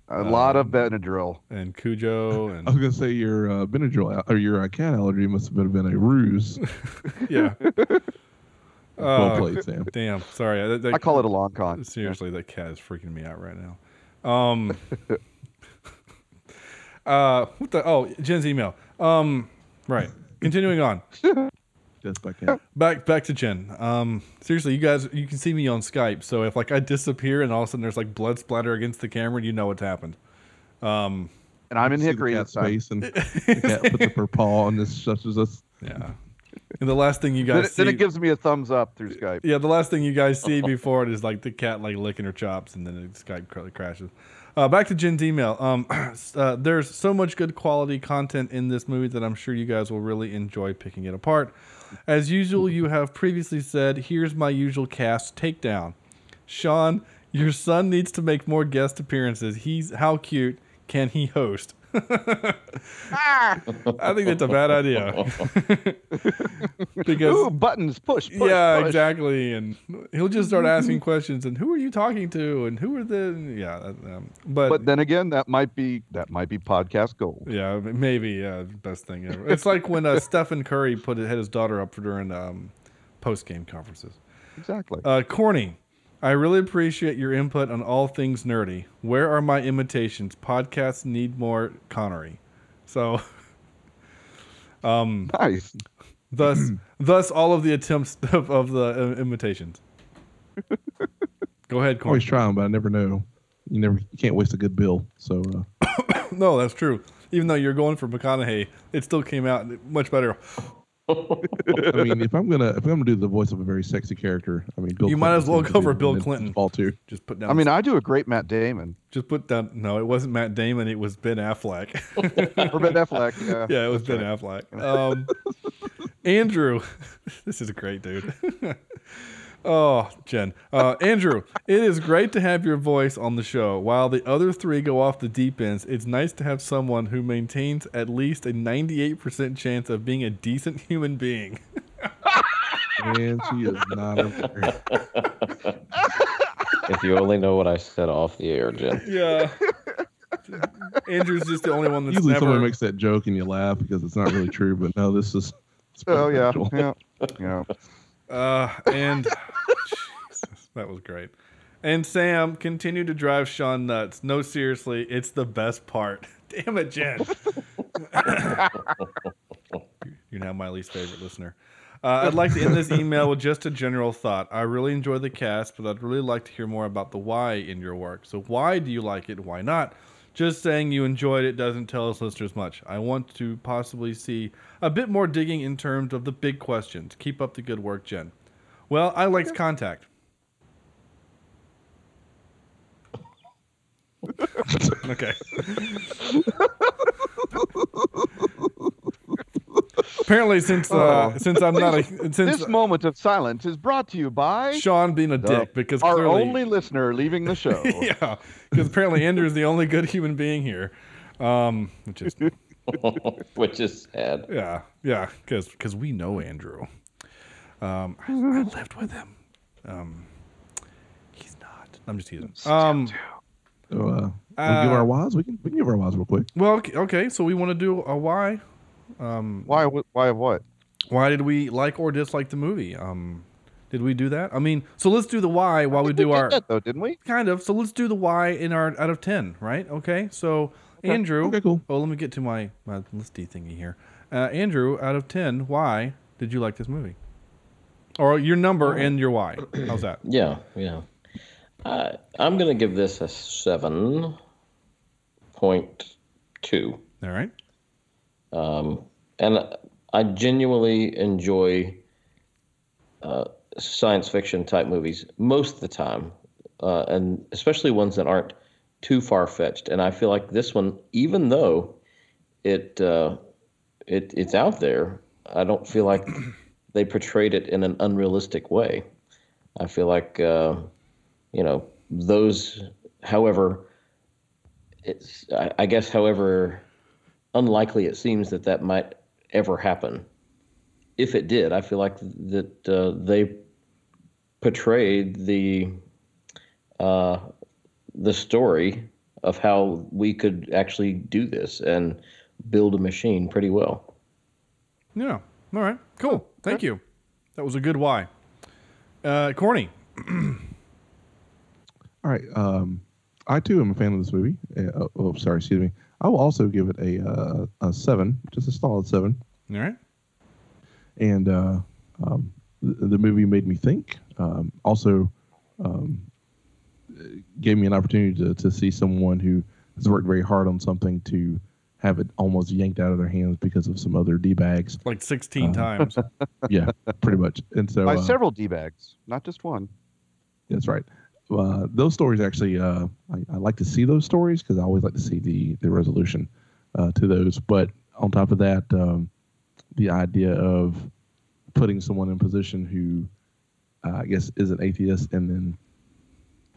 Speaker 6: a lot of Benadryl
Speaker 1: and Cujo and
Speaker 7: I was gonna say your uh, Benadryl al- or your uh, cat allergy must have been a ruse.
Speaker 1: yeah.
Speaker 7: Well
Speaker 1: Uh,
Speaker 7: played, Sam.
Speaker 1: Damn, sorry. I,
Speaker 6: I call it a long con.
Speaker 1: Seriously, that cat is freaking me out right now. Um, uh, what the? Oh, Jen's email. Um, right. Continuing on.
Speaker 7: Death by cat.
Speaker 1: Back back to Jen. Um, seriously, you guys, you can see me on Skype. So if like I disappear and all of a sudden there's like blood splatter against the camera, you know what's happened. Um,
Speaker 6: and I'm in
Speaker 7: See the
Speaker 6: Hickory
Speaker 7: cat's
Speaker 6: this time.
Speaker 7: face and the cat puts up her paw and this shuts us.
Speaker 1: Yeah. And the last thing you
Speaker 6: Then,
Speaker 1: guys
Speaker 6: it- then
Speaker 1: see,
Speaker 6: it gives me a thumbs up through Skype.
Speaker 1: yeah, the last thing you guys see before it is like the cat like licking her chops, and then it, Skype cr- crashes. Uh, back to Jen's email. Um, uh, there's so much good quality content in this movie that I'm sure you guys will really enjoy picking it apart. As usual, you have previously said, here's my usual cast takedown. Sean, your son needs to make more guest appearances. He's how cute can he host? I think that's a bad idea. because
Speaker 6: Ooh, buttons, push, push.
Speaker 1: yeah,
Speaker 6: push.
Speaker 1: exactly. And he'll just start asking questions. And who are you talking to? And who are the yeah? that- Um, but
Speaker 6: But then again, that might be that might be podcast gold.
Speaker 1: yeah, maybe yeah, best thing ever. It's like when uh, Stephen Curry put had his daughter up for during um, post game conferences.
Speaker 6: Exactly.
Speaker 1: Uh, Corny, I really appreciate your input on all things nerdy. Where are my imitations? Podcasts need more Connery. So, um,
Speaker 6: nice.
Speaker 1: Thus, thus all of the attempts of, of the uh, imitations. Go ahead, Corny.
Speaker 7: Always try them, but I never know. You never you can't waste a good bill. So uh,
Speaker 1: no, that's true. Even though you're going for McConaughey, it still came out much better.
Speaker 7: I mean, if I'm gonna if I'm gonna do the voice of a very sexy character, I mean, Bill
Speaker 1: You might as
Speaker 7: Clinton
Speaker 1: well
Speaker 7: seems to
Speaker 1: go
Speaker 7: be
Speaker 1: for
Speaker 7: the
Speaker 1: Bill
Speaker 7: one that
Speaker 1: Clinton.
Speaker 7: Fall to.
Speaker 1: Just put down.
Speaker 6: I mean, I do a great Matt Damon
Speaker 1: just put down. No, it wasn't Matt Damon. It was Ben Affleck.
Speaker 6: or Ben Affleck. Yeah,
Speaker 1: yeah, it was Ben Affleck. Um, Andrew, this is great, dude. oh, Jen. Uh, Andrew, it is great to have your voice on the show. While the other three go off the deep ends, it's nice to have someone who maintains at least a 98% chance of being a decent human being.
Speaker 7: And she is not. A
Speaker 8: if you only know what I said off the air, Jen.
Speaker 1: yeah. Andrew's just the only one that's
Speaker 7: Usually,
Speaker 1: never.
Speaker 7: someone makes that joke and you laugh because it's not really true. But no, this is. it's
Speaker 6: Oh yeah,
Speaker 7: factual.
Speaker 6: yeah, yeah.
Speaker 1: Uh, and Jesus, that was great. And Sam, continue to drive Sean nuts. No, seriously, it's the best part. Damn it, Jen. You're now my least favorite listener. Uh, I'd like to end this email with just a general thought. I really enjoy the cast, but I'd really like to hear more about the why in your work. So, why do you like it? Why not? Just saying you enjoyed it doesn't tell us listeners much. I want to possibly see a bit more digging in terms of the big questions. Keep up the good work, Jen. Well, I liked contact. okay. Apparently, since uh,
Speaker 6: Oh.
Speaker 1: since I'm not a since uh,
Speaker 6: this moment of silence is brought to you by
Speaker 1: Sean being a
Speaker 6: the-
Speaker 1: dick because
Speaker 6: Uh, our
Speaker 1: clearly,
Speaker 6: only listener leaving the show.
Speaker 1: yeah, because apparently Andrew's the only good human being here, um, which is
Speaker 8: Which is sad.
Speaker 1: yeah, yeah, because we know Andrew. Um, I, I lived with him. Um, he's not. I'm just teasing. Um,
Speaker 7: So, uh,
Speaker 1: Uh,
Speaker 7: we'll give our whys. We can we can give our whys real quick.
Speaker 1: well, okay, okay, so we want to do a why. Um,
Speaker 6: Why? wh- Why of what?
Speaker 1: why did we like or dislike the movie? Um, did we do that? I mean, so let's do the why while we do our
Speaker 6: That though, didn't we?
Speaker 1: kind of. So let's do the why in our out of ten, right? Okay, so Andrew.
Speaker 7: Okay, cool.
Speaker 1: Oh, let me get to my my listy thingy here. Uh, Andrew, out of ten, why did you like this movie? Or your number
Speaker 7: Uh,
Speaker 1: and your why? How's that?
Speaker 8: Yeah, yeah. Uh, I'm going to give this a 7.2.
Speaker 1: All right.
Speaker 8: Um, and I genuinely enjoy uh, science fiction type movies most of the time, uh, and especially ones that aren't too far fetched. And I feel like this one, even though it uh, it it's out there, I don't feel like they portrayed it in an unrealistic way. I feel like uh, you know those, however, it's I, I guess however unlikely it seems that that might ever happen. If it did, I feel like that uh, they portrayed the uh, the story of how we could actually do this and build a machine pretty well.
Speaker 1: Yeah. All right.
Speaker 7: Oh,
Speaker 1: Cool. Thank you. That was a good why. Uh, Corny.
Speaker 7: All right. Um, I too am a fan of this movie. Uh, oh, oh, sorry, excuse me. I will also give it a uh, a seven, just a solid seven.
Speaker 1: All right.
Speaker 7: And uh, um, the, the movie made me think. Um, also, um, gave me an opportunity to, to see someone who has worked very hard on something to have it almost yanked out of their hands because of some other d bags.
Speaker 1: Like 16
Speaker 7: Uh,
Speaker 1: times.
Speaker 7: Yeah, pretty much. And so
Speaker 6: By
Speaker 7: uh,
Speaker 6: several d bags, not just one.
Speaker 7: That's right. Uh, those stories actually, uh, I, I like to see those stories because I always like to see the the resolution uh, to those. But on top of that, um, the idea of putting someone in position who, uh, I guess, is an atheist and then,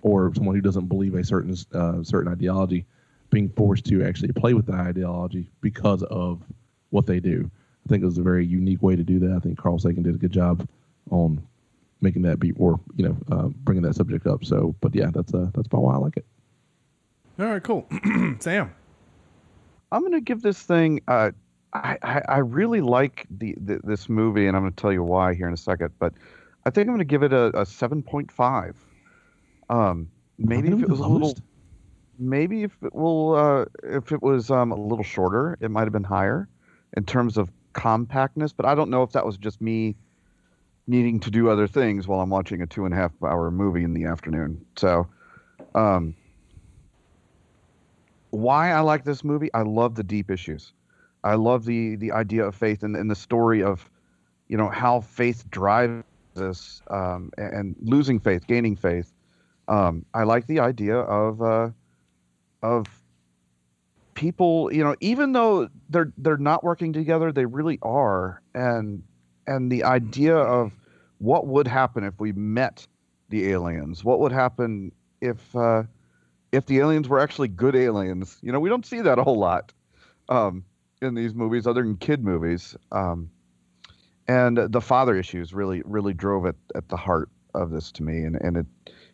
Speaker 7: or someone who doesn't believe a certain uh, certain ideology, being forced to actually play with the ideology because of what they do. I think it was a very unique way to do that. I think Carl Sagan did a good job on making that be or you know uh, bringing that subject up. So, but yeah, that's uh, that's about why I like it.
Speaker 1: All right, cool. Sam,
Speaker 6: I'm going to give this thing. Uh, I, I I really like the, the this movie, and I'm going to tell you why here in a second. But I think I'm going to give it a, a seven point five. Um, maybe if it was a little, maybe if it will, uh, if it was um, a little shorter, it might have been higher in terms of compactness. But I don't know if that was just me needing to do other things while I'm watching a two and a half hour movie in the afternoon. So, um, why I like this movie, I love the deep issues. I love the the idea of faith and, and the story of, you know, how faith drives us um, and, and losing faith, gaining faith. Um, I like the idea of uh, of people, you know, even though they're they're not working together, they really are, and and the idea of what would happen if we met the aliens. What would happen if uh, if the aliens were actually good aliens? You know, we don't see that a whole lot um, in these movies, other than kid movies. Um, and the father issues really really drove it at the heart of this to me, and and it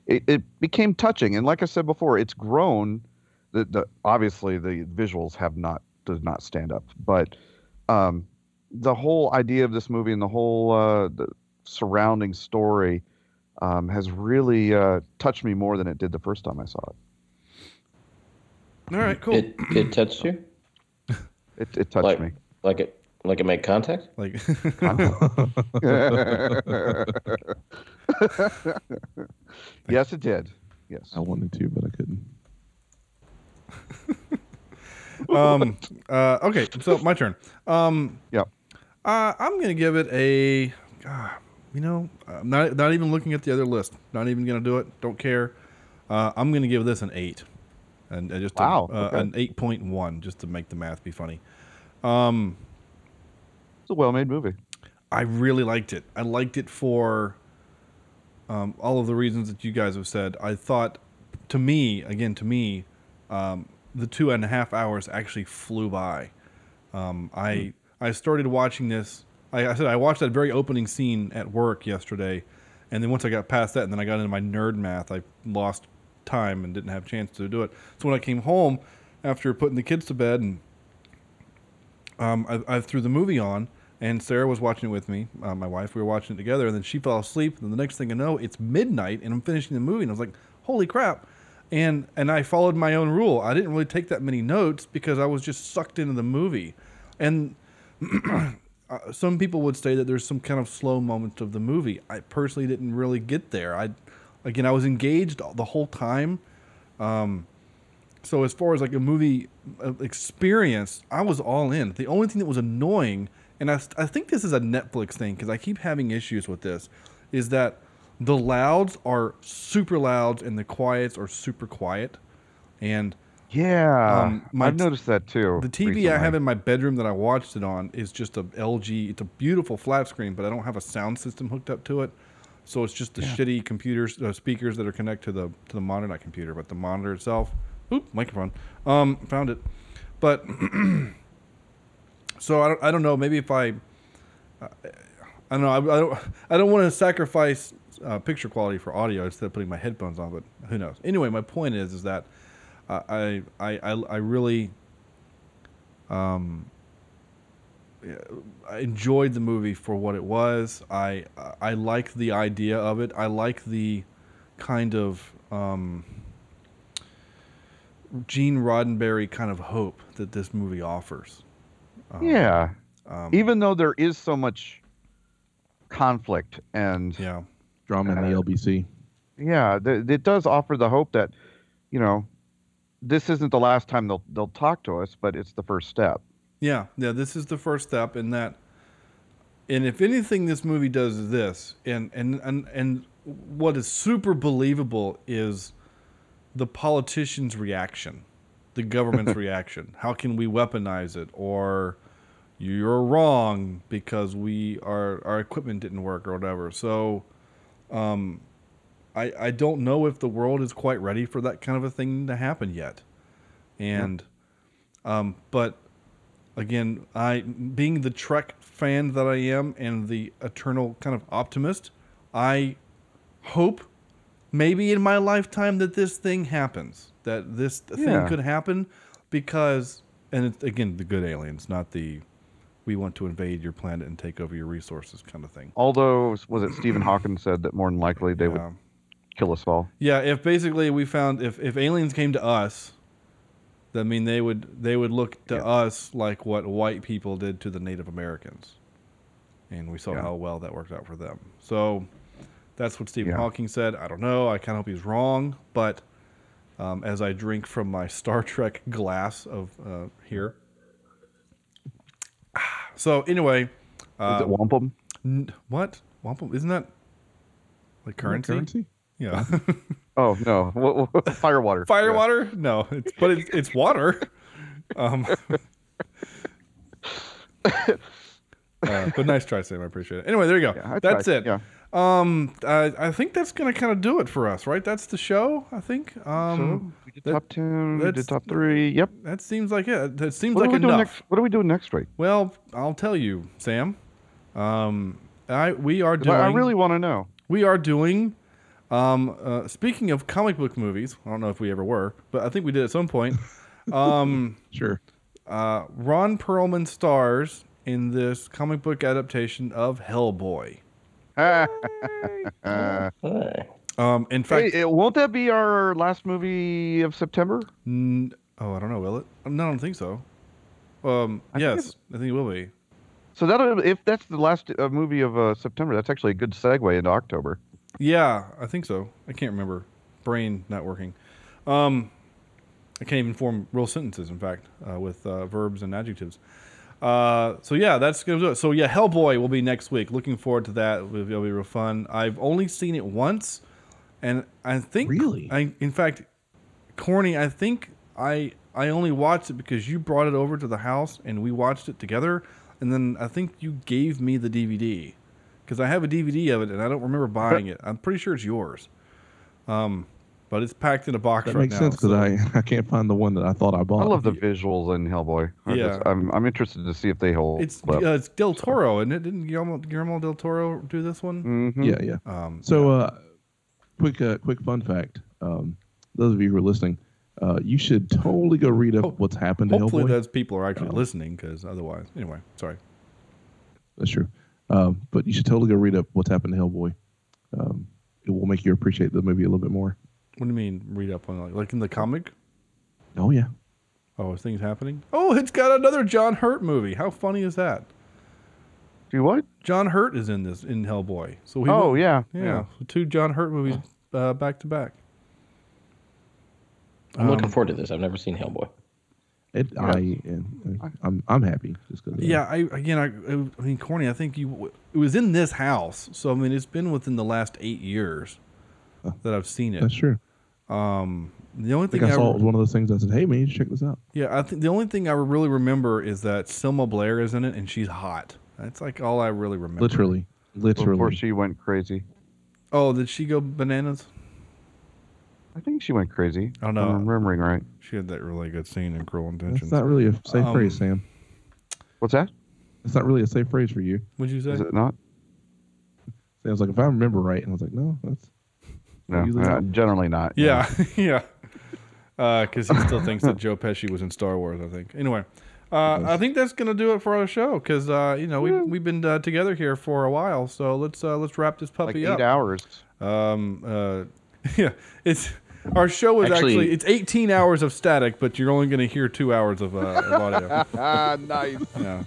Speaker 6: it, it became touching. And like I said before, it's grown. The, the obviously the visuals have not does not stand up, but um, the whole idea of this movie and the whole uh, the surrounding story um, has really uh, touched me more than it did the first time I saw it.
Speaker 1: All right, cool.
Speaker 8: It, it touched you.
Speaker 6: It, it touched
Speaker 8: like,
Speaker 6: me.
Speaker 8: Like it, like it made contact.
Speaker 1: Like,
Speaker 6: yes, it did. Yes,
Speaker 7: I wanted to, but I couldn't.
Speaker 1: um, uh, okay, so my turn. Um,
Speaker 6: yeah.
Speaker 1: Uh, I'm gonna give it a. Uh, you know, I'm not not even looking at the other list. Not even gonna do it. Don't care. Uh, I'm gonna give this an eight, and uh, just to,
Speaker 6: Wow,
Speaker 1: uh,
Speaker 6: okay.
Speaker 1: an eight point one, just to make the math be funny. Um,
Speaker 6: It's a well-made movie.
Speaker 1: I really liked it. I liked it for um, all of the reasons that you guys have said. I thought, to me, again, to me, um, the two and a half hours actually flew by. Um, I I started watching this. I, I said I watched that very opening scene at work yesterday, and then once I got past that, and then I got into my nerd math, I lost time and didn't have a chance to do it. So when I came home after putting the kids to bed and um, I, I threw the movie on, and Sarah was watching it with me, uh, my wife. We were watching it together, and then she fell asleep. And the next thing I know, it's midnight, and I'm finishing the movie, and I was like, "Holy crap!" And and I followed my own rule. I didn't really take that many notes because I was just sucked into the movie. And uh, some people would say that there's some kind of slow moment of the movie. I personally didn't really get there. I again, I was engaged the whole time. Um, so as far as like a movie uh, experience, I was all in. The only thing that was annoying, and I, I think this is a Netflix thing because I keep having issues with this, is that the louds are super louds and the quiets are super quiet, and
Speaker 6: Yeah,
Speaker 1: Um, my
Speaker 6: I've
Speaker 1: t-
Speaker 6: noticed that too.
Speaker 1: the TV I have in my bedroom that I watched it on is just a LG. It's a beautiful flat screen, but I don't have a sound system hooked up to it, so it's just the shitty computers uh, speakers that are connected to the to the monitor, not computer, but the monitor itself. Oop, microphone. Um, found it. But so I don't, I don't know. Maybe if I, uh, I don't know. I, I don't. I don't want to sacrifice uh, picture quality for audio instead of putting my headphones on. But who knows? Anyway, my point is, is that uh, I, I, I, I really, um, yeah, I enjoyed the movie for what it was. I, I like the idea of it. I like the kind of um, Gene Roddenberry kind of hope that this movie offers. Um,
Speaker 6: yeah,
Speaker 1: um,
Speaker 6: even though there is so much conflict and
Speaker 1: yeah.
Speaker 7: Drama in the LBC.
Speaker 6: yeah, th- it does offer the hope that you know this isn't the last time they'll they'll talk to us, but it's the first step.
Speaker 1: Yeah, yeah, this is the first step in that and if anything this movie does is this and and and, and what is super believable is the politician's reaction, the government's reaction. How can we weaponize it or you're wrong because we our our equipment didn't work or whatever. So um I I don't know if the world is quite ready for that kind of a thing to happen yet. and um, but again, I being the Trek fan that I am and the eternal kind of optimist, I hope maybe in my lifetime that this thing happens, that this
Speaker 6: Yeah.
Speaker 1: thing could happen, because and it's, again, the good aliens, not the we want to invade your planet and take over your resources kind of thing.
Speaker 6: Although, was it Stephen Hawking said that more than likely they would kill us all?
Speaker 1: Yeah, if basically we found if, if aliens came to us, I mean they would they would look to us like what white people did to the Native Americans, and we saw
Speaker 6: Yeah.
Speaker 1: how well that worked out for them. So that's what Stephen
Speaker 6: Yeah.
Speaker 1: Hawking said. I don't know. I kind of hope he's wrong, but um, as I drink from my Star Trek glass of uh, here, Ah, so anyway, uh,
Speaker 6: Is it wampum?
Speaker 1: n- what wampum? Isn't that like currency?
Speaker 6: currency?
Speaker 1: Yeah.
Speaker 6: Oh no, Wha- wha- firewater.
Speaker 1: Fire
Speaker 6: Yeah.
Speaker 1: water? No, it's, but it's, it's water. Um, uh, but nice try, Sam. I appreciate it. Anyway, there you go.
Speaker 6: I
Speaker 1: that's
Speaker 6: tried.
Speaker 1: it. Um, I, I think that's gonna kind of do it for us, right? That's the show. I think. Um,
Speaker 6: we did
Speaker 1: that-
Speaker 6: top ten. We
Speaker 1: that's-
Speaker 6: did top three. Yep.
Speaker 1: That seems like it. That seems
Speaker 6: What are
Speaker 1: like
Speaker 6: we doing
Speaker 1: enough.
Speaker 6: next? What are we doing next week?
Speaker 1: Well, I'll tell you, Sam. Um, I we are
Speaker 6: 'Cause
Speaker 1: doing.
Speaker 6: I- I really want to know.
Speaker 1: We are doing. Um, uh, speaking of comic book movies, I don't know if we ever were, but I think we did at some point. Um,
Speaker 7: sure.
Speaker 1: Uh, Ron Perlman stars in this comic book adaptation of Hellboy. um, in fact,
Speaker 6: Hey, eh, won't that be our last movie of September?
Speaker 1: N- oh, I don't know. Will it? No, I don't think so. Um, yes, I think it will be.
Speaker 6: So that if that's the last uh, movie of uh, September, that's actually a good segue into October.
Speaker 1: Yeah, I think so. I can't remember. Brain not working. Um, I can't even form real sentences. In fact, uh, with uh, verbs and adjectives. Uh, so yeah, that's gonna do it. So yeah, Hellboy will be next week. Looking forward to that. It'll be, it'll be real fun. I've only seen it once, and I think really, I in fact, corny. I think I I only watched it because you brought it over to the house and we watched it together, and then I think you gave me the DVD because I have a DVD of it and I don't remember buying it. I'm pretty sure it's yours, um, but it's packed in a box
Speaker 7: That
Speaker 1: right
Speaker 7: makes
Speaker 1: now.
Speaker 7: sense because I, I can't find the one that I thought I bought.
Speaker 6: I love the visuals in Hellboy. I
Speaker 1: Oh, Yeah.
Speaker 6: just- I'm I'm interested to see if they hold.
Speaker 1: It's
Speaker 6: up.
Speaker 1: uh, it's Del Toro, and it didn't Guillermo, Guillermo del Toro do this one?
Speaker 7: Yeah, Mm-hmm.
Speaker 6: Mm-hmm.
Speaker 7: yeah.
Speaker 1: Um,
Speaker 7: so, uh, quick, uh, quick fun fact. Um, those of you who are listening, uh, you should totally go read up what's happened to
Speaker 1: Hopefully,
Speaker 7: Hellboy.
Speaker 1: those people are
Speaker 7: Oh.
Speaker 1: actually listening 'cause listening because otherwise, anyway, sorry.
Speaker 7: That's true. Um, but you should totally go read up what's happened to Hellboy. Um, it will make you appreciate the movie a little bit more.
Speaker 1: What do you mean read up on like, like in the comic?
Speaker 7: Oh yeah.
Speaker 1: Oh, is things happening? Oh, it's got another John Hurt movie. How funny is that?
Speaker 6: Do what?
Speaker 1: John Hurt is in this in Hellboy. So we
Speaker 6: Oh,
Speaker 1: went-
Speaker 6: yeah,
Speaker 1: yeah,
Speaker 6: yeah.
Speaker 1: two John Hurt movies uh, back to back.
Speaker 8: I'm
Speaker 1: Um,
Speaker 8: looking forward to this. I've never seen Hellboy.
Speaker 7: It, I, and, uh, I'm I'm happy just because.
Speaker 1: Yeah, I again, I, I mean, corny. I think you it was in this house, so I mean, it's been within the last eight years that I've seen it.
Speaker 7: That's true.
Speaker 1: Um, the only
Speaker 7: I think
Speaker 1: thing
Speaker 7: I,
Speaker 1: I,
Speaker 7: saw it
Speaker 1: re-
Speaker 7: was one of those things. I said, "Hey man, you should check this out."
Speaker 1: yeah, I think the only thing I really remember is that Selma Blair is in it, and she's hot. That's like all I really remember.
Speaker 7: Literally, literally.
Speaker 6: Before she went crazy.
Speaker 1: Oh, did she go bananas?
Speaker 6: I think she went crazy.
Speaker 1: I don't know.
Speaker 6: I'm remembering right.
Speaker 1: She had that really good scene in Cruel Intentions.
Speaker 7: That's not really a safe
Speaker 1: Um,
Speaker 7: phrase, Sam.
Speaker 6: What's that?
Speaker 7: It's not really a safe phrase for you.
Speaker 1: What'd you say?
Speaker 6: Is it not?
Speaker 7: Sam's like, if I remember right, and I was like, no, that's
Speaker 6: No,
Speaker 7: Usually
Speaker 6: uh,
Speaker 7: not.
Speaker 6: generally not.
Speaker 1: Yeah, yeah. Because he still thinks that Joe Pesci was in Star Wars. I think. Anyway, uh, I think that's gonna do it for our show. Because uh, you know we we've been uh, together here for a while, so let's uh, let's wrap this
Speaker 6: Like
Speaker 1: puppy
Speaker 6: eight
Speaker 1: up.
Speaker 6: hours.
Speaker 1: Um. Uh, yeah. It's our show is actually,
Speaker 6: Actually-
Speaker 1: it's 18 hours of static, but you're only gonna hear two hours of, uh, of audio.
Speaker 6: nice.
Speaker 1: Yeah.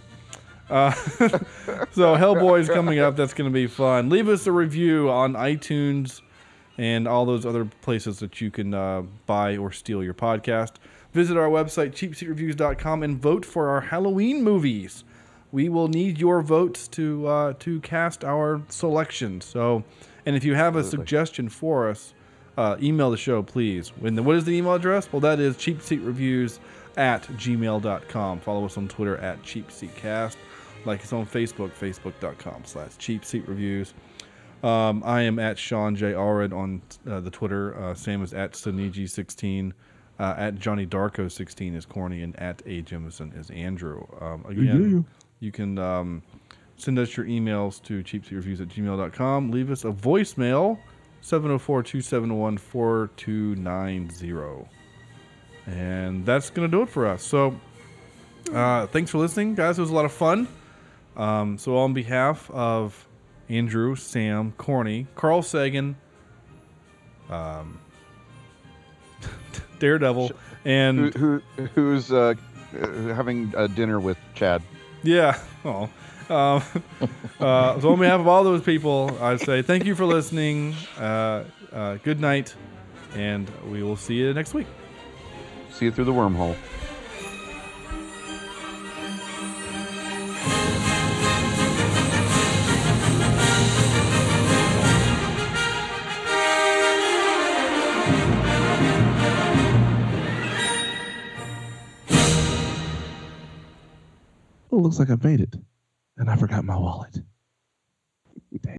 Speaker 1: Uh, so Hellboy is coming up. That's going to be fun. Leave us a review on iTunes and all those other places that you can uh, buy or steal your podcast. Visit our website, cheapseatreviews.com, and vote for our Halloween movies. We will need your votes to uh, to cast our selection. So, and if you have a
Speaker 6: Absolutely.
Speaker 1: suggestion for us, uh, email the show, please. And the, what is the email address? Well, that is cheapseatreviews at gmail.com. Follow us on Twitter at cheapseatcast. Like us on Facebook, facebook.com slash cheapseatreviews. Um, I am at Sean J. Allred on uh, the Twitter. Uh, Sam is at Suniji16. Uh, at Johnny Darko sixteen is corny, and at A Jemison is Andrew. Um,
Speaker 7: yeah,
Speaker 1: again,
Speaker 7: yeah.
Speaker 1: you can um, send us your emails to cheapseatreviews at gmail.com. Leave us a voicemail 704 271 4290. And that's going to do it for us. So uh, thanks for listening, guys. It was a lot of fun. Um, so, on behalf of Andrew, Sam, Corny, Carl Sagan, um, Daredevil, and
Speaker 6: who, who who's uh, having uh, dinner with Chad?
Speaker 1: Yeah. Oh. Um, uh, so on behalf of all those people, I say thank you for listening. Uh, uh, good night, and we will see you next week.
Speaker 6: See you through the wormhole.
Speaker 7: Oh, looks like I made it. And I forgot my wallet.